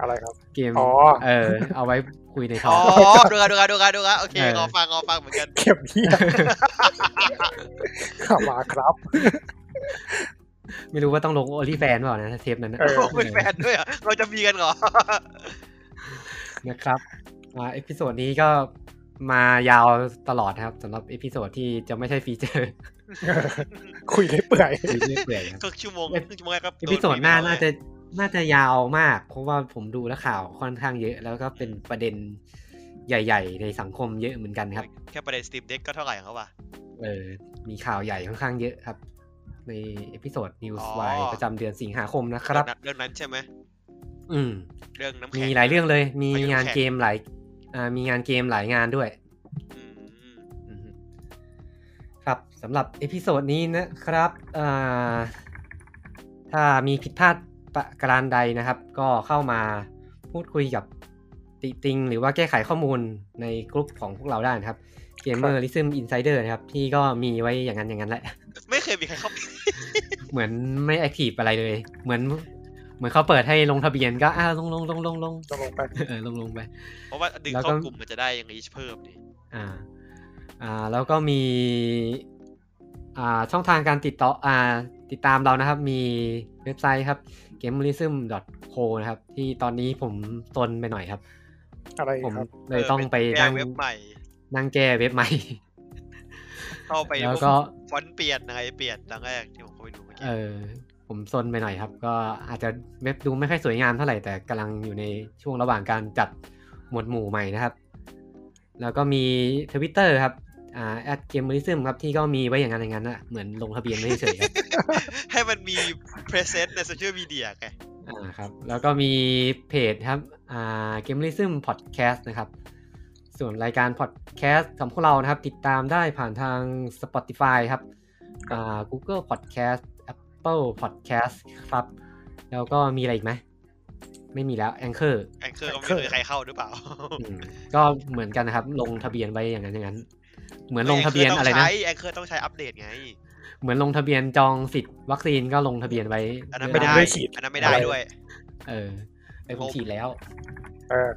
อะไรครับ เกม อ๋อ เออ เอาไว้คุยในท อ๋ อ อ ล์ก ดูกันดูกันดูกันดูกันโอเค เออ งอฟังงอฟังเหมือน กัน เก็บเหีย ขับมาครับ ไม่รู้ว่าต้องลงโอลี่แฟนเปล่านะเทปนั้นนะ เออ โอ้เป็นแฟนด้วยเหรอเราจะมีกันเหรอ นะครับอ่าเอพิโซดนี้ก็ มายาวตลอดนะครับสำหรับเอพิโซดที่จะไม่ใช่ฟีเจอร์ คุยได้เปื่อย ฟีเจอร์เปลี่อยครับ ก็ชั่วโมง เอพิ ครึ่งชั่วโมงแรกก็ เอพิโซดหน้า โด น่า ปี จะน่าจะยาวมาก เพราะว่าผมดูแล้วข่าวค่อนข้างเยอะแล้วก็เป็นประเด็นใหญ่ ๆ ในสังคมเยอะเหมือนกันครับ แค่ประเด็นสตีมเด็กก็เท่าไหร่ของเขาป่ะ เออมีข่าวใหญ่ค่อนข้างเยอะครับ ในเอพิโซด News อ๋อ w i ประจำเดือนสิงหาคมนะครับ เรื่องนั้นเรื่องนั้นใช่ไหม อืม เรื่องน้ำแข็ง มีหลายเรื่องเลย มี พยุ งาน ำแข็ เกมหลายอ่ามีงานเกมหลายงานด้วย อืม อืมครับสำหรับเอพิโซดนี้นะครับอ่าถ้ามีผิดพลาดประการใดนะครับ ก็เข้ามาพูดคุยกับติติง หรือว่าแก้ไขข้อมูลในกลุ่มของพวกเราได้นะครับ Gamer l i s m Insider นะครับ ที่ก็มีไว้อย่างนั้นอย่างนั้นแหละ ไม่เคยมีใครเข้าไป เหมือนไม่แอคทีฟอะไรเลย เหมือน เหมือนเขาเปิดให้ลงทะเบียนก็อ้าวลงลงลงลงลง จะลงไป เออลงลงไป เพราะว่าดึง แล้วก็ เข้ากลุ่มมันจะได้อย่างนี้เพิ่มนี่ อ่า อ่า แล้วก็มี อ่า ช่องทางการติดต่อ อ่า ติดตามเรานะครับ มีเว็บไซต์ครับ gamerism.co นะครับ ที่ตอนนี้ผมตนไปหน่อยครับ อะไร ผม ครับ เลยต้องไป เออแก้ นั่ง เว็บใหม่ นั่งแก้เว็บใหม่ เข้าไป แล้วก็ ฟอนต์เปลี่ยนอะไรเปลี่ยนครั้งแรกที่ผมเข้าไปดูเมื่อกี้ เออ ผมซนไปหน่อยครับ ก็อาจจะเว็บดูไม่ค่อยสวยงามเท่าไหร่แต่กำลังอยู่ในช่วงระหว่างการจัดหมวดหมู่ใหม่นะครับ แล้วก็มีทวิตเตอร์ครับ อ่า @gamerism ครับ ที่ก็มีไว้อย่างนั้นอย่างนั้นนะเหมือนลงทะเบียนไม่เฉยๆครับ ให้มันมี present ในโซเชียลมีเดียไง อ่าครับแล้วก็มีเพจครับอ่า Gamerism Podcast นะครับ ส่วนรายการ Podcast ของพวกเรานะครับ ติดตามได้ผ่านทาง Spotify ครับอ่า Google Podcast Apple Podcast ครับ แล้วก็มีอะไรอีกไหม ไม่มีแล้ว Anchor แองเกอร์ก็ไม่ Anchor เคยใครเข้าหรือเปล่า อืมก็เหมือนกันนะครับ ลงทะเบียนไว้อย่างนั้นอย่างนั้น เหมือนลงทะเบียนอะไรนะ แองเกอร์ต้องใช้อัปเดตไง เหมือนลงทะเบียนจองสิทธิ์วัคซีนก็ลงทะเบียนไว้ อันนั้นไม่ได้ ไม่ได้ฉีด อันนั้นไม่ได้ด้วย เออไอผมฉีดแล้ว เออ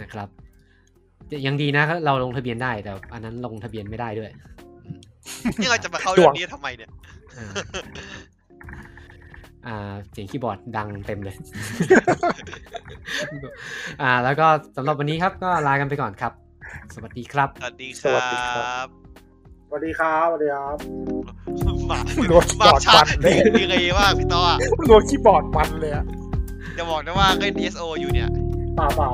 นะครับยังดีนะเราลงทะเบียนได้แต่อันนั้นลงทะเบียนไม่ได้ด้วยอืม นี่เราจะมาเข้าเรื่องนี้ทำไมเนี่ย อ่าอ่าเสียงคีย์บอร์ดดังเต็มเลย อ่า แล้วก็สำหรับวันนี้ครับก็ลากันไปก่อนครับ สวัสดีครับ สวัสดีค สวั รั สดีครับ บ สวัสดีครับสวัสดีครับ หมา ลวกคีย์บอร์ด ชา ฟั ติ นเลย ยังไงบ้างพี่ต้อ ลวกคีย์บอร์ดฟันเลยอะ จะบอกนะว่าเล่น DSO อยู่เนี่ย เปล่าเปล่า